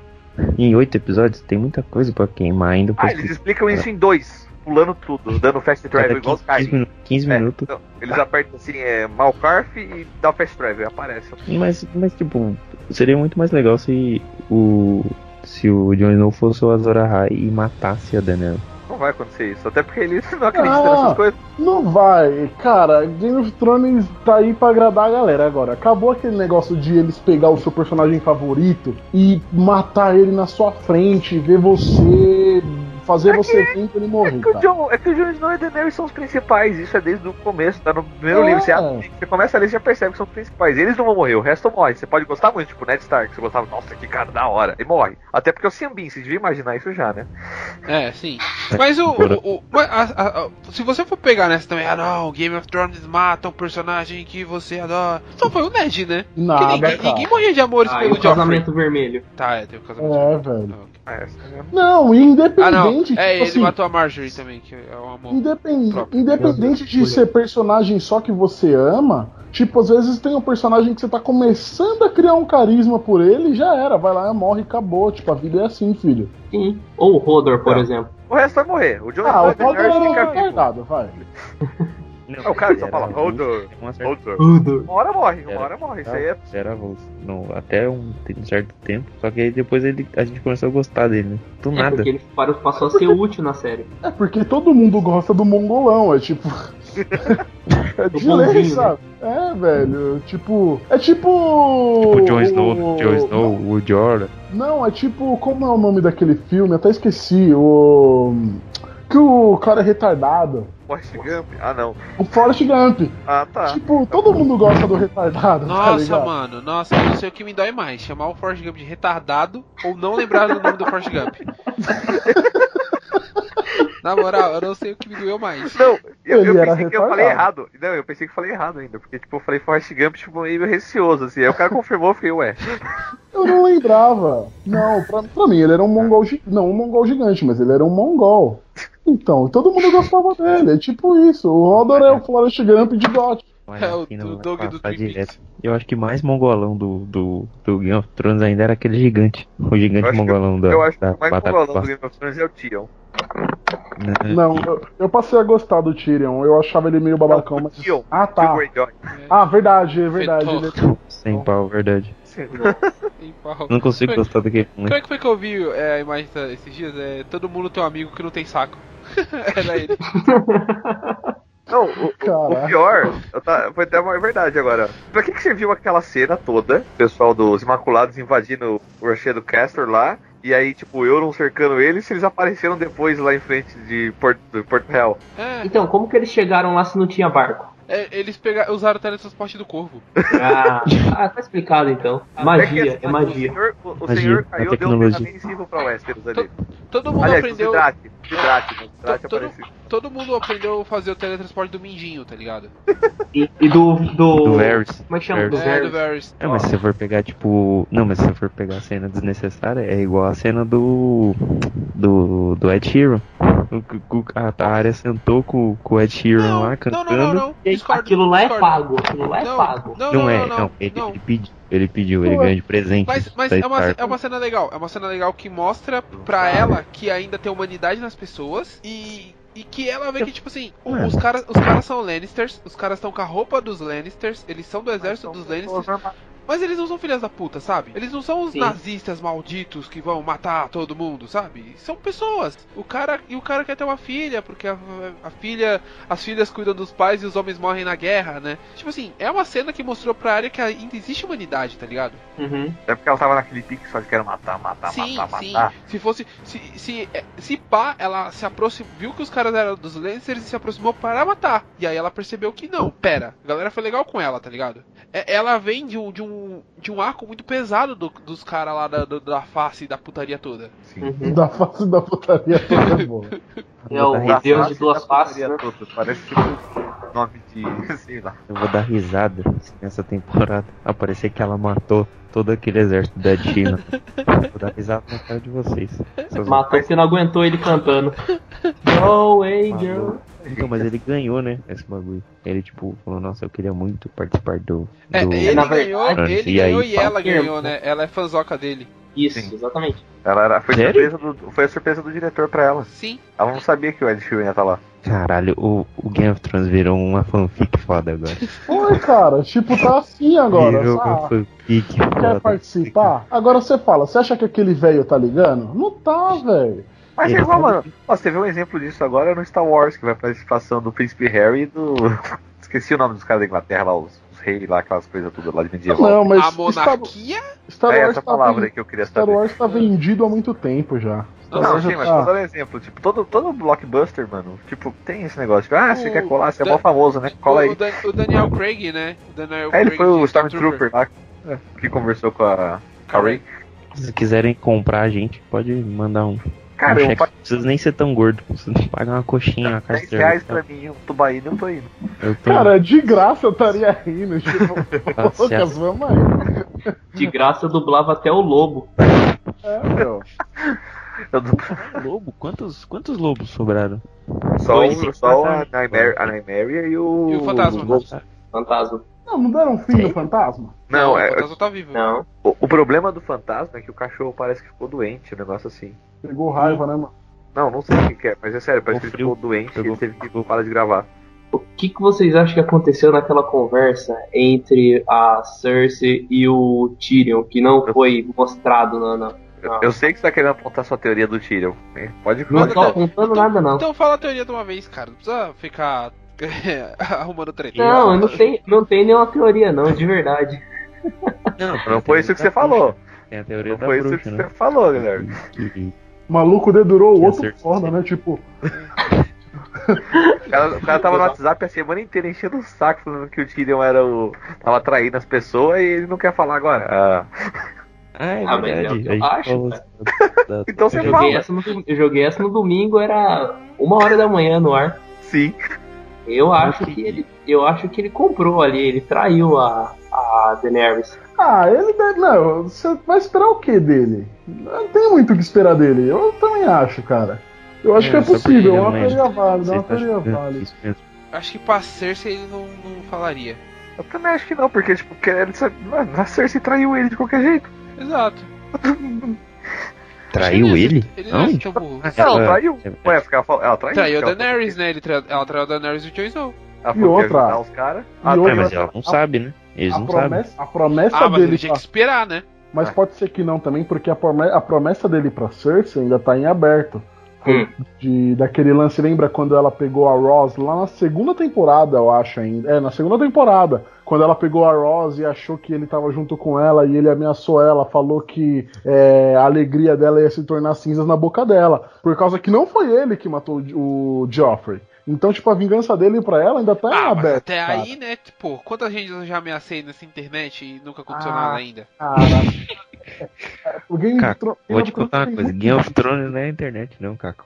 Speaker 1: Em oito episódios tem muita coisa pra queimar ainda.
Speaker 4: ah,
Speaker 1: porque
Speaker 4: eles explicam
Speaker 7: É.
Speaker 4: isso em dois, pulando tudo, dando fast travel
Speaker 1: cada
Speaker 4: igual
Speaker 1: 15,
Speaker 4: os Skyrim.
Speaker 1: minu- 15
Speaker 4: É,
Speaker 1: minutos.
Speaker 4: não, eles apertam assim, é Malkarf e dá fast travel, aparece.
Speaker 1: Mas, mas, tipo, seria muito mais legal se o. Se o Jon Snow fosse o Azor Ahai e matasse a Daenerys.
Speaker 4: Não vai acontecer isso, até porque eles não acreditam
Speaker 3: Ah.
Speaker 4: nessas coisas.
Speaker 3: Não vai, cara. Game of Thrones tá aí pra agradar a galera agora. Acabou aquele negócio de eles pegar o seu personagem favorito e matar ele na sua frente, ver você. fazer
Speaker 2: É
Speaker 3: você vir pra ele morrer.
Speaker 4: É que, o
Speaker 3: Cara.
Speaker 4: John, é que o Jon Snow e a Daenerys são os principais, isso é desde o começo, tá no primeiro
Speaker 3: É.
Speaker 4: livro. Você, abre, você começa a ler e já percebe que são os principais. Eles não vão morrer, o resto morre. Você pode gostar muito, tipo, Ned Stark, você gostava, nossa, que cara da hora, e morre. Até porque o Simbin, você devia imaginar isso já, né?
Speaker 2: É, sim. Mas o. o- o- mas a- a- a- se você for pegar nessa também, ah não, Game of Thrones mata o personagem que você adora. Só foi o Ned, né? Porque
Speaker 3: Nada,
Speaker 2: ninguém, ninguém
Speaker 3: cara.
Speaker 2: morria de amor
Speaker 7: ah, e
Speaker 2: pelo
Speaker 7: o
Speaker 2: Joffrey.
Speaker 7: casamento vermelho.
Speaker 2: Tá, é, tem o casamento.
Speaker 3: É, velho.
Speaker 2: Ah, ok.
Speaker 4: É,
Speaker 3: Não,
Speaker 2: Ah, não.
Speaker 3: independente.
Speaker 2: É,
Speaker 3: tipo
Speaker 2: ele
Speaker 3: assim,
Speaker 2: matou a Marjorie também, que é um amor.
Speaker 3: Independ-
Speaker 2: Próprio.
Speaker 3: Independente de ser personagem só que você ama, tipo, às vezes tem um personagem que você tá começando a criar um carisma por ele e já era, vai lá, morre e acabou. Tipo, a vida é assim, filho.
Speaker 7: Sim. Ou o Rodor, por
Speaker 4: Não.
Speaker 7: exemplo.
Speaker 4: o resto vai morrer. O Jon Snow
Speaker 3: Ah, o
Speaker 4: e a
Speaker 3: Rodor
Speaker 4: Daenerys
Speaker 3: era um
Speaker 4: fica vivo.
Speaker 3: retardado, vai.
Speaker 1: Não,
Speaker 4: É, o cara só fala,
Speaker 1: hold
Speaker 4: Hodor, Hodor.
Speaker 7: Rodor.
Speaker 4: Uma hora morre, uma
Speaker 1: Era.
Speaker 4: hora morre. Isso aí é.
Speaker 1: Era avulso. não, até um, tem um certo tempo. Só que aí depois ele, a gente começou a gostar dele, né? Do
Speaker 7: É
Speaker 1: nada.
Speaker 7: porque ele parou- passou a ser útil na série.
Speaker 3: É porque todo mundo gosta do mongolão, é tipo. [LAUGHS] é de
Speaker 7: Do
Speaker 3: lei,
Speaker 1: né?
Speaker 7: bonzinho,
Speaker 3: sabe? É, velho. Tipo. É tipo.
Speaker 1: Tipo, o Jon Snow, o... Jon Snow, o Jorah.
Speaker 3: Não, é tipo, como é o nome daquele filme? Até esqueci. O. Que o cara é retardado.
Speaker 4: Forrest Gump? Ah, não.
Speaker 3: O Forrest Gump.
Speaker 4: Ah, tá.
Speaker 3: Tipo, todo mundo gosta do retardado, tá
Speaker 2: Nossa,
Speaker 3: ligado?
Speaker 2: mano, nossa, eu não sei o que me dói mais. Chamar o Forrest Gump de retardado ou não lembrar do nome do Forrest
Speaker 3: [LAUGHS]
Speaker 2: Gump. Na moral, eu não sei o que me doeu mais.
Speaker 4: Não, eu,
Speaker 3: Ele
Speaker 4: eu
Speaker 3: era
Speaker 4: pensei que eu falei
Speaker 3: retardado.
Speaker 4: errado. Não, eu pensei que eu falei errado ainda. Porque, tipo, eu falei Forrest Gump, tipo, meio receoso, assim. Aí o cara confirmou, eu falei, ué.
Speaker 3: Eu não lembrava. Não, pra, pra mim ele era um mongol gi- Não um mongol gigante, mas ele era um mongol. Então, todo mundo gostava dele. É tipo isso. O Rodor é o Forrest Gump de Got.
Speaker 1: Mas
Speaker 2: É, o
Speaker 1: assim,
Speaker 2: do-
Speaker 1: não vai
Speaker 2: Doug
Speaker 1: passar
Speaker 2: do Twin Peaks.
Speaker 1: direto. Eu acho que mais mongolão do, do, do Game of Thrones ainda era aquele gigante. O
Speaker 4: Eu
Speaker 1: gigante
Speaker 4: acho que-
Speaker 1: mongolão da.
Speaker 4: Eu acho que
Speaker 1: da
Speaker 4: o mais
Speaker 1: batata
Speaker 4: bolão do Game of Thrones é o
Speaker 3: [LAUGHS]
Speaker 4: Tion.
Speaker 1: frita, né?
Speaker 3: Não, eu, eu passei a gostar do Tyrion. Eu achava ele meio babacão,
Speaker 4: Não, o
Speaker 3: mas.
Speaker 4: Tyrion.
Speaker 3: Ah, tá.
Speaker 4: Tio Greyjoy.
Speaker 3: Ah, verdade, é verdade. Ele...
Speaker 1: Sem pau, verdade.
Speaker 3: [LAUGHS]
Speaker 2: Sem pau.
Speaker 1: Não consigo
Speaker 2: Como é
Speaker 1: gostar daquele.
Speaker 2: Como é que foi que eu vi é, a imagem tá- esses dias? É, todo mundo tem um amigo que não tem saco. [LAUGHS] Era ele.
Speaker 4: Não, o, o-
Speaker 3: Caraca.
Speaker 4: o pior, eu tá, foi até uma verdade agora. Pra que, que serviu aquela cena toda? O pessoal dos Imaculados invadindo o Rochedo Castor lá. E aí, tipo, eu não cercando eles, se eles apareceram depois lá em frente de Porto, de Porto Real.
Speaker 2: É,
Speaker 7: Então, como que eles chegaram lá se não tinha barco?
Speaker 2: é, eles pegaram, usaram o teletransporte do corvo.
Speaker 7: Ah, [LAUGHS] ah, tá explicado então.
Speaker 4: Até
Speaker 7: Magia,
Speaker 4: que,
Speaker 7: é magia.
Speaker 4: O senhor, o- o
Speaker 1: Magia,
Speaker 4: senhor
Speaker 1: a
Speaker 4: caiu, deu um
Speaker 1: tecnologia.
Speaker 4: treinamento invisível pra Westeros ali.
Speaker 2: Todo mundo
Speaker 4: Aliás,
Speaker 2: aprendeu.
Speaker 4: o Sidrate. Sidrate, o Sidrate
Speaker 2: Todo-
Speaker 4: apareceu.
Speaker 2: Todo mundo aprendeu a fazer o teletransporte do Mindinho, tá ligado?
Speaker 7: E, e do. do.
Speaker 1: Do Varys.
Speaker 7: Como é que chama? Do
Speaker 1: Varys.
Speaker 2: É, do
Speaker 7: Varys.
Speaker 2: Varys.
Speaker 1: É, mas se você for pegar, tipo. Não, mas se você for pegar a cena desnecessária, é igual a cena do. Do, do Ed Sheeran. O- o- o- a, a área sentou com, com o Ed Sheeran lá
Speaker 2: não,
Speaker 1: cantando.
Speaker 2: não, não. Discordo,
Speaker 7: Aquilo lá é
Speaker 2: discordo.
Speaker 7: pago, aquilo lá é
Speaker 2: Não,
Speaker 7: pago.
Speaker 2: Não,
Speaker 1: Não
Speaker 2: não,
Speaker 1: é,
Speaker 2: não,
Speaker 1: não.
Speaker 2: não,
Speaker 1: Ele,
Speaker 2: não.
Speaker 1: ele pediu, ele pediu, ele
Speaker 3: Pô,
Speaker 1: ganhou de presente.
Speaker 2: Mas, mas
Speaker 1: da
Speaker 2: é, uma,
Speaker 1: Star.
Speaker 2: é uma cena legal. É uma cena legal que mostra pra ela que ainda tem humanidade nas pessoas e. E que ela vê que, tipo assim, o-
Speaker 1: Ué.
Speaker 2: os caras os caras são Lannisters, os caras estão com a roupa dos Lannisters, eles são do exército dos Lannisters, Mas eles não são filhas da puta, sabe? Eles não são os
Speaker 7: Sim.
Speaker 2: nazistas malditos que vão matar todo mundo, sabe? São pessoas. O cara e o cara quer ter uma filha porque a, a filha, as filhas cuidam dos pais e os homens morrem na guerra, né? Tipo assim, é uma cena que mostrou pra área que ainda existe humanidade, tá ligado?
Speaker 7: Uhum.
Speaker 4: É porque ela tava naquele pique só de quero matar, matar,
Speaker 2: sim,
Speaker 4: matar,
Speaker 2: sim.
Speaker 4: matar.
Speaker 2: Se fosse. Se, se, é, se pá, ela se aproximou. Viu que os caras eram dos Lancers e se aproximou para matar. E aí ela percebeu que não, pera. A galera foi legal com ela, tá ligado? É, ela vem de um, de um, de um arco muito pesado do- dos caras lá da, do- da face e da putaria toda.
Speaker 4: Sim.
Speaker 7: Uhum.
Speaker 3: é Da face da putaria toda boa.
Speaker 7: É o
Speaker 1: Tá
Speaker 7: Deus
Speaker 4: face
Speaker 7: de duas
Speaker 4: da
Speaker 7: faces.
Speaker 4: putaria
Speaker 7: né?
Speaker 4: toda. Parece tipo nome de. [LAUGHS] sei lá.
Speaker 1: Eu vou dar risada se nessa temporada aparecer que ela matou todo aquele exército da China. vou dar risada na cara de vocês. Essas-
Speaker 7: Matou porque não aguentou ele cantando. [LAUGHS] Go away, girl.
Speaker 1: Então, mas ele ganhou, né? Esse bagulho. Ele, tipo, falou: Nossa, eu queria muito participar do. do...
Speaker 2: É, ele
Speaker 7: Na verdade,
Speaker 2: ganhou, ele
Speaker 1: e aí,
Speaker 2: ganhou e
Speaker 1: pá.
Speaker 2: ela ganhou, né? Ela é fanzoca dele.
Speaker 7: Isso,
Speaker 4: Sim.
Speaker 7: exatamente.
Speaker 4: Ela era, foi,
Speaker 1: Sério?
Speaker 4: surpresa do, foi a surpresa do diretor pra ela.
Speaker 2: Sim.
Speaker 4: Ela não sabia que o Ed Sheeran ia estar lá.
Speaker 1: Caralho, o, o Game of Thrones virou uma fanfic foda agora.
Speaker 3: Foi, cara. Tipo, tá assim agora.
Speaker 1: virou uma
Speaker 3: sabe?
Speaker 1: fanfic foda.
Speaker 3: Quer participar? Agora você fala, você acha que aquele velho tá ligando? Não tá, velho.
Speaker 4: Mas é
Speaker 1: Ele
Speaker 4: igual,
Speaker 1: sabe.
Speaker 4: mano. Ó, você vê um exemplo disso agora no Star Wars, que vai a participação do Príncipe Harry e do. [LAUGHS] Esqueci o nome dos caras da Inglaterra lá, os, os reis lá, aquelas coisas tudo lá de medieval.
Speaker 3: Não, mas tá
Speaker 2: a
Speaker 3: Star,
Speaker 2: monarquia?
Speaker 3: Star
Speaker 4: é
Speaker 3: Wars
Speaker 4: essa
Speaker 3: tá
Speaker 4: palavra
Speaker 3: ven-
Speaker 4: aí que eu queria
Speaker 3: Star
Speaker 4: saber.
Speaker 3: Wars tá vendido há muito tempo já. Star
Speaker 4: Não,
Speaker 3: Wars já
Speaker 4: sim, mas
Speaker 3: tá-
Speaker 4: tô dando exemplo. Tipo, todo, todo blockbuster, mano, tipo, tem esse negócio. Tipo, ah, você
Speaker 2: O
Speaker 4: quer colar, você é
Speaker 2: Dan-
Speaker 4: mó famoso, né?
Speaker 2: O,
Speaker 4: Cola aí.
Speaker 2: Dan- o Daniel Craig, né? O Daniel
Speaker 4: Aí ele
Speaker 2: Craig
Speaker 4: foi o
Speaker 2: de
Speaker 4: Stormtrooper lá é, que conversou com a Carrie.
Speaker 1: Se quiserem comprar a gente, pode mandar um. um
Speaker 4: Cara, eu
Speaker 1: cheque.
Speaker 4: pago
Speaker 1: Não precisa nem ser tão gordo. Precisa pagar uma coxinha, uma
Speaker 4: 10
Speaker 1: carteira.
Speaker 4: reais pra mim, um tubaíno e um toíno.
Speaker 1: Eu tô
Speaker 3: Cara, de graça eu estaria rindo. Tipo,
Speaker 1: [LAUGHS]
Speaker 3: [LAUGHS]
Speaker 1: Tá certo.
Speaker 3: Lucas, vamos aí.
Speaker 7: De graça eu dublava até o lobo.
Speaker 3: É, meu.
Speaker 4: [LAUGHS] Eu dou
Speaker 1: lobo? Quantos, quantos lobos sobraram?
Speaker 4: Só,
Speaker 7: Dois,
Speaker 4: o-
Speaker 7: sim,
Speaker 4: só a
Speaker 1: passar.
Speaker 4: Nightmare, a Nightmare e o.
Speaker 2: E o fantasma. né?
Speaker 4: Ghost.
Speaker 7: Fantasma.
Speaker 3: Não, não deram fim no fantasma?
Speaker 4: Não, é,
Speaker 2: o fantasma tá vivo.
Speaker 7: Não.
Speaker 4: o, o problema do fantasma é que o cachorro parece que ficou doente, um negócio assim.
Speaker 3: Pegou raiva, né, mano?
Speaker 4: Não, não sei o que, que é, mas é sério, parece que
Speaker 1: Ficou
Speaker 4: ele ficou doente
Speaker 1: Pegou
Speaker 4: e teve que parar de gravar.
Speaker 7: O que, que vocês acham que aconteceu naquela conversa entre a Cersei e o Tyrion, que não foi mostrado na. na- na-
Speaker 4: Eu sei que você tá querendo apontar sua teoria do Tyrion. né? Pode
Speaker 7: Não
Speaker 2: Manda
Speaker 7: tô
Speaker 2: tá-
Speaker 7: apontando nada, não.
Speaker 2: Então fala a teoria de uma vez, cara. Não precisa ficar [LAUGHS] arrumando treta.
Speaker 7: Não, eu não tem, não tem nenhuma teoria, não, de verdade.
Speaker 1: Não,
Speaker 4: Não foi isso que você
Speaker 3: é
Speaker 4: falou.
Speaker 1: Tem a teoria
Speaker 4: Não
Speaker 1: da
Speaker 4: foi isso que
Speaker 1: bruxa, né?
Speaker 4: você falou, Guilherme.
Speaker 1: Que-
Speaker 3: O maluco dedurou o
Speaker 1: Que
Speaker 3: outro
Speaker 1: acerto.
Speaker 3: foda, né? Tipo,
Speaker 4: O cara, o cara tava no WhatsApp a semana inteira enchendo o saco falando que o Tyrion era o. tava traindo as pessoas e ele não quer falar agora. Ah,
Speaker 1: Ah, é
Speaker 7: Ah, mas é o
Speaker 1: verdade. A
Speaker 7: que eu
Speaker 1: gente
Speaker 7: acho,
Speaker 1: falou
Speaker 7: cara.
Speaker 1: da- da-
Speaker 4: [LAUGHS] Então você
Speaker 7: Eu
Speaker 1: da-
Speaker 4: fala.
Speaker 7: joguei, essa no, dom- eu joguei essa no domingo, era uma hora da manhã no ar.
Speaker 4: sim.
Speaker 7: Eu acho que ele. Eu acho que ele comprou ali, ele traiu a, a Daenerys.
Speaker 3: ah, ele deve. Não, você vai esperar o que dele? Não tem muito o que esperar dele. Eu também acho, cara. Eu acho
Speaker 1: É,
Speaker 3: que é
Speaker 1: só porque
Speaker 3: possível,
Speaker 1: ele
Speaker 3: é uma
Speaker 1: não é-
Speaker 3: teoria válida, é uma
Speaker 1: Você tá
Speaker 3: teoria
Speaker 1: achando
Speaker 3: válida.
Speaker 1: isso mesmo.
Speaker 2: Acho que pra Cersei ele não, não falaria.
Speaker 4: Eu também acho que não, porque, tipo, porque ele sabe. Mano, a Cersei traiu ele de qualquer jeito.
Speaker 2: Exato.
Speaker 1: Traiu ele?
Speaker 2: Ele não,
Speaker 1: Não?
Speaker 2: é tão burro.
Speaker 4: Ela
Speaker 1: Ela-
Speaker 4: traiu. Ué, porque ela falou. Ela traiu.
Speaker 2: Traiu a
Speaker 4: porque ela falou
Speaker 2: Daenerys, né? Ele tra- Ela traiu a Daenerys e o Jon Snow.
Speaker 4: que- Ela falou
Speaker 3: E
Speaker 4: que ia
Speaker 3: outra.
Speaker 4: ajudar os caras.
Speaker 3: E
Speaker 4: Ah,
Speaker 1: É,
Speaker 3: outra.
Speaker 4: tá,
Speaker 1: mas ela não sabe, né? Eles
Speaker 3: A
Speaker 1: não sabem.
Speaker 3: promessa, a promessa
Speaker 2: Ah, mas
Speaker 3: dele. tá-
Speaker 2: ele tinha que esperar, né?
Speaker 3: Mas
Speaker 1: É.
Speaker 3: pode ser que não também, porque a, prome- a promessa dele pra Cersei ainda tá em aberto.
Speaker 7: Hum.
Speaker 3: De, daquele lance, lembra quando ela pegou a Ross lá na segunda temporada, eu acho ainda. É, na segunda temporada. Quando ela pegou a Ross e achou que ele tava junto com ela e ele ameaçou ela, falou que é, a alegria dela ia se tornar cinzas na boca dela. Por causa que não foi ele que matou o o Joffrey. Então, tipo, a vingança dele pra ela ainda tá em
Speaker 2: Ah, mas
Speaker 3: aberto.
Speaker 2: até
Speaker 3: cara.
Speaker 2: aí, né? Tipo, quanta gente eu já ameacei nessa internet e nunca aconteceu
Speaker 3: Ah.
Speaker 2: nada ainda?
Speaker 3: Cara,
Speaker 2: [LAUGHS]
Speaker 3: o Game
Speaker 1: Cara,
Speaker 3: of Thrones.
Speaker 1: Vou te contar
Speaker 3: tem
Speaker 1: uma coisa. Game of Thrones não é internet, não, Caco.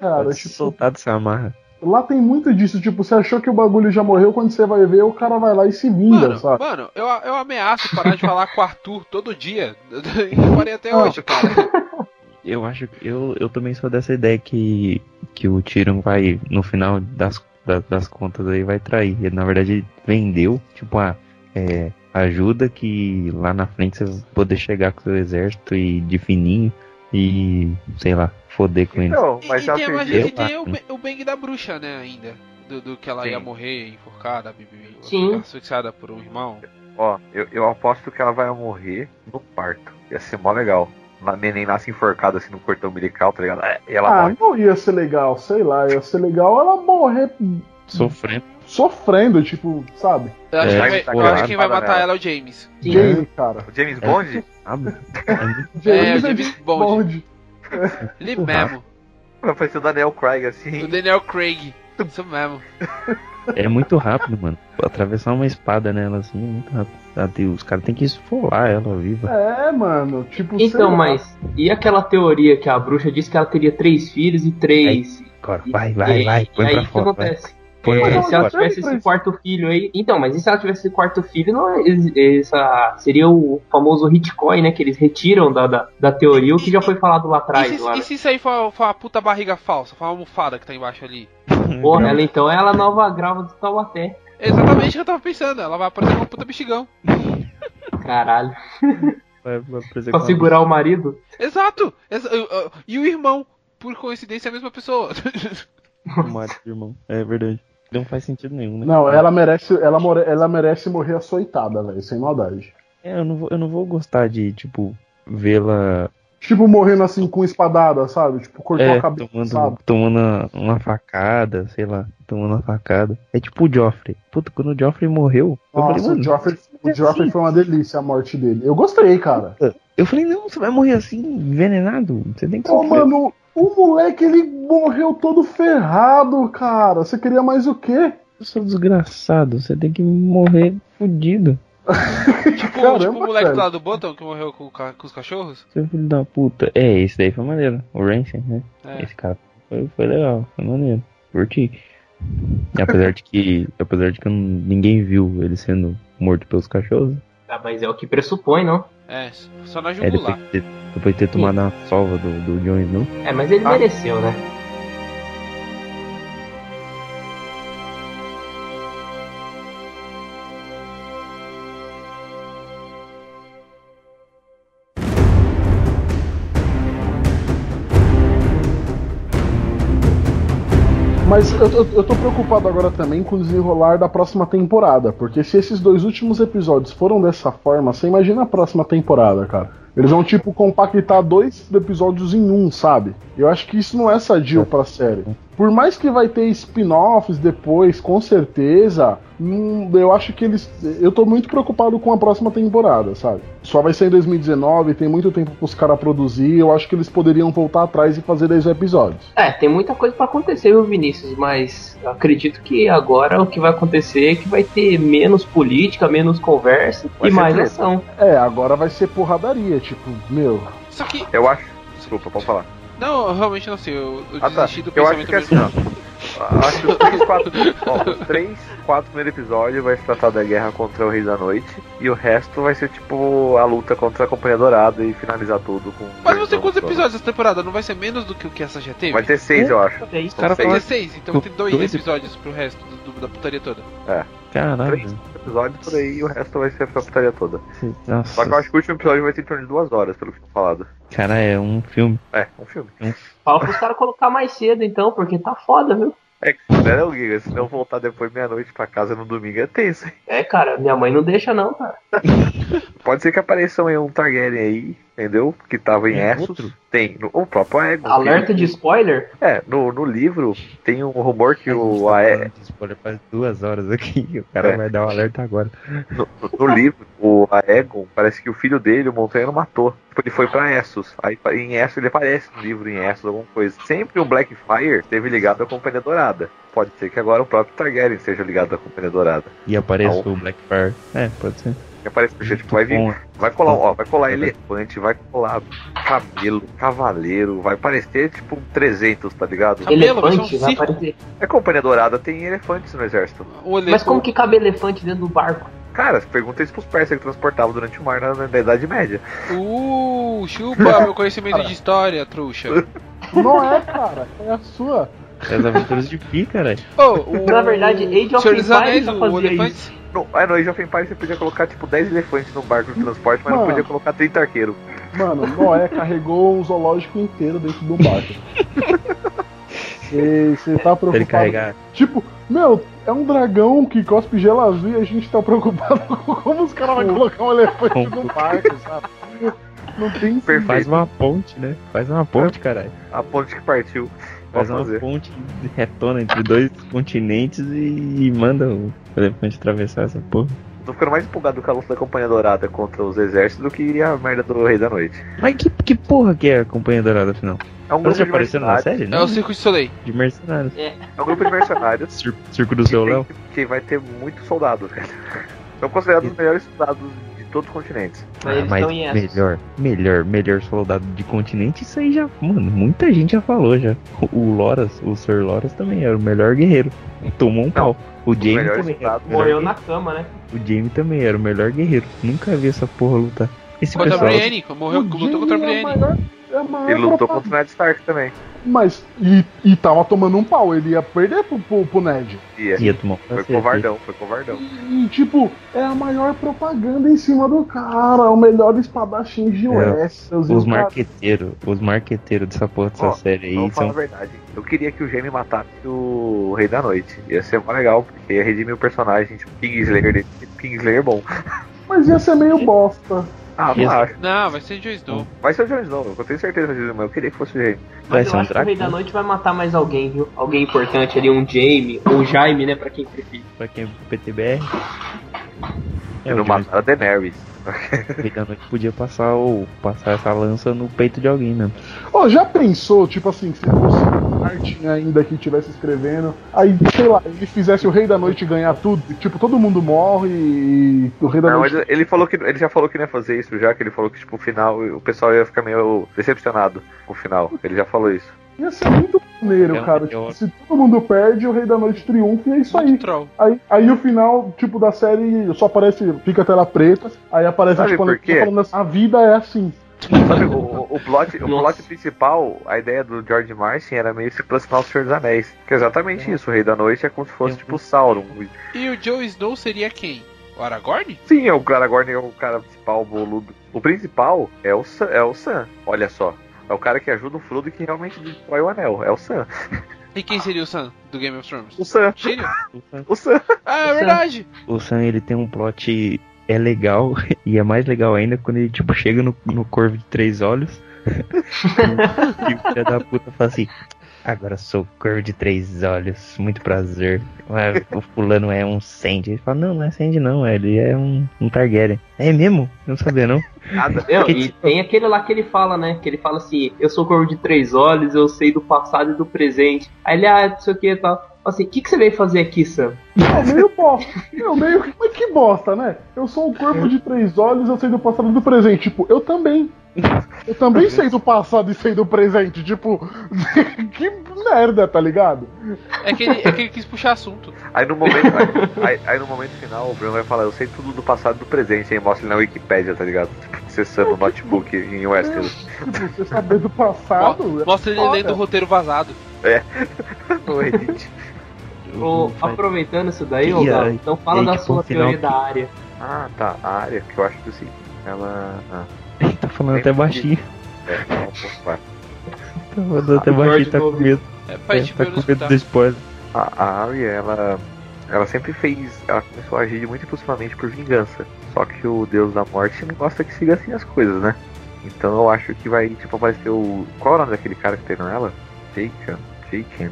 Speaker 3: Cara,
Speaker 1: Pode se
Speaker 3: tipo,
Speaker 1: soltar dessa amarra.
Speaker 3: lá tem muito disso. Tipo, você achou que o bagulho já morreu, quando você vai ver, o cara vai lá e se vinga,
Speaker 2: Mano,
Speaker 3: sabe?
Speaker 2: mano eu, eu ameaço parar de falar com o Arthur todo dia. [LAUGHS] E parei até hoje, cara.
Speaker 1: Eu acho que eu, eu também sou dessa ideia que, que o Tyrion vai, no final das, da- das contas aí, vai trair. Ele, na verdade, ele vendeu, tipo, a é, ajuda que lá na frente você vai poder chegar com o seu exército e de fininho e, sei lá, foder com ele.
Speaker 4: Então,
Speaker 2: E,
Speaker 4: mas
Speaker 2: e
Speaker 4: ela
Speaker 2: tem, a
Speaker 4: fez
Speaker 2: magia-
Speaker 1: Eu
Speaker 2: e tem
Speaker 1: acho.
Speaker 2: o, ba- o Bang da bruxa, né, ainda. Do, do que ela
Speaker 4: Sim.
Speaker 2: ia morrer enforcada, bibi,
Speaker 7: Sim.
Speaker 2: asfixiada por um irmão.
Speaker 4: Ó, eu, eu aposto que ela vai morrer no parto. Ia ser mó legal. A neném nasce enforcada assim no cortão umbilical, tá ligado? É, E ela
Speaker 3: Ah,
Speaker 4: morre.
Speaker 3: não ia ser legal, sei lá, ia ser legal ela morrer
Speaker 1: Sofrendo.
Speaker 3: sofrendo, tipo, sabe?
Speaker 2: Eu acho,
Speaker 1: É,
Speaker 2: que, vai-
Speaker 1: tá
Speaker 2: eu acho que
Speaker 4: claro.
Speaker 2: quem vai matar
Speaker 4: Ela.
Speaker 2: ela é o James.
Speaker 7: Sim.
Speaker 3: James, cara.
Speaker 4: O James Bond?
Speaker 1: Sabe?
Speaker 2: É, o
Speaker 3: James
Speaker 2: James Bond.
Speaker 3: Bond.
Speaker 2: Ele mesmo.
Speaker 4: Vai parecer o Daniel Craig
Speaker 2: O
Speaker 1: Uhum.
Speaker 4: assim.
Speaker 2: Daniel Craig. Isso mesmo.
Speaker 1: É muito rápido, mano. Atravessar uma espada nela assim é muito rápido. Ah, tem- Os caras têm que esfolar ela viva.
Speaker 3: É, mano, tipo, sei
Speaker 7: Então,
Speaker 3: lá.
Speaker 7: mas e aquela teoria que a bruxa disse que ela teria três filhos e três.
Speaker 1: Agora,
Speaker 7: e-
Speaker 1: vai, vai,
Speaker 7: e-
Speaker 1: vai.
Speaker 7: e
Speaker 1: Põe
Speaker 7: aí
Speaker 1: pra
Speaker 7: o que
Speaker 1: fora. vai.
Speaker 7: acontece?
Speaker 1: Põe
Speaker 7: É,
Speaker 1: pra
Speaker 7: se
Speaker 1: fora.
Speaker 7: ela tivesse esse
Speaker 3: Três.
Speaker 7: quarto filho aí. Então, mas e se ela tivesse esse quarto filho, não, é- é- essa seria o famoso Hitcoin, né? Que eles retiram da, da, da teoria, o que já foi falado lá atrás.
Speaker 2: e, se,
Speaker 7: lá,
Speaker 2: e
Speaker 7: né?
Speaker 2: se isso aí for, uma- for uma puta barriga falsa, for uma almofada que tá embaixo ali?
Speaker 7: Porra, ela então ela é a nova grava do Taubaté.
Speaker 2: É Exatamente o que eu tava pensando, ela vai aparecer uma puta bexigão.
Speaker 7: Caralho.
Speaker 1: Vai- vai fazer
Speaker 7: Pra
Speaker 1: com a-
Speaker 7: segurar o marido?
Speaker 2: Exato! Exa- eu- eu- e o irmão, por coincidência, é a mesma pessoa. [LAUGHS]
Speaker 1: com o marido, irmão. É verdade. Não faz sentido nenhum, né?
Speaker 3: Não, ela merece, ela, more- ela merece morrer açoitada, velho, sem maldade.
Speaker 1: É, eu não vou, eu não vou gostar de, tipo, vê-la
Speaker 3: Tipo, morrendo assim com espadada, sabe? Tipo, cortou
Speaker 1: é,
Speaker 3: a cabeça,
Speaker 1: tomando,
Speaker 3: sabe?
Speaker 1: tomando uma- uma facada, sei lá, tomando uma facada. É tipo o Joffrey. Puta, quando o Joffrey morreu, eu
Speaker 3: Nossa,
Speaker 1: falei, mano,
Speaker 3: o Joffrey, o
Speaker 1: é
Speaker 3: Joffrey
Speaker 1: assim.
Speaker 3: foi uma delícia a morte dele. Eu gostei, cara.
Speaker 1: eu falei, não, você vai morrer assim, envenenado. Você tem que
Speaker 3: Pô,
Speaker 1: sofrer.
Speaker 3: Então, mano, o moleque, ele morreu todo ferrado, cara. Você queria mais o quê? [LAUGHS]
Speaker 1: Eu sou desgraçado, você tem que morrer fudido,
Speaker 2: tipo,
Speaker 3: Caramba,
Speaker 2: tipo o moleque
Speaker 3: cara.
Speaker 2: do lado do Bottom que morreu com, o ca- com os cachorros.
Speaker 1: seu filho da puta. É, esse daí foi maneiro. O Rancid, né?
Speaker 2: É.
Speaker 1: Esse cara foi, foi legal, foi maneiro. Curti. E apesar de que. Apesar de que eu não- ninguém viu ele sendo morto pelos cachorros.
Speaker 7: Ah, mas é o que pressupõe, não?
Speaker 2: É, só na
Speaker 1: É, depois
Speaker 2: jugular.
Speaker 1: de ter, depois de ter tomado a sova do, do Jon Snow.
Speaker 7: É, mas ele
Speaker 4: Ah.
Speaker 7: mereceu, né?
Speaker 3: Mas eu, eu, eu tô preocupado agora também com o desenrolar da próxima temporada, porque se esses dois últimos episódios foram dessa forma, você imagina a próxima temporada, cara. Eles vão, tipo, compactar dois episódios em um, sabe? Eu acho que isso não é sadio pra série. Por mais que vai ter spin-offs depois, com certeza, hum, eu acho que eles. Eu tô muito preocupado com a próxima temporada, sabe? Só vai ser em 2019, tem muito tempo pros caras produzir, eu acho que eles poderiam voltar atrás e fazer 10 episódios.
Speaker 7: É, tem muita coisa pra acontecer, viu, Vinícius? Mas eu acredito que agora o que vai acontecer é que vai ter menos política, menos conversa
Speaker 4: Vai
Speaker 7: e
Speaker 4: ser
Speaker 7: mais
Speaker 4: treta.
Speaker 7: ação.
Speaker 3: É, agora vai ser porradaria, tipo, meu,
Speaker 2: Só que.
Speaker 4: Eu acho. Desculpa, pode falar.
Speaker 2: Não, eu realmente não sei. Eu, eu
Speaker 4: Ah, tá.
Speaker 2: desisti do
Speaker 4: Eu acho
Speaker 2: pensamento
Speaker 4: que é assim, ó. Acho que os três, quatro, ó, os três, quatro primeiros episódios vai se tratar da guerra contra o Rei da Noite. E o resto vai ser tipo a luta contra a Companhia Dourada e finalizar tudo com.
Speaker 2: Mas não sei quantos episódios essa temporada, não vai ser menos do que o que essa já teve?
Speaker 4: Então, Vai ter seis, eu acho.
Speaker 7: É isso.
Speaker 1: Os caras
Speaker 2: Vai ter
Speaker 1: falaram,
Speaker 2: seis, então
Speaker 1: Com
Speaker 2: vai ter dois,
Speaker 1: dois
Speaker 2: episódios pro resto do- do- da putaria toda.
Speaker 1: caralho.
Speaker 4: Três episódios por aí e o resto vai ser a putaria toda.
Speaker 1: você-
Speaker 4: Só que eu
Speaker 1: Nossa,
Speaker 4: acho que o último episódio vai ter em torno de duas horas, pelo que foi falado.
Speaker 1: cara, é um filme.
Speaker 4: É, um filme.
Speaker 7: Fala pros caras colocar mais cedo, então, porque tá foda, viu?
Speaker 4: É que né, não, Giga, se não voltar depois meia-noite pra casa no domingo é tenso, hein?
Speaker 7: É, cara, minha mãe não deixa, não, cara.
Speaker 4: Pode ser que apareçam aí um Targaryen aí, entendeu? Que tava em
Speaker 1: Tem
Speaker 4: Essos.
Speaker 1: outro?
Speaker 4: Tem. No, o próprio Aegon.
Speaker 7: Alerta de spoiler?
Speaker 4: É, no, no livro tem um rumor que
Speaker 1: A gente
Speaker 4: o
Speaker 1: tá
Speaker 4: Aegon.
Speaker 1: falando de spoiler faz duas horas aqui. [LAUGHS] O cara
Speaker 4: É.
Speaker 1: vai dar um alerta agora.
Speaker 4: No, no livro, o Aegon, parece que o filho dele, o Montanha, matou. Tipo, Ele foi pra Essos. Aí em Essos ele aparece no livro, em Essos, alguma coisa. Sempre o Blackfire esteve ligado à Companhia Dourada. Pode ser que agora o próprio Targaryen esteja ligado à Companhia Dourada.
Speaker 1: E aparece
Speaker 4: Não.
Speaker 1: o Blackfire. É, pode ser. é.
Speaker 4: E aparece porque, tipo, Ah, vai vir. Vai colar, ó, vai colar elefante, vai colar camelo, cavaleiro, vai parecer tipo um 300, tá ligado?
Speaker 2: Cabelo, mas
Speaker 7: elefante
Speaker 2: é um
Speaker 7: vai
Speaker 2: circo.
Speaker 7: aparecer.
Speaker 4: A Companhia Dourada tem elefantes no exército.
Speaker 2: O elenco-
Speaker 7: Mas como que cabe elefante dentro do barco?
Speaker 4: Cara, pergunta isso pros persas que transportavam durante o mar na, na Idade Média.
Speaker 2: Uh, chupa meu conhecimento de história,
Speaker 4: [LAUGHS]
Speaker 2: trouxa.
Speaker 3: Não
Speaker 2: [LAUGHS]
Speaker 3: é, cara. É a sua.
Speaker 1: É as aventuras de Pi, caralho.
Speaker 2: Oh, o...
Speaker 7: Na verdade, tá Age of
Speaker 2: Senhor dos
Speaker 7: Empires
Speaker 2: Anéis,
Speaker 7: já
Speaker 2: o
Speaker 7: fazia
Speaker 2: elefante-
Speaker 4: No, é, no Age of Empires você podia colocar tipo 10 elefantes no barco de transporte, mas não
Speaker 3: Mano.
Speaker 4: podia colocar 30 arqueiros.
Speaker 3: Mano, Noé carregou um zoológico inteiro dentro do barco. Sei, você tá
Speaker 1: Pra ele
Speaker 3: preocupado.
Speaker 1: carregar.
Speaker 3: Tipo, meu, é um dragão que cospe gel azul e a gente tá preocupado [LAUGHS] com como os caras vão colocar um elefante no parque, sabe? Não tem
Speaker 4: Perfeito.
Speaker 1: Faz uma ponte, né? Faz uma ponte, caralho.
Speaker 4: A ponte que partiu. Pode
Speaker 1: Faz um uma
Speaker 4: fazer.
Speaker 1: ponte que retona entre dois continentes e, e manda o elefante atravessar essa porra.
Speaker 4: Tô ficando mais empolgado com a luta da Companhia Dourada contra os exércitos do que a merda do Rei da Noite.
Speaker 1: Mas que, que porra que é a Companhia Dourada, afinal?
Speaker 4: É um
Speaker 1: Ela
Speaker 4: grupo
Speaker 1: já
Speaker 4: de
Speaker 1: apareceu na
Speaker 4: mercenários.
Speaker 1: série, né?
Speaker 2: É o Circo de Soleil.
Speaker 1: De mercenários.
Speaker 4: É um grupo de mercenários
Speaker 1: Cir- Circo do Seu Léo.
Speaker 4: que vai ter muito soldado, velho. São considerados os melhores soldados de todos os continentes.
Speaker 7: Mas eles
Speaker 1: Ah, mas
Speaker 7: estão em essas.
Speaker 1: melhor, melhor, melhor soldado de continente, isso aí já, mano, muita gente já falou já. O Loras, o Sir Loras também era o melhor guerreiro. Tomou um pau. O Jamie
Speaker 4: melhor
Speaker 1: também. Era
Speaker 4: soldado
Speaker 1: o, melhor,
Speaker 7: Morreu na cama, né?
Speaker 1: o Jamie também era o melhor guerreiro. Nunca vi essa porra lutar. Esse
Speaker 2: Contra a
Speaker 1: pessoal.
Speaker 2: Brienne. Morreu, lutou contra a
Speaker 3: Jamie é
Speaker 2: Brienne.
Speaker 3: maior- é a maior
Speaker 4: Ele lutou
Speaker 3: propaganda.
Speaker 4: contra o Ned Stark também.
Speaker 3: Mas, e, e tava tomando um pau, ele ia perder pro, pro, pro Ned.
Speaker 4: E é.
Speaker 1: Ia tomar um
Speaker 4: Foi
Speaker 1: cacete.
Speaker 4: covardão, foi covardão.
Speaker 3: E, e, tipo, é a maior propaganda em cima do cara, é o melhor espadachim de
Speaker 1: É,
Speaker 3: Westeros. e
Speaker 1: Os
Speaker 3: o cara-
Speaker 1: marqueteiros, os marqueteiros dessa porra dessa
Speaker 4: Ó,
Speaker 1: série aí
Speaker 4: Vamos falar
Speaker 1: são
Speaker 4: Então, a verdade. Eu queria que o Jaime matasse o Rei da Noite. Ia ser mó legal, porque ia redimir o personagem, tipo, Kingslayer dele. Kingslayer é bom.
Speaker 3: Mas ia ser meio bosta.
Speaker 4: Ah, não
Speaker 1: Isso.
Speaker 4: acho.
Speaker 2: Não, vai ser Joy Snow.
Speaker 4: Vai ser o Jones não, eu tenho certeza disso, mas eu queria que fosse o Jaime.
Speaker 1: Vai
Speaker 7: Mas
Speaker 1: ser
Speaker 7: eu
Speaker 1: um
Speaker 7: acho que o Rei da
Speaker 1: dragão.
Speaker 7: Noite vai matar mais alguém, viu? Alguém importante ali, um Jaime, ou Jaime, né? Pra quem preferir.
Speaker 1: pra quem é PTBR.
Speaker 4: É,
Speaker 1: É,
Speaker 4: não
Speaker 1: o Jaime
Speaker 4: mataram a Daenerys.
Speaker 1: da noite né, podia passar ou passar essa lança no peito de alguém mesmo.
Speaker 3: Ó, já pensou, tipo assim, se fosse o Martin ainda que estivesse escrevendo, aí, sei lá, ele fizesse o Rei da Noite ganhar tudo, e, tipo, todo mundo morre e o Rei da
Speaker 4: Não, mas
Speaker 3: Noite...
Speaker 4: ele falou que ele já falou que não ia fazer isso já, que ele falou que tipo o final o pessoal ia ficar meio decepcionado com o final. Ele já falou isso.
Speaker 3: Ia ser muito maneiro,
Speaker 1: É um
Speaker 3: cara.
Speaker 1: meteoro.
Speaker 3: Tipo, se todo mundo perde, o Rei da Noite triunfa e é isso aí.
Speaker 2: Muito troll.
Speaker 3: Aí, aí o final, tipo, da série só aparece, fica a tela preta, aí aparece,
Speaker 4: Sabe
Speaker 3: tipo, a
Speaker 4: por
Speaker 3: notícia
Speaker 4: quê?
Speaker 3: falando assim, a vida é assim.
Speaker 4: Sabe, o, o, o plot, o
Speaker 7: Nossa.
Speaker 4: plot principal, a ideia do George Martin era meio se aproximar do Senhor dos Anéis. Que é exatamente isso, o Rei da Noite é como se fosse tipo o Sauron.
Speaker 2: E o Joe Snow seria quem? O Aragorn?
Speaker 4: Sim, é o cara agora é o cara principal, o boludo. O principal é o Sam, é o Sam. Olha só. É o cara que ajuda o Frodo que realmente destrói o anel. É o Sam.
Speaker 2: E quem seria o Sam do Game of Thrones?
Speaker 4: O Sam.
Speaker 2: Gênio?
Speaker 1: O Sam,
Speaker 4: O Sam.
Speaker 1: O
Speaker 2: Ah, é
Speaker 1: Sam.
Speaker 2: verdade.
Speaker 1: o Sam, ele tem um plot é legal [LAUGHS] e é mais legal ainda quando ele tipo chega no, no corvo de três olhos [LAUGHS] e o filho da puta fala assim agora sou o corvo de três olhos muito prazer Mas o fulano é um Sandy ele fala não não é Sandy não ele é um, um Targaryen é mesmo eu não sabia não
Speaker 4: Nada.
Speaker 7: Não, e tem aquele lá que ele fala, né? Que ele fala assim: Eu sou corvo de três olhos, eu sei do passado e do presente. Aí ele, ah, não sei o que e tal. Fala Assim, o que, que você veio fazer aqui, Sam?
Speaker 3: É meio bosta. É meio... Mas que bosta, né? Eu sou um corpo de três olhos, eu sei do passado e do presente. Tipo, eu também. Eu também sei do passado e sei do presente. Tipo, [LAUGHS] que merda, tá ligado?
Speaker 2: É que ele, é que ele quis puxar assunto.
Speaker 4: Aí no momento, aí, aí- aí no momento final, o Bruno vai falar, eu sei tudo do passado e do presente, aí mostra ele na Wikipédia, tá ligado? Tipo, Acessando o notebook em Westeros.
Speaker 3: Tipo, você saber do passado. é
Speaker 2: Mostra ele
Speaker 3: foda.
Speaker 2: lendo o roteiro vazado.
Speaker 4: Oi, gente.
Speaker 1: Uhum,
Speaker 7: Ô, aproveitando isso daí, ô
Speaker 1: E
Speaker 7: Galo,
Speaker 1: aí?
Speaker 7: então fala
Speaker 1: E aí
Speaker 7: da
Speaker 1: que
Speaker 7: sua
Speaker 1: foi o final
Speaker 7: teoria da área.
Speaker 4: ah, tá. A área, que eu acho que sim. Ela. Ah,
Speaker 1: tá falando até baixinho
Speaker 4: é, é um pouco mais.
Speaker 1: tá falando até
Speaker 7: Ah,
Speaker 1: baixinho
Speaker 7: Jorge
Speaker 1: tá com
Speaker 7: Novo.
Speaker 1: medo
Speaker 2: É pra
Speaker 1: é,
Speaker 2: gente
Speaker 1: tá
Speaker 2: ver no
Speaker 1: com medo
Speaker 2: hospital.
Speaker 1: do spoiler
Speaker 4: A, a Arya, ela, ela sempre fez. Ela começou a agir muito impulsivamente por vingança. Só que o deus da morte não gosta que siga assim as coisas, né? Então eu acho que vai, tipo, aparecer o. Qual é o nome daquele cara que tem ela? Jaken. Jaken.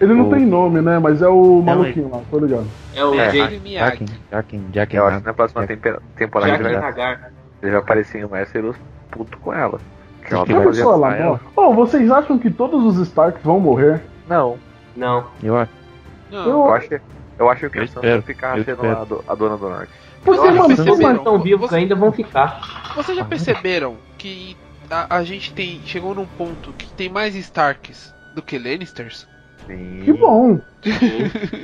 Speaker 3: Ele não
Speaker 4: O-
Speaker 3: tem nome, né? Mas é o
Speaker 1: Não,
Speaker 3: maluquinho lá, tô ligado.
Speaker 7: É o
Speaker 4: É,
Speaker 7: Jake
Speaker 2: Jaime Miyagi.
Speaker 1: Jacken Jacken Jacken
Speaker 4: Eu acho que na próxima
Speaker 1: Jaken.
Speaker 4: tempe- temporada
Speaker 7: Jack
Speaker 4: ele vai,
Speaker 7: Nagar.
Speaker 4: ele vai aparecer em um Westeros puto com ela. Que ela
Speaker 1: Que
Speaker 4: não
Speaker 3: Já
Speaker 4: vai
Speaker 3: pensou ela
Speaker 1: né?
Speaker 4: adiantar ela.
Speaker 3: morre? Ô, vocês acham que todos os Starks vão morrer?
Speaker 4: Não,
Speaker 7: Não.
Speaker 1: eu acho
Speaker 2: Não.
Speaker 4: eu acho, eu acho que
Speaker 1: Eu
Speaker 4: o Sansa
Speaker 1: espero,
Speaker 4: vai ficar
Speaker 1: eu
Speaker 4: sendo
Speaker 1: espero.
Speaker 4: a, do- a dona do norte.
Speaker 3: Porque,
Speaker 2: Eu
Speaker 3: mano,
Speaker 2: acho que
Speaker 3: como
Speaker 7: Vocês
Speaker 2: sim.
Speaker 3: é-
Speaker 7: que estão vivos
Speaker 2: Você-
Speaker 7: ainda vão ficar.
Speaker 2: Vocês já perceberam que a, a gente tem chegou num ponto que tem mais Starks do que Lannisters?
Speaker 4: Sim.
Speaker 3: que bom.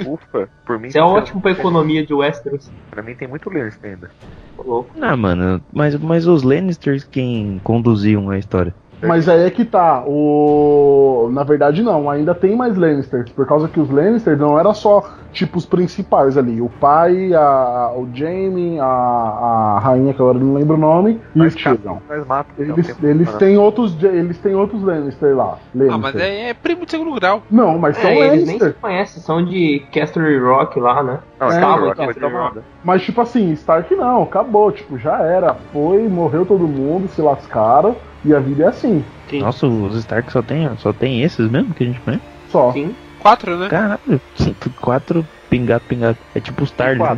Speaker 4: Ufa, por mim.
Speaker 7: Isso é ótimo pra economia de Westeros.
Speaker 4: Pra mim tem muito Lannister ainda.
Speaker 7: Ô, louco.
Speaker 1: Ah, mano, mas, mas os Lannisters quem conduziam a história?
Speaker 3: Mas aí é que tá. O... Na verdade, não. Ainda tem mais Lannisters. Por causa que os Lannisters não era só, tipo, os principais ali. O pai, a... o Jaime, a... a rainha, que agora eu não lembro o nome, e
Speaker 4: Mas
Speaker 3: o Tyrion.
Speaker 4: Mas mata. então,
Speaker 3: Eles,
Speaker 4: tem-
Speaker 3: eles,
Speaker 4: Ah,
Speaker 3: têm outros, Ja- eles têm outros Lannister lá.
Speaker 2: Ah, mas
Speaker 3: Lannister.
Speaker 2: é, é primo de segundo grau.
Speaker 3: Não, mas são
Speaker 7: É, eles nem se
Speaker 3: Lannister.
Speaker 7: conhecem, são de Castery Rock lá, né?
Speaker 4: Não,
Speaker 3: É,
Speaker 4: é,
Speaker 7: Estavam
Speaker 4: uma
Speaker 7: em
Speaker 4: coisa
Speaker 7: Castery Rock.
Speaker 4: tomada.
Speaker 3: Mas tipo assim, Stark não, acabou, tipo, já era. Foi, morreu todo mundo, se lascaram, e a vida é assim.
Speaker 7: Sim.
Speaker 1: Nossa, os Stark só tem, só tem esses mesmo que a gente conhece?
Speaker 3: Só.
Speaker 7: Sim.
Speaker 2: Quatro, né?
Speaker 1: Caralho, [LAUGHS] cinco- quatro pingado, pingado. É tipo os Tarly.
Speaker 3: Quatro.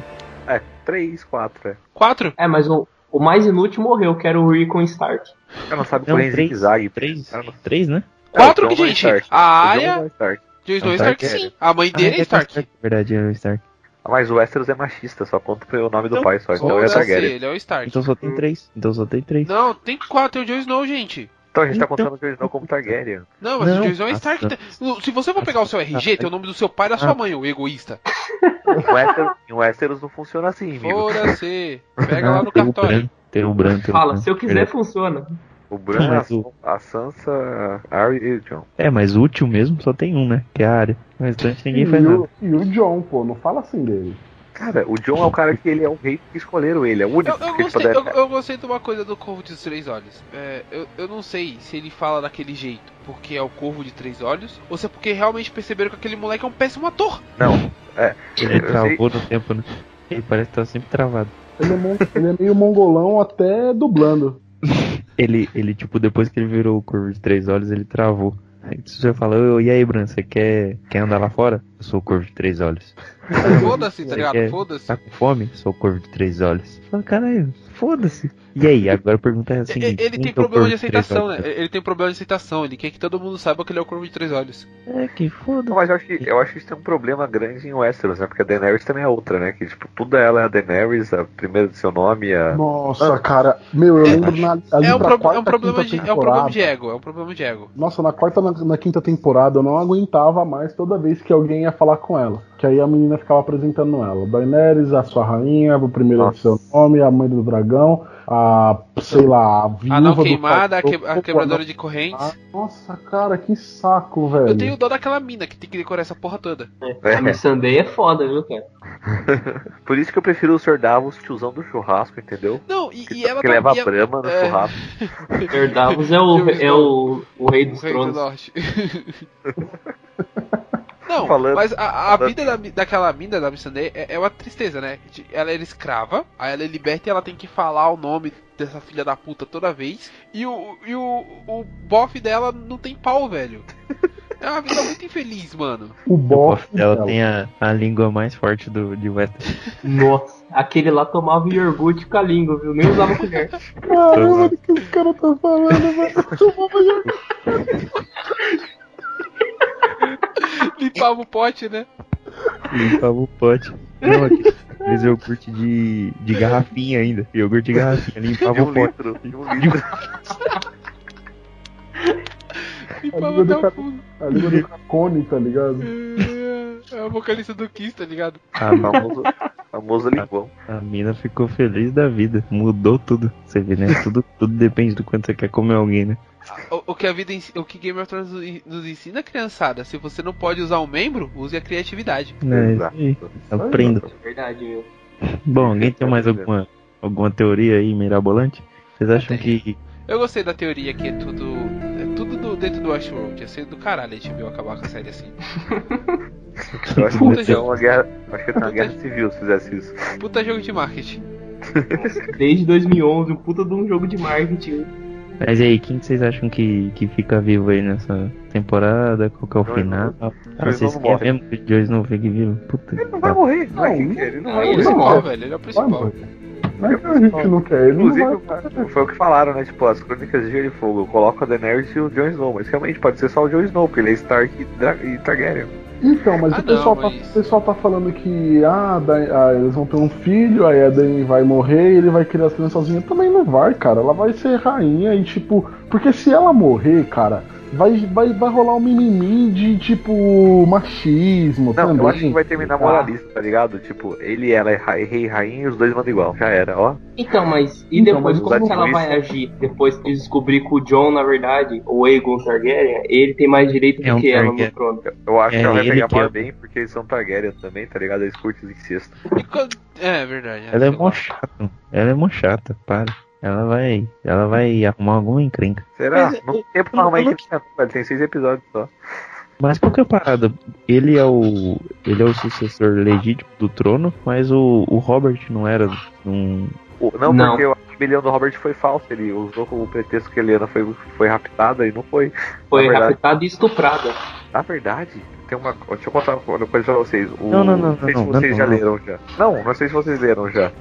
Speaker 1: né?
Speaker 4: É, três, quatro, é.
Speaker 2: Quatro?
Speaker 7: É, mas o, o mais inútil morreu, que era o Rickon Stark.
Speaker 4: Ela não sabe
Speaker 1: Não,
Speaker 4: correr em
Speaker 1: três.
Speaker 4: zigue-zague.
Speaker 1: Três?
Speaker 4: Ah, não.
Speaker 1: Três, né?
Speaker 2: Quatro
Speaker 4: É, o
Speaker 2: que,
Speaker 4: John
Speaker 2: gente?
Speaker 4: Stark.
Speaker 2: A
Speaker 4: O John
Speaker 2: Arya
Speaker 4: é Stark.
Speaker 2: de os dois
Speaker 1: Stark
Speaker 2: Stark,
Speaker 4: é-
Speaker 2: sim. A mãe
Speaker 1: Ah,
Speaker 2: dele é Stark.
Speaker 1: Na verdade, é o Stark.
Speaker 4: Ah, Mas o Westeros é machista, só conta o nome do
Speaker 5: Então,
Speaker 4: pai só. Então é
Speaker 2: Foda-se,
Speaker 4: Targaryen.
Speaker 2: ele é o Stark.
Speaker 1: Então só tem três. Então só tem três.
Speaker 2: Não, tem quatro, tem o Jon Snow, gente.
Speaker 4: Então a gente tá
Speaker 1: Então-
Speaker 4: contando o Jon Snow como Targaryen.
Speaker 2: Não, mas
Speaker 1: Não.
Speaker 2: o Jon Snow é Stark.
Speaker 1: Nossa.
Speaker 2: Se você for pegar o seu RG, tem o nome do seu pai e da sua mãe, o egoísta.
Speaker 4: Em Westeros, em Westeros não funciona assim, amigo.
Speaker 2: Fora-se. Pega lá no
Speaker 1: tem um o
Speaker 2: cartório.
Speaker 1: branco, tem o branco. né? tem o
Speaker 7: Fala,
Speaker 1: branco.
Speaker 7: se eu quiser, funciona.
Speaker 4: O Bran, a,
Speaker 1: Mas o-
Speaker 4: a Sansa, a Arya e o Jon.
Speaker 1: É, mas útil mesmo só tem um, né? Que é a área. O restante ninguém faz
Speaker 3: e,
Speaker 1: nada.
Speaker 3: o, e o John, pô, não fala assim dele.
Speaker 4: Cara, o John é o cara que ele é o rei que escolheram ele, é o único
Speaker 2: Eu, eu
Speaker 3: [LAUGHS]
Speaker 4: que
Speaker 2: gostei, eu,
Speaker 4: puderam.
Speaker 2: eu gostei de uma coisa do Corvo de Três Olhos. É, eu, eu não sei se ele fala daquele jeito porque é o Corvo de Três Olhos ou se é porque realmente perceberam que aquele moleque é um péssimo
Speaker 3: [LAUGHS]
Speaker 2: ator.
Speaker 4: Não,
Speaker 1: Ele
Speaker 4: eu
Speaker 1: travou no tempo, né? Ele parece que tá sempre travado.
Speaker 3: Ele é, mon- ele é meio mongolão até dublando.
Speaker 1: Ele, ele, tipo, depois que ele virou o Corvo de Três Olhos, ele travou. Aí você fala, "Ô, e aí, Bran, você quer, quer andar lá fora? Eu sou o Corvo de Três Olhos.
Speaker 2: Foda-se, tá
Speaker 1: É.
Speaker 2: ligado? Foda-se.
Speaker 1: Tá com fome? Sou o Corvo de Três Olhos. Fala, caralho, foda-se. E aí, agora a pergunta é assim...
Speaker 2: E- [LAUGHS] Ele
Speaker 1: quem
Speaker 2: tem
Speaker 1: que é o
Speaker 2: problema de
Speaker 1: Corvo Três
Speaker 2: aceitação, né?
Speaker 1: Olhos?
Speaker 2: Ele tem problema de aceitação. Ele quer que todo mundo saiba que ele é o Corvo de Três Olhos.
Speaker 1: É, que
Speaker 4: Não,
Speaker 1: foda-se.
Speaker 4: mas eu acho, que, eu acho que isso tem um problema grande em Westeros, né? Porque a Daenerys também é outra, né? Que, tipo, tudo ela é a Daenerys, a primeira do seu nome, a...
Speaker 3: Nossa, cara, meu, eu lembro na, ali
Speaker 2: É um,
Speaker 3: pra
Speaker 2: pro-
Speaker 3: quarta,
Speaker 2: é um problema
Speaker 3: quinta
Speaker 2: de, é um
Speaker 3: temporada.
Speaker 2: problema de ego. É um problema de ego.
Speaker 3: Nossa, na quarta, na, na quinta temporada, eu não aguentava mais toda vez que alguém ia falar com ela. Que aí a menina ficava apresentando ela. Daenerys, a sua rainha, o primeiro do
Speaker 4: Nossa.
Speaker 3: seu nome, a mãe do dragão, a, sei lá, a viúva
Speaker 2: A não
Speaker 3: do
Speaker 2: queimada, a,
Speaker 3: Falcão,
Speaker 2: que- a quebradora de correntes.
Speaker 3: Ah, Nossa, cara, que saco, velho.
Speaker 2: Eu tenho dó daquela mina que tem que decorar essa porra toda.
Speaker 4: É.
Speaker 7: A Missandei é foda, viu, cara?
Speaker 4: Por isso que eu prefiro o Sr. Davos, tiozão do churrasco, entendeu?
Speaker 2: Não, e,
Speaker 4: Que, tá-
Speaker 2: e ela
Speaker 4: que leva
Speaker 2: e
Speaker 4: a brama no
Speaker 2: é.
Speaker 4: churrasco.
Speaker 7: Sr. Davos é o, é o, o rei
Speaker 2: O
Speaker 7: dos
Speaker 2: rei do
Speaker 4: [LAUGHS]
Speaker 7: tronos.
Speaker 2: norte. Não,
Speaker 4: Falando-
Speaker 2: mas a, a
Speaker 4: falando-
Speaker 2: vida da, mi- daquela mina da Missandei é, é uma tristeza, né? De- Ela era escrava, aí ela é liberta e ela tem que falar o nome dessa filha da puta toda vez. E o, e o, o bofe dela não tem pau, velho. É uma vida muito infeliz, mano.
Speaker 3: O
Speaker 1: O bofe
Speaker 3: bofe
Speaker 1: dela
Speaker 3: dela.
Speaker 1: tem a, a língua mais forte do, de [LAUGHS] Westeros.
Speaker 7: Nossa, aquele lá tomava iogurte com a língua, viu? Nem usava colher.
Speaker 3: Caramba, do que os caras estão falando, velho.
Speaker 2: Limpava o pote, né?
Speaker 1: Limpava o pote. Não, aqui- Fez iogurte de, de garrafinha ainda. Iogurte de garrafinha. Limpava
Speaker 4: De um
Speaker 1: o pote.
Speaker 4: litro, de um [LAUGHS] litro.
Speaker 2: Limpava até o fundo.
Speaker 3: A língua do Cacone, tá ligado?
Speaker 2: É é a vocalista do Kiss, tá ligado?
Speaker 1: A, mi-
Speaker 4: Famoso, famoso linguão.
Speaker 1: a mina ficou feliz da vida. Mudou tudo. Você vê, né? Tudo, tudo depende do quanto você quer comer alguém, né?
Speaker 2: O, o que a vida, ens- o que Game of Thrones nos- nos ensina, criançada, se você não pode usar um membro, use a criatividade.
Speaker 1: É, isso
Speaker 4: Exato.
Speaker 1: aí. Aprenda.
Speaker 7: É verdade, viu?
Speaker 1: Bom, alguém tem mais alguma, alguma teoria aí mirabolante? Vocês acham que.
Speaker 2: Eu gostei da teoria que é tudo, é tudo do- dentro do Westworld, ia ser do caralho a HBO acabar com a série assim.
Speaker 4: Eu acho
Speaker 2: Puta,
Speaker 4: que tem uma guerra, acho que tem
Speaker 2: Puta,
Speaker 4: uma guerra civil se fizesse isso.
Speaker 2: Puta jogo de marketing.
Speaker 7: Desde 2011, um puta de um jogo de marketing.
Speaker 1: Mas e aí, quem que vocês acham que, que fica vivo aí nessa temporada? Qual que é o
Speaker 4: Joy
Speaker 1: final? Ah,
Speaker 4: Joy
Speaker 1: vocês
Speaker 4: não
Speaker 1: querem
Speaker 4: morre.
Speaker 1: mesmo que o Joyce não fique vivo? Puta. que
Speaker 4: Ele não vai
Speaker 1: pariu.
Speaker 4: morrer, não,
Speaker 3: Não,
Speaker 4: é que
Speaker 3: não-
Speaker 4: quer, ele não
Speaker 7: não,
Speaker 4: vai
Speaker 7: ele
Speaker 2: Ele é o
Speaker 4: morrer.
Speaker 7: não
Speaker 2: principal,
Speaker 7: morre.
Speaker 2: velho, ele é o
Speaker 3: Vai
Speaker 2: principal.
Speaker 3: morrer. Não é que a gente não quer, ele não vai.
Speaker 4: Inclusive, foi o que falaram, né? Tipo, as crônicas de Gelo e Fogo. Eu coloco a Daenerys e o Jon Snow, mas realmente pode ser só o Jon Snow, porque ele é Stark e, Dra e Targaryen.
Speaker 3: Então, mas
Speaker 2: Ah,
Speaker 3: o, pessoal
Speaker 2: não,
Speaker 3: tá,
Speaker 2: mas-
Speaker 3: o pessoal tá falando que ah, da- ah, eles vão ter um filho, aí a Dani vai morrer e ele vai criar as crianças sozinho. Também não vai, cara. Ela vai ser rainha e tipo. Porque se ela morrer, cara, Vai, vai, vai rolar um mimimi de tipo
Speaker 4: Não,
Speaker 3: machismo também. Ah,
Speaker 4: eu acho que vai terminar moralista, tá ligado? Tipo, ele e ela é ra- rei e rainha e os dois mandam igual. Já era, ó.
Speaker 7: Então, mas e
Speaker 3: Então,
Speaker 7: depois
Speaker 3: mas
Speaker 7: como que ela
Speaker 4: isso-
Speaker 7: vai agir? Depois de descobrir que o John, na verdade, o Aegon Targaryen, ele tem mais direito
Speaker 1: É
Speaker 7: do
Speaker 1: um
Speaker 7: que ela no
Speaker 1: Targaryen.
Speaker 7: trono.
Speaker 4: Eu acho
Speaker 1: É,
Speaker 4: que ela vai
Speaker 1: ele
Speaker 4: pegar
Speaker 1: que é
Speaker 4: mal
Speaker 1: o-
Speaker 4: bem, porque eles são Targaryen também, tá ligado? Eles curtem os incestos.
Speaker 2: E quando- É verdade.
Speaker 1: Ela é
Speaker 2: sei lá.
Speaker 1: mó chata. Ela é mó chata, para. Ela vai. Ela vai arrumar alguma encrenca.
Speaker 4: Será?
Speaker 7: Mas,
Speaker 4: não tem tempo pra
Speaker 1: eu-
Speaker 4: arrumar
Speaker 1: eu não-
Speaker 4: equipe, né, velho. Tem seis episódios só.
Speaker 1: Mas qual que é a parada? Ele é o. Ele é o sucessor legítimo do trono, mas o, o Robert não era um.
Speaker 4: O- Não,
Speaker 7: Não.
Speaker 4: porque a rebelião do Robert foi falsa. Ele usou como pretexto que a Helena foi, foi raptada e não foi.
Speaker 7: Foi
Speaker 4: Na verdade-
Speaker 7: raptada e estuprada.
Speaker 4: Na verdade, tem uma. co- Deixa eu contar uma coisa pra vocês. O-
Speaker 1: Não, não, não,
Speaker 4: sei
Speaker 1: não,
Speaker 4: se
Speaker 1: não,
Speaker 4: vocês
Speaker 1: não,
Speaker 4: já
Speaker 1: não.
Speaker 4: leram já. Não, não sei se vocês leram já.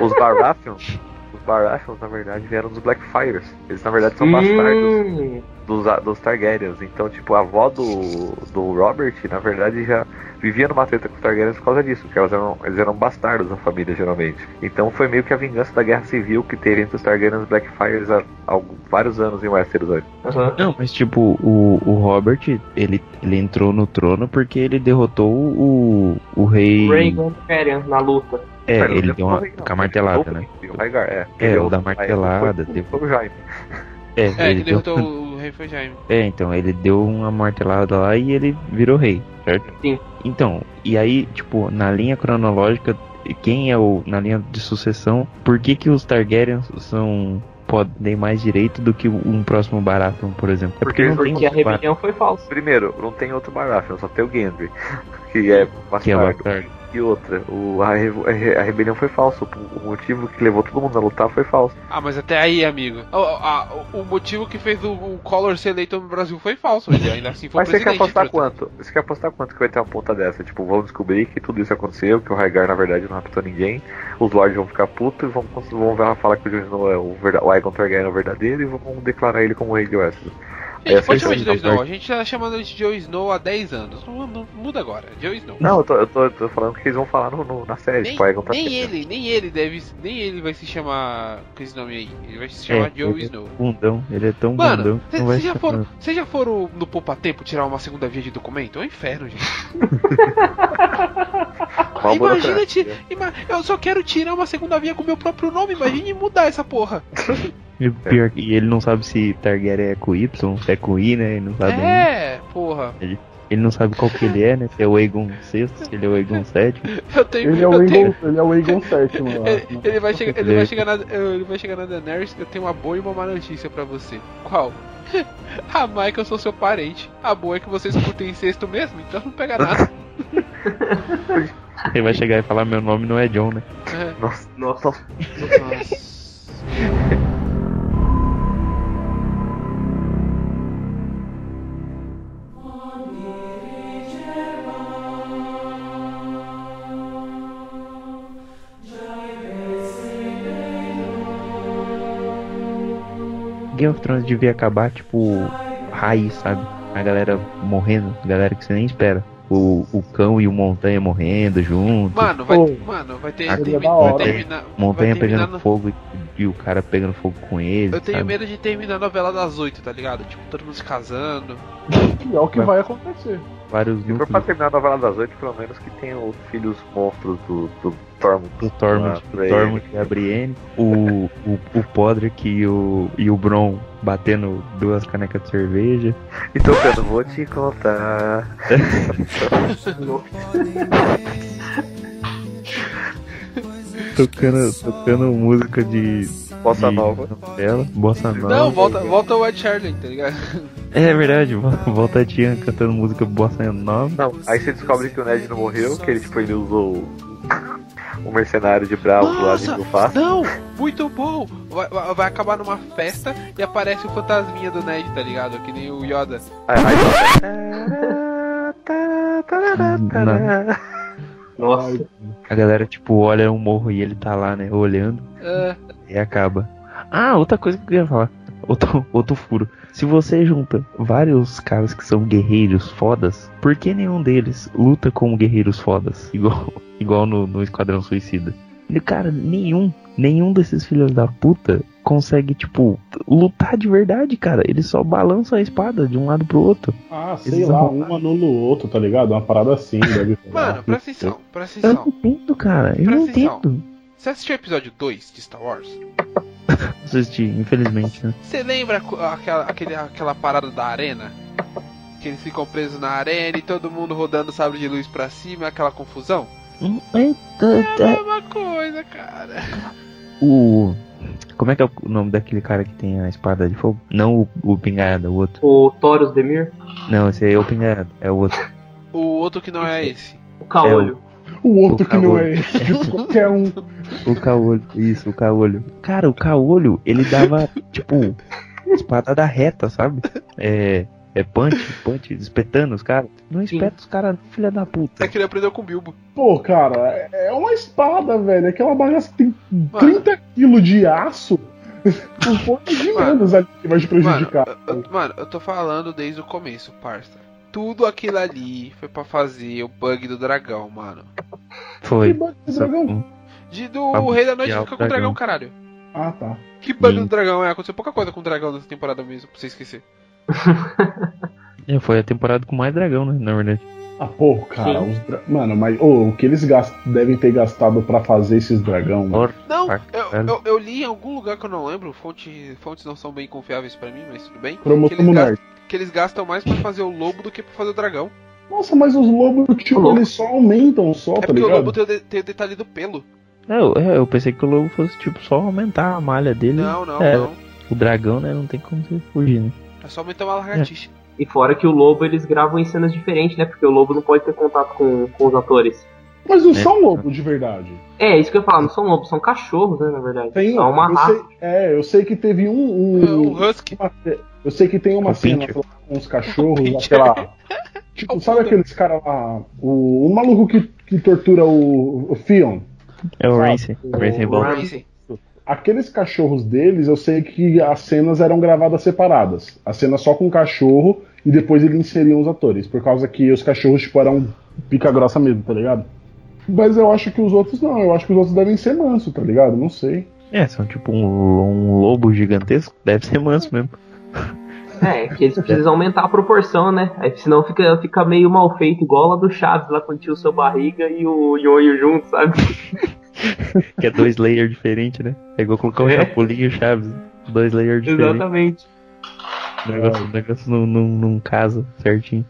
Speaker 4: Os Baratheons. [LAUGHS] Os Baratheons, na verdade, vieram dos Blackfires. Eles, na verdade, são bastardos
Speaker 7: Hum,
Speaker 4: dos, dos Targaryens. Então, tipo, a avó do, do Robert, na verdade, já vivia numa treta com os Targaryens por causa disso, porque elas eram, eles eram bastardos da família, geralmente. Então foi meio que a vingança da guerra civil que teve entre os Targaryens e os Blackfires há, há algum- vários anos em Westeros. olha.
Speaker 7: aham.
Speaker 1: Não, mas tipo, o, o Robert, ele, ele entrou no trono porque ele derrotou o, o rei.
Speaker 7: Rhaegon Targaryen na luta.
Speaker 1: É,
Speaker 4: Cara,
Speaker 1: ele
Speaker 4: não
Speaker 1: deu uma,
Speaker 4: foi, não.
Speaker 1: com a martelada,
Speaker 4: Ele
Speaker 1: né?
Speaker 4: derrotou o Rhaegar, é.
Speaker 1: É,
Speaker 4: Ele
Speaker 1: o da
Speaker 4: derrotou Rhaegar,
Speaker 1: martelada,
Speaker 4: foi-
Speaker 1: teve-
Speaker 4: foi o Jaime.
Speaker 1: É,
Speaker 2: É,
Speaker 1: ele
Speaker 2: que
Speaker 1: deu,
Speaker 2: derrotou o rei foi Jaime.
Speaker 1: é, então, ele deu uma martelada lá e ele virou rei, certo?
Speaker 7: Sim.
Speaker 1: Então, e aí, tipo, na linha cronológica, quem é o. na linha de sucessão, por que que os Targaryens são. podem mais direito do que um próximo Baratheon, por exemplo? É
Speaker 4: Porque-
Speaker 1: porque, não tem
Speaker 7: Porque a
Speaker 1: outro Baratheon
Speaker 7: rebelião foi falsa.
Speaker 4: Primeiro, não tem outro Baratheon, só tem o Gendry, [LAUGHS] que é
Speaker 1: que é
Speaker 4: bastardo.
Speaker 1: Baratheon.
Speaker 4: E outra, o, a, revo- a rebelião foi falsa, o o motivo que levou todo mundo a lutar foi falso.
Speaker 2: Ah, mas até aí, amigo. O, a- o motivo que fez o, o Collor ser eleito no Brasil foi falso. Ele ainda assim foi
Speaker 4: Mas você quer
Speaker 2: presidente.
Speaker 4: apostar
Speaker 2: truta.
Speaker 4: quanto? Você quer apostar quanto que vai ter uma ponta dessa? Tipo, vão descobrir que tudo isso aconteceu, que o Rhaegar na verdade não raptou ninguém, os Lords vão ficar putos e vão, vão ver- falar que o Jon Snow é o, verda- o Aegon Targaryen é o verdadeiro e vão declarar ele como rei de Westeros.
Speaker 2: Gente,
Speaker 4: Essa
Speaker 2: pode
Speaker 4: é
Speaker 2: chamar de
Speaker 4: a
Speaker 2: Joe
Speaker 4: parte.
Speaker 2: Snow. A gente tá chamando ele de Joe Snow há 10 anos. Não, não- muda agora. Joe Snow.
Speaker 4: Não, eu tô, eu tô, eu tô falando que eles vão falar no, no- na série,
Speaker 2: Nem,
Speaker 4: tipo, Aegon
Speaker 2: nem
Speaker 4: Targaryen.
Speaker 2: ele, nem ele deve. Nem ele vai se chamar com esse nome aí. Ele vai se
Speaker 1: É,
Speaker 2: chamar Joe
Speaker 1: ele-
Speaker 2: Snow.
Speaker 1: Bundão, ele é tão bundão
Speaker 2: Mano,
Speaker 1: que não vai
Speaker 2: vocês
Speaker 1: chamar.
Speaker 2: já, foram- cês já foram no Poupa Tempo tirar uma segunda via de documento? É um inferno, gente.
Speaker 4: Mal
Speaker 2: imagina,
Speaker 4: burocrático,
Speaker 2: ti- ima- eu só quero tirar uma segunda via com meu próprio nome. Imagine mudar essa porra.
Speaker 1: E, pior, é que- e ele não sabe se Targaryen é com Y, se é com I, né? Ele não
Speaker 3: Tá
Speaker 1: sabe ainda.
Speaker 2: é, porra. [LAUGHS]
Speaker 1: Ele não sabe qual que ele é, né? Se é o Aegon VI, se ele é o
Speaker 2: [LAUGHS]
Speaker 1: Aegon VII.
Speaker 2: Eu tenho.
Speaker 3: Ele é o
Speaker 2: eu tenho-
Speaker 3: Eagle, ele é o Eagle
Speaker 2: [LAUGHS]
Speaker 3: 7, mano.
Speaker 2: Ele, ele vai chegar, ele vai
Speaker 1: Beleza.
Speaker 2: chegar na, ele vai chegar na Daenerys. Eu tenho uma boa e uma má notícia pra você. Qual? [LAUGHS] A má é que eu sou seu parente. A boa é que vocês curtem sexto mesmo, então não pega
Speaker 3: [LAUGHS]
Speaker 2: nada.
Speaker 1: Ele vai chegar e falar: Meu nome não é John, né?
Speaker 2: É.
Speaker 4: Nossa,
Speaker 7: Nossa.
Speaker 2: Nossa.
Speaker 1: Game of Thrones devia acabar, tipo, raiz, sabe? A galera morrendo, a galera que você nem espera. O, o cão e o montanha morrendo junto.
Speaker 2: Mano, vai,
Speaker 3: Pô, é
Speaker 2: mano, vai ter.
Speaker 1: seria
Speaker 2: termi-
Speaker 3: da hora.
Speaker 2: vai terminar-
Speaker 1: montanha
Speaker 2: vai terminar
Speaker 1: pegando
Speaker 2: no-
Speaker 1: fogo e, e o cara pegando fogo com ele.
Speaker 2: Eu tenho
Speaker 1: sabe?
Speaker 2: medo de terminar a novela das oito, tá ligado? Tipo, todo mundo se casando.
Speaker 3: É o que vai acontecer.
Speaker 1: Vários
Speaker 4: se for pra
Speaker 1: núcleos
Speaker 4: terminar a novela das oito, pelo menos que tenha os filhos monstros do, do Tormund.
Speaker 1: do Tormund,
Speaker 4: Ah,
Speaker 1: do
Speaker 4: pra ele.
Speaker 1: Tormund e a Brienne, o, o, o Podrick e o, e o Bron batendo duas canecas de cerveja.
Speaker 4: Então, Pedro, vou te contar.
Speaker 1: tocando, tocando música de.
Speaker 4: Bossa
Speaker 1: de
Speaker 4: nova.
Speaker 1: Novela, bossa nova.
Speaker 2: Não, volta, volta o Ed Charlie, tá ligado?
Speaker 1: É verdade, [LAUGHS] vo- volta a Tian cantando música bossa nova.
Speaker 4: Não, aí você descobre que o Ned não morreu, que ele, tipo, ele usou o- o [LAUGHS] mercenário de Bravos lá de
Speaker 2: Nossa,
Speaker 4: Mufasa.
Speaker 2: Não, muito bom. Vai, vai- vai acabar numa festa e aparece o fantasminha do Ned, tá ligado? Que nem o Yoda.
Speaker 4: Aí, aí,
Speaker 1: Não.
Speaker 7: Nossa.
Speaker 1: A galera, tipo, olha um morro e ele tá lá, né, olhando
Speaker 2: Ah,
Speaker 1: e acaba. Ah, outra coisa que eu queria falar. Outro, [LAUGHS] outro furo. Se você junta vários caras que são guerreiros fodas, por [LAUGHS] que nenhum deles luta como guerreiros fodas? Igual, igual no, no Esquadrão Suicida. E, cara, nenhum, nenhum desses filhos da puta consegue, tipo, lutar de verdade, cara. Eles só balançam a espada de um lado pro outro.
Speaker 3: Ah, sei
Speaker 1: Eles
Speaker 3: lá,
Speaker 1: são-
Speaker 3: um anula o outro, tá ligado? Uma parada assim, deve ser.
Speaker 2: Mano, presta atenção, presta
Speaker 1: Eu não
Speaker 2: atenção.
Speaker 1: entendo, cara. Eu
Speaker 2: Presta
Speaker 1: não
Speaker 2: atenção.
Speaker 1: entendo.
Speaker 2: Você assistiu o episódio 2 de Star Wars?
Speaker 1: Assisti, infelizmente, né?
Speaker 2: Você lembra co- aquela, aquele, aquela parada da arena? Que eles ficam presos na arena e todo mundo rodando sabre de luz pra cima, aquela confusão?
Speaker 1: Hum, é,
Speaker 2: É
Speaker 1: tá-
Speaker 2: a
Speaker 1: tá-
Speaker 2: mesma coisa, cara.
Speaker 1: o. Como é que é o nome daquele cara que tem a espada de fogo? Não o, o Pingarada, o outro.
Speaker 7: O Thoros Demir,
Speaker 1: Não, esse aí é o Pingarada, é o outro.
Speaker 2: O outro que não é esse.
Speaker 7: o Caolho.
Speaker 3: O outro
Speaker 1: O
Speaker 3: que não
Speaker 1: calor.
Speaker 3: é [LAUGHS] esse, qualquer um.
Speaker 1: O caolho, isso, o caolho. Cara, o caolho, ele [LAUGHS] dava, tipo, espadada reta, sabe? É. É punch, punch, espetando os caras. Não espeta os caras, filha da puta.
Speaker 2: É que ele aprendeu com o Bilbo.
Speaker 3: Pô, cara, é uma espada, velho. Aquela bagaça que tem
Speaker 2: Mano.
Speaker 3: 30 quilos de aço. [LAUGHS] Um pouco de
Speaker 2: Mano.
Speaker 3: menos ali que vai te
Speaker 2: Mano,
Speaker 3: prejudicar.
Speaker 2: eu- eu- mano, eu tô falando desde o começo, parça. Tudo aquilo ali foi pra fazer o bug do dragão, mano.
Speaker 3: Que
Speaker 1: Foi.
Speaker 3: bug do dragão?
Speaker 2: De do
Speaker 1: Pra
Speaker 2: Rei da Noite
Speaker 1: bloquear
Speaker 2: fica
Speaker 1: o
Speaker 2: com o dragão,
Speaker 1: dragão.
Speaker 2: caralho.
Speaker 3: Ah, tá.
Speaker 2: Que bug
Speaker 1: Sim.
Speaker 2: do dragão é? Aconteceu pouca coisa com o dragão nessa temporada mesmo, pra você esquecer.
Speaker 1: É, foi a temporada com mais dragão, né? Na verdade.
Speaker 3: Ah, pô, cara, os dra... Mano, mas ô, o que eles gas- devem ter gastado pra fazer esses dragão? mano?
Speaker 1: Or-
Speaker 2: Não,
Speaker 1: Pra
Speaker 2: eu,
Speaker 1: caralho.
Speaker 2: eu- eu li em algum lugar que eu não lembro, fonte, fontes não são bem confiáveis pra mim, mas tudo bem. que,
Speaker 3: Cromotomo
Speaker 2: eles gastam,
Speaker 3: Nerd.
Speaker 2: que eles gastam mais pra fazer o lobo do que pra fazer o dragão.
Speaker 3: Nossa, mas os lobos, tipo,
Speaker 7: Louco.
Speaker 3: eles só aumentam só,
Speaker 2: é
Speaker 3: tá
Speaker 2: porque o lobo
Speaker 3: ligado?
Speaker 2: tem o, de- tem o detalhe do pelo.
Speaker 1: É, Eu, eu, eu pensei que o lobo fosse, tipo, só aumentar a malha dele.
Speaker 2: Não, não,
Speaker 1: É.
Speaker 2: não.
Speaker 1: O dragão, né? Não tem como você fugir, né?
Speaker 2: É só aumentar uma lagartixa.
Speaker 7: E fora que o Lobo eles gravam em cenas diferentes, né? Porque o Lobo não pode ter contato com, com os atores.
Speaker 3: Mas não
Speaker 1: É.
Speaker 3: são lobos de verdade.
Speaker 7: É, isso que eu ia falar, não são lobos, são cachorros, né, na verdade.
Speaker 3: Tem,
Speaker 7: são uma
Speaker 3: eu
Speaker 7: raça.
Speaker 3: sei, é, eu sei que teve um.
Speaker 2: É, O
Speaker 3: um-
Speaker 2: husky.
Speaker 3: uma- eu sei que tem uma
Speaker 1: O
Speaker 3: cena
Speaker 1: Pincher.
Speaker 3: lá com os cachorros,
Speaker 2: Pincher.
Speaker 3: aquela. Tipo,
Speaker 2: O
Speaker 3: sabe
Speaker 2: Buda.
Speaker 3: aqueles caras lá. O, o maluco que, que tortura o, o Fion?
Speaker 1: É o
Speaker 3: Sabe?
Speaker 1: Racing. Racing Ball.
Speaker 7: Ra-
Speaker 2: Racing.
Speaker 3: Aqueles cachorros deles, eu sei que as cenas eram gravadas separadas. A cena só com o cachorro e depois ele inseria os atores. Por causa que os cachorros, tipo, eram pica grossa mesmo, tá ligado? Mas eu acho que os outros não, eu acho que os outros devem ser manso, tá ligado? Não sei.
Speaker 1: É, são tipo um, um lobo gigantesco. Deve ser manso mesmo.
Speaker 7: É, que eles precisam aumentar a proporção, né? Aí senão fica, fica meio mal feito, igual lá do Chaves, lá quando tinha o seu barriga e o Yoyo junto, sabe?
Speaker 1: Que é dois [LAUGHS] layers diferentes, né? É igual colocar um
Speaker 7: É.
Speaker 1: Chapolin e o Chaves. Dois layers diferentes.
Speaker 7: Exatamente.
Speaker 1: O negócio, o negócio não, não, não casa certinho.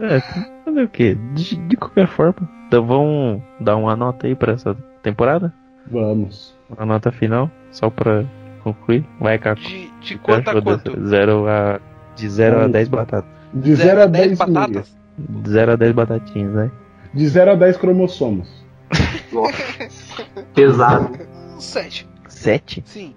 Speaker 1: É, tem- fazer o quê? De, de qualquer forma. Então vamos dar uma nota aí pra essa temporada?
Speaker 3: Vamos.
Speaker 1: Uma nota final, só pra concluir. Vai, Caco.
Speaker 2: De, de quanto a
Speaker 1: Cachorro
Speaker 2: quanto?
Speaker 1: dessa- Zero tá a, de 0 a
Speaker 3: Hum.
Speaker 1: 10 batatas.
Speaker 3: De
Speaker 2: Zero
Speaker 3: 0 a 10 meninas.
Speaker 2: batatas?
Speaker 1: De 0 a 10 batatinhas, né?
Speaker 3: De 0 a 10 cromossomos.
Speaker 7: Pesado.
Speaker 2: Um sete.
Speaker 1: 7?
Speaker 2: Sim.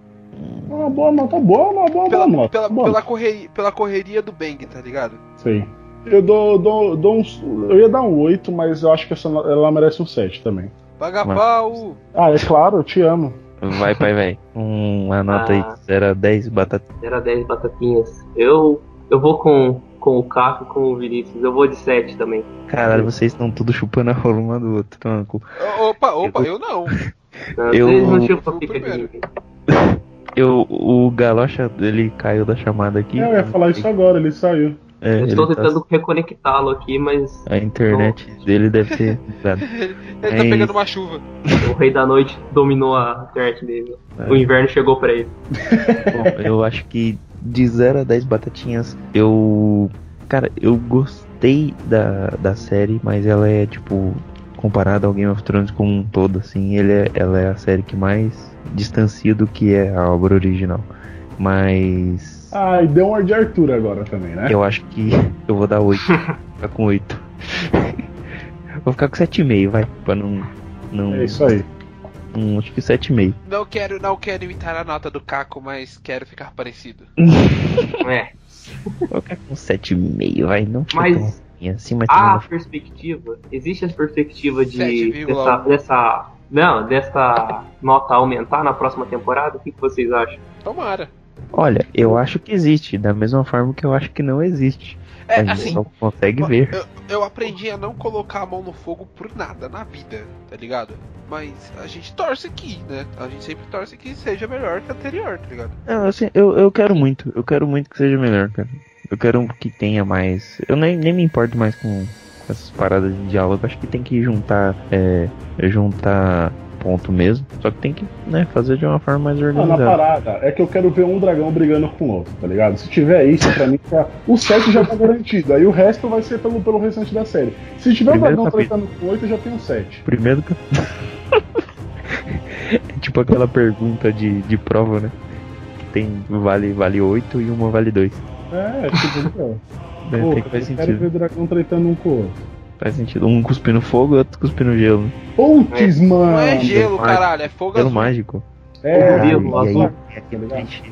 Speaker 3: Uma boa nota, tá boa, uma boa,
Speaker 2: Pela,
Speaker 3: boa nota.
Speaker 2: pela,
Speaker 3: boa
Speaker 2: pela, correria, pela correria do Bang, tá ligado?
Speaker 3: nota. Sei. Eu dou, dou, dou uns. Eu ia dar um 8, mas eu acho que essa, no- ela merece um 7 também.
Speaker 2: Paga
Speaker 1: Mano.
Speaker 2: pau.
Speaker 3: Ah, é claro, eu te amo.
Speaker 1: Vai, pai, vai. Uma nota aí
Speaker 7: Ah.
Speaker 1: de 0 a 10 batatas.
Speaker 7: 0 a 10 batatinhas. Eu, eu vou com, com o Caco e com o Vinícius. Eu vou de 7 também.
Speaker 1: Caralho, vocês estão tudo chupando a rola uma do outro. Toma no cu.
Speaker 2: Opa, opa,
Speaker 1: [LAUGHS]
Speaker 2: eu não.
Speaker 7: Não,
Speaker 1: Eu-
Speaker 7: Vocês não tinham pra
Speaker 2: Fui o
Speaker 7: pica de
Speaker 2: primeiro.
Speaker 7: ninguém.
Speaker 1: Eu, o Galocha, ele caiu da chamada aqui.
Speaker 3: Eu ia falar isso agora, ele saiu.
Speaker 1: É,
Speaker 7: Eu
Speaker 1: ele
Speaker 7: estou
Speaker 1: tá-
Speaker 7: tentando reconectá-lo aqui, mas
Speaker 1: A internet dele deve
Speaker 7: [LAUGHS]
Speaker 1: ter. ligado.
Speaker 2: Ele tá
Speaker 1: É
Speaker 2: pegando
Speaker 1: isso.
Speaker 2: uma chuva.
Speaker 7: o Rei da Noite dominou a internet dele.
Speaker 1: É.
Speaker 7: O inverno chegou pra ele.
Speaker 1: Bom, eu acho que de 0 a 10 batatinhas, eu. Cara, eu gostei da, da série, mas ela é, tipo, comparada ao Game of Thrones como um todo, assim, ele é- ela é a série que mais distancia do que é a obra original. Mas.
Speaker 3: Ah, e deu um ar de Arthur agora também, né?
Speaker 1: Eu acho que eu vou dar
Speaker 3: [LAUGHS]
Speaker 1: 8. ficar com 8. vou ficar com 7,5, vai, pra não. não
Speaker 3: É isso aí.
Speaker 1: não- acho que 7,5.
Speaker 2: Não quero, não quero imitar a nota do Caco, mas quero ficar parecido.
Speaker 7: É.
Speaker 1: Vou ficar com 7,5, vai, não fica
Speaker 7: Mas-
Speaker 1: tão ruim assim, mas também
Speaker 7: A
Speaker 1: não
Speaker 7: perspectiva, existe a perspectiva de
Speaker 2: 7,1.
Speaker 7: dessa, dessa. Não, dessa nota aumentar na próxima temporada? O que que vocês acham?
Speaker 2: Tomara.
Speaker 1: Olha, eu acho que existe, da mesma forma que eu acho que não existe.
Speaker 2: É,
Speaker 1: a gente
Speaker 2: assim,
Speaker 1: só consegue
Speaker 2: eu-
Speaker 1: ver.
Speaker 2: Eu, eu aprendi a não colocar a mão no fogo por nada na vida, tá ligado? Mas a gente torce que, né? A gente sempre torce que seja melhor que a anterior, tá ligado?
Speaker 1: Não, assim, eu, eu quero muito, eu quero muito que seja melhor, cara. Eu quero um que tenha mais. Eu nem, nem me importo mais com essas paradas de diálogo. Acho que tem que juntar. É, juntar ponto mesmo. Só que tem que né, fazer de uma forma mais
Speaker 3: Não, na
Speaker 1: organizada.
Speaker 3: parada, é que eu quero ver um dragão brigando com o outro, tá ligado? Se tiver isso, pra mim, tá- o 7 já tá garantido. Aí o resto vai ser pelo, pelo restante da série. Se tiver um
Speaker 1: Primeiro
Speaker 3: dragão
Speaker 1: capítulo.
Speaker 3: tretando com o 8, eu já tenho um 7.
Speaker 1: Primeiro que. [LAUGHS] É tipo aquela pergunta de, de prova, né? Que tem vale, vale 8 e uma vale 2.
Speaker 3: É, tipo, [LAUGHS] meu,
Speaker 1: Né?
Speaker 3: pô,
Speaker 1: tem que faz
Speaker 3: eu quero
Speaker 1: sentido.
Speaker 3: ver o dragão tretando um com o outro.
Speaker 1: Faz sentido. Um cuspindo fogo e outro cuspindo gelo. né?
Speaker 3: Putz, mano!
Speaker 2: Não
Speaker 1: Ah,
Speaker 2: é gelo,
Speaker 1: mágico.
Speaker 2: caralho, é fogo
Speaker 1: Gelo
Speaker 2: azul.
Speaker 1: mágico.
Speaker 3: É,
Speaker 1: Ah,
Speaker 7: Gelo,
Speaker 1: e
Speaker 7: azul.
Speaker 1: aí, é aquele clichê.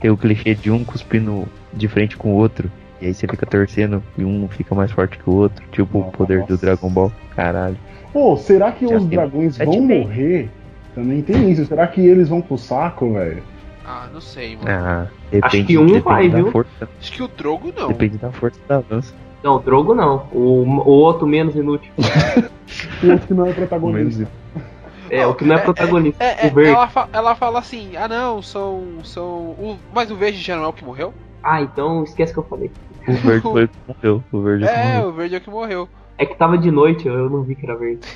Speaker 1: Tem o clichê de um cuspindo de frente com o outro. E aí você fica torcendo e um fica mais forte que o outro. Tipo o poder do
Speaker 3: Nossa.
Speaker 1: Dragon Ball. Caralho.
Speaker 3: Pô, será que
Speaker 1: Já
Speaker 3: os
Speaker 1: tem É
Speaker 3: dragões
Speaker 1: sete
Speaker 3: vão
Speaker 1: e meio.
Speaker 3: morrer? Também tem isso. Será que eles vão pro saco, velho?
Speaker 2: Ah, não sei, mano.
Speaker 1: Ah, depende,
Speaker 7: que um
Speaker 1: depende
Speaker 7: vai,
Speaker 1: da
Speaker 7: viu?
Speaker 1: força.
Speaker 2: Acho que o Drogo não.
Speaker 1: Depende da força da lança.
Speaker 7: Não, o Drogo não. O, o outro menos inútil.
Speaker 3: E outro que não é protagonista.
Speaker 1: Menos-
Speaker 7: É, o que não é
Speaker 2: É,
Speaker 7: protagonista.
Speaker 2: É, é,
Speaker 7: o verde.
Speaker 2: ela, fa- ela fala assim, ah não, são. são. O, mas o verde já não é o que morreu?
Speaker 7: Ah, então esquece que eu falei.
Speaker 1: O verde foi o que morreu. O verde é o que
Speaker 2: É,
Speaker 1: morreu.
Speaker 2: o verde é o que morreu. [LAUGHS]
Speaker 7: É que tava de noite, eu não vi que era verde.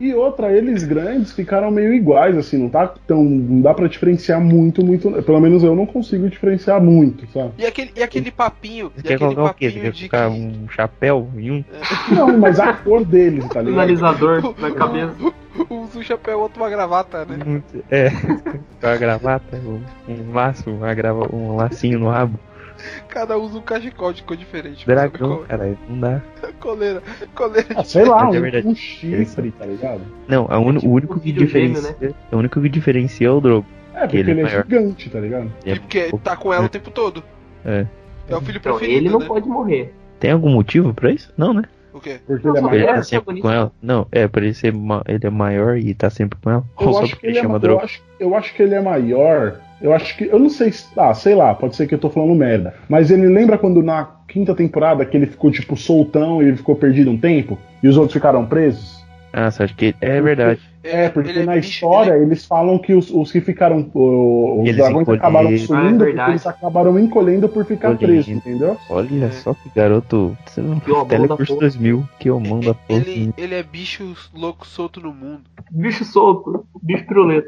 Speaker 3: E outra, eles grandes ficaram meio iguais, assim, não tá tão. Não dá pra diferenciar muito, muito. Pelo menos eu não consigo diferenciar muito, sabe?
Speaker 2: E aquele, e aquele papinho.
Speaker 1: Você
Speaker 2: e
Speaker 1: quer
Speaker 2: aquele
Speaker 1: colocar o quê? Você
Speaker 2: papinho
Speaker 1: quer
Speaker 2: de
Speaker 1: colocar
Speaker 2: que-
Speaker 1: um chapéu em um?
Speaker 3: Não, mas a cor deles, tá
Speaker 2: é
Speaker 3: ligado?
Speaker 7: Finalizador
Speaker 2: [LAUGHS]
Speaker 7: na cabeça.
Speaker 2: Usa um chapéu, outro uma gravata, né?
Speaker 1: É, [LAUGHS] com a gravata, um, um laço, uma grava, um lacinho no rabo.
Speaker 2: Cada usa um cachecol de cor diferente. pra saber
Speaker 1: Dragão, cara, não dá.
Speaker 2: qual- Coleira. Coleira.
Speaker 3: Ah, sei lá,
Speaker 1: Mas é
Speaker 3: um,
Speaker 1: verdade.
Speaker 3: um chifre, tá ligado?
Speaker 1: Não, a uni-
Speaker 7: tipo
Speaker 1: o único
Speaker 7: um
Speaker 1: que
Speaker 7: filho gêmeo,
Speaker 1: diferencia. O único que diferencia é o Drogo.
Speaker 3: É, porque
Speaker 1: Ele
Speaker 3: ele,
Speaker 1: é
Speaker 3: é
Speaker 1: maior.
Speaker 3: gigante, tá ligado?
Speaker 1: É
Speaker 2: E porque tá com ela o tempo todo.
Speaker 1: É.
Speaker 2: É o filho
Speaker 7: Então,
Speaker 2: preferido,
Speaker 7: ele não
Speaker 2: né?
Speaker 7: pode morrer.
Speaker 1: Tem algum motivo pra isso? Não, né?
Speaker 2: O quê?
Speaker 3: Porque ele é
Speaker 7: Não,
Speaker 1: Pra
Speaker 7: Mas
Speaker 1: ele
Speaker 3: maior.
Speaker 7: é
Speaker 1: tá sempre
Speaker 7: protagonista.
Speaker 1: com ela? Não, é pra ele ser ma- ele é maior e tá sempre com ela. Ou
Speaker 3: Eu
Speaker 1: só
Speaker 3: acho, que
Speaker 1: porque
Speaker 3: ele é,
Speaker 1: chama
Speaker 3: ma- eu,
Speaker 1: Drogo.
Speaker 3: acho, eu acho que ele é maior. Eu acho que. Eu não sei se. Ah, sei lá, pode ser que eu tô falando merda. Mas ele lembra quando na quinta temporada que ele ficou, tipo, soltão e ele ficou perdido um tempo? E os outros ficaram presos?
Speaker 1: Ah, você acha que é verdade.
Speaker 3: É, né? porque
Speaker 2: ele
Speaker 3: na
Speaker 2: bicho-
Speaker 3: história eles falam que os, os que ficaram. o- Os
Speaker 1: Eles
Speaker 3: dragões
Speaker 1: encolheram.
Speaker 3: acabaram
Speaker 7: Ah, é
Speaker 3: sumindo porque
Speaker 7: verdade.
Speaker 3: eles acabaram encolhendo por ficar
Speaker 1: Encolhendo.
Speaker 3: presos, entendeu?
Speaker 1: Olha
Speaker 2: É.
Speaker 1: só que garoto. Você não-
Speaker 7: Que homão da
Speaker 1: Telecurso
Speaker 7: porra.
Speaker 1: 2000, que homão da porra.
Speaker 2: Ele, ele, ele é bicho louco solto no mundo.
Speaker 7: Bicho solto, bicho piruleta.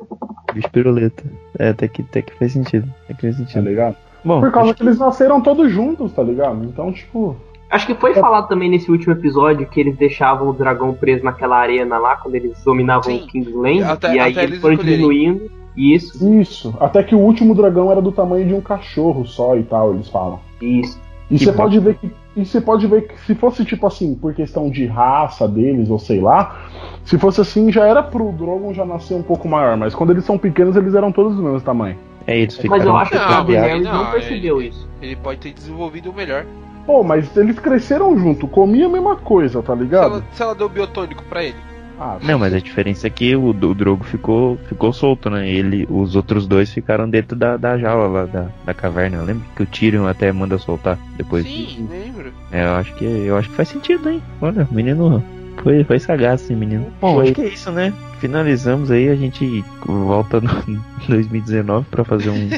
Speaker 1: Bicho piruleta. É, até que, até que faz sentido. Até que faz
Speaker 3: Tá
Speaker 1: sentido.
Speaker 3: ligado?
Speaker 1: Bom,
Speaker 3: Por causa
Speaker 1: acho
Speaker 3: que eles nasceram todos juntos, tá ligado? Então, tipo.
Speaker 7: Acho que foi
Speaker 2: É.
Speaker 7: falado também nesse último episódio que eles deixavam o dragão preso naquela arena lá, quando eles dominavam
Speaker 2: Sim.
Speaker 7: o Kingsland.
Speaker 2: Até-
Speaker 7: e aí
Speaker 2: até
Speaker 7: eles
Speaker 2: eles
Speaker 7: foram
Speaker 2: escolherem.
Speaker 7: diminuindo. Isso,
Speaker 3: Isso. Até que o último dragão era do tamanho de um cachorro só e tal, eles falam.
Speaker 7: isso.
Speaker 3: E
Speaker 1: Que
Speaker 3: você
Speaker 1: bom.
Speaker 3: pode ver que. E você pode ver que se fosse tipo assim, por questão de raça deles, ou sei lá, se fosse assim, já era pro Drogon já nascer um pouco maior, mas quando eles são pequenos, eles eram todos do mesmo tamanho.
Speaker 1: É, eles ficaram.
Speaker 7: Mas eu acho que tá o
Speaker 2: Não,
Speaker 7: Calvin
Speaker 2: mas aí
Speaker 7: Harris não
Speaker 2: não,
Speaker 7: percebeu isso.
Speaker 2: Ele pode ter desenvolvido o melhor.
Speaker 3: Pô, mas eles cresceram junto, comia a mesma coisa, tá
Speaker 2: Se
Speaker 3: ligado?
Speaker 2: ela, se ela deu biotônico pra ele.
Speaker 3: Ah,
Speaker 1: Não, mas a diferença é que o, o Drogo ficou, ficou solto, né? Ele, os outros dois ficaram dentro da, da jaula lá da, da caverna. Lembra que o Tyrion até manda soltar depois.
Speaker 2: Sim, lembro.
Speaker 1: É, eu acho que eu acho que faz sentido, hein? Olha, o menino foi, foi sagaz esse menino. Bom, acho que é isso, né? Finalizamos aí, a gente volta no [LAUGHS] 2019 pra fazer um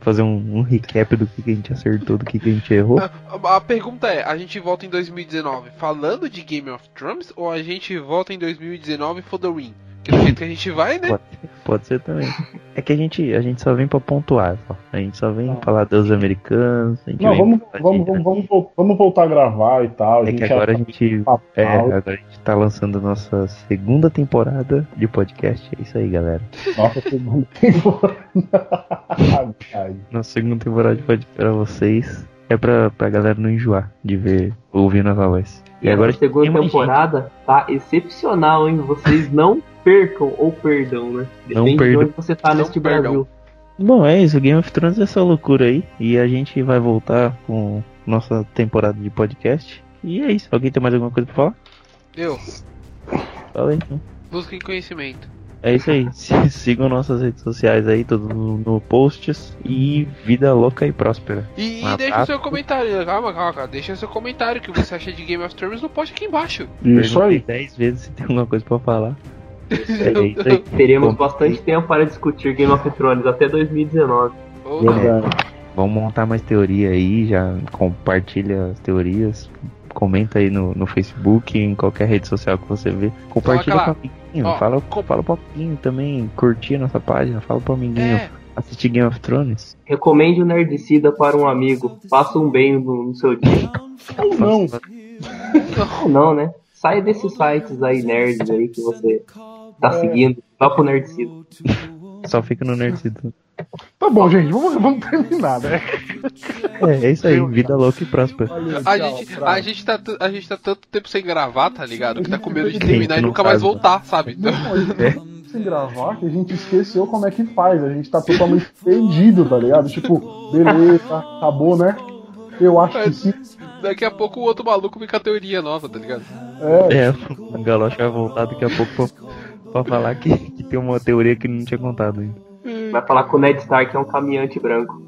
Speaker 1: fazer um, um recap do que, que a gente acertou, do que, que a gente errou.
Speaker 2: A, a pergunta é, a gente volta em 2019 falando de Game of Thrones ou a gente volta em 2019 for the win? Que do jeito que a gente vai, né?
Speaker 1: Pode ser
Speaker 3: [LAUGHS]
Speaker 1: também. É que a gente a gente só vem pra pontuar, só. A gente só vem
Speaker 3: Não.
Speaker 1: falar dos americanos, a gente
Speaker 3: Não,
Speaker 1: vem
Speaker 3: vamos,
Speaker 1: falar de-
Speaker 3: vamos, vamos, vamos, vol- vamos voltar a tá gravar e tal.
Speaker 1: É que agora a gente
Speaker 3: a
Speaker 1: é,
Speaker 3: [LAUGHS]
Speaker 1: agora a gente tá lançando a nossa segunda temporada de podcast. É isso aí, galera.
Speaker 3: Nossa, segunda temporada. um [LAUGHS] Ai,
Speaker 1: Nossa segunda temporada de podcast pra vocês. É pra, pra galera não enjoar de ver ouvindo a voz. E
Speaker 7: Essa
Speaker 1: agora a gente tem
Speaker 7: segunda
Speaker 1: mais
Speaker 7: temporada tá excepcional, hein? Vocês não percam ou perdão, né?
Speaker 1: Não
Speaker 7: Depende
Speaker 1: perdam.
Speaker 7: de onde você tá
Speaker 2: Não
Speaker 7: neste
Speaker 2: perdam.
Speaker 7: Brasil.
Speaker 1: gente. Bom, é isso. Game of Thrones é essa loucura aí. E a gente vai voltar com nossa temporada de podcast. E é isso. Alguém tem mais alguma coisa pra falar?
Speaker 2: Eu,
Speaker 1: Fala aí. então.
Speaker 2: busca em conhecimento.
Speaker 1: É isso aí. [LAUGHS] Se- Sigam nossas redes sociais aí, tudo no, no posts. E vida louca e próspera.
Speaker 2: E,
Speaker 1: Um
Speaker 2: deixa o seu
Speaker 1: abraço.
Speaker 2: comentário. Calma, calma, calma. Deixa o seu comentário que você acha de Game of Thrones no post aqui embaixo.
Speaker 3: Isso
Speaker 1: Perguntei
Speaker 3: aí.
Speaker 1: Dez vezes se tem alguma coisa pra
Speaker 3: [LAUGHS]
Speaker 1: falar. É isso aí.
Speaker 7: Teremos
Speaker 1: Bom,
Speaker 7: bastante tempo para discutir Game of Thrones até 2019.
Speaker 2: Ô,
Speaker 1: Verdade.
Speaker 2: cara,
Speaker 3: Verdade.
Speaker 1: Vamos montar mais teoria aí, já compartilha as teorias, comenta aí no, no Facebook, em qualquer rede social que você vê. Compartilha
Speaker 2: Coloca
Speaker 1: com
Speaker 2: lá.
Speaker 1: amiguinho,
Speaker 2: Ó,
Speaker 1: fala,
Speaker 2: com-
Speaker 1: fala pro amiguinho também, curtir nossa página, fala pro amiguinho,
Speaker 2: é,
Speaker 1: assistir Game of Thrones.
Speaker 7: Recomende o Nerdicida para um amigo. Faça um bem no, no seu dia.
Speaker 3: Ou não.
Speaker 7: Ou não, né? Sai desses sites aí nerds aí que você tá seguindo. Vá pro Nerdicida.
Speaker 1: Só fica no
Speaker 2: [LAUGHS]
Speaker 1: Nerdcito.
Speaker 3: Tá bom, gente, vamos, vamos terminar, né?
Speaker 1: É, é isso aí, vida louca e próspera.
Speaker 2: a, gente, a, gente tá, t- a gente tá tanto tempo sem gravar, tá ligado? Que tá com medo de
Speaker 1: Sim,
Speaker 2: terminar e
Speaker 1: no
Speaker 2: nunca mais
Speaker 1: caso.
Speaker 2: voltar, sabe?
Speaker 3: Não, a gente tá sem gravar que a gente esqueceu como é que faz. A gente tá totalmente perdido, tá ligado? Tipo, beleza, acabou, né? Eu acho que sim.
Speaker 2: Daqui a pouco o outro maluco vem com a teoria nova, tá ligado?
Speaker 3: É,
Speaker 1: É, o Galocha vai voltar daqui a pouco pra, pra falar que, que tem uma teoria que não tinha contado ainda.
Speaker 7: Vai falar que o Ned Stark é um caminhante branco.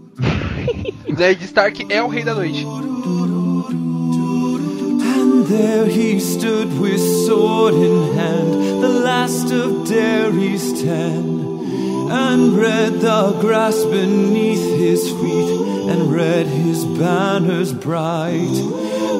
Speaker 2: Ned Stark é o rei da noite.
Speaker 6: And there he stood with sword in hand, the last of Derry's ten, and read the grass beneath his feet, and read his banners bright,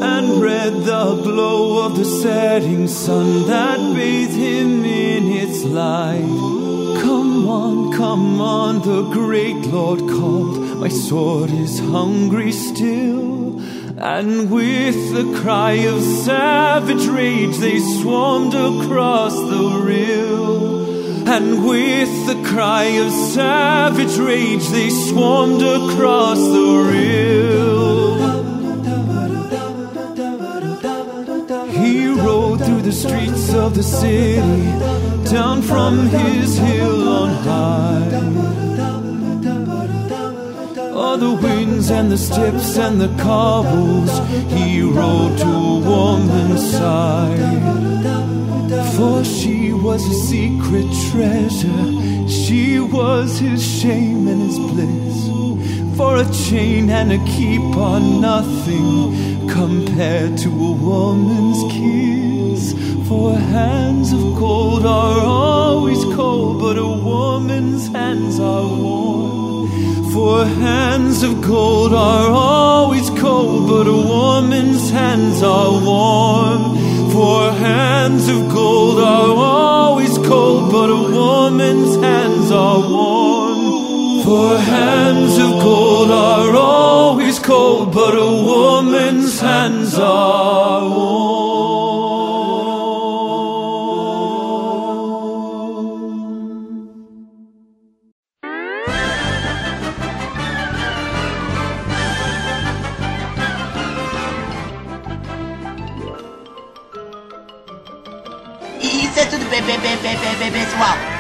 Speaker 6: and read the glow of the setting sun that bathed him in its light. Come on, come on, the great Lord called. My sword is hungry still. And with the cry of savage rage, they swarmed across the rill. And with the cry of savage rage, they swarmed across the rill. He rode through the streets of the city, down from his hill on high. Oh, the winds and the steps and the cobbles he rode to a woman's side. For she was a secret treasure, she was his shame and his bliss. For a chain and a keep are nothing compared to a woman's kiss. For hands of gold are always cold, but a woman's hands are warm. For hands of gold are always cold, but a woman's hands are warm. For hands of gold are always cold, but a woman's hands are warm. For hands of gold are always cold, but a woman's hands are warm.
Speaker 8: Isso é tudo, bem, bem, bem, bem, bem, bem, pessoal.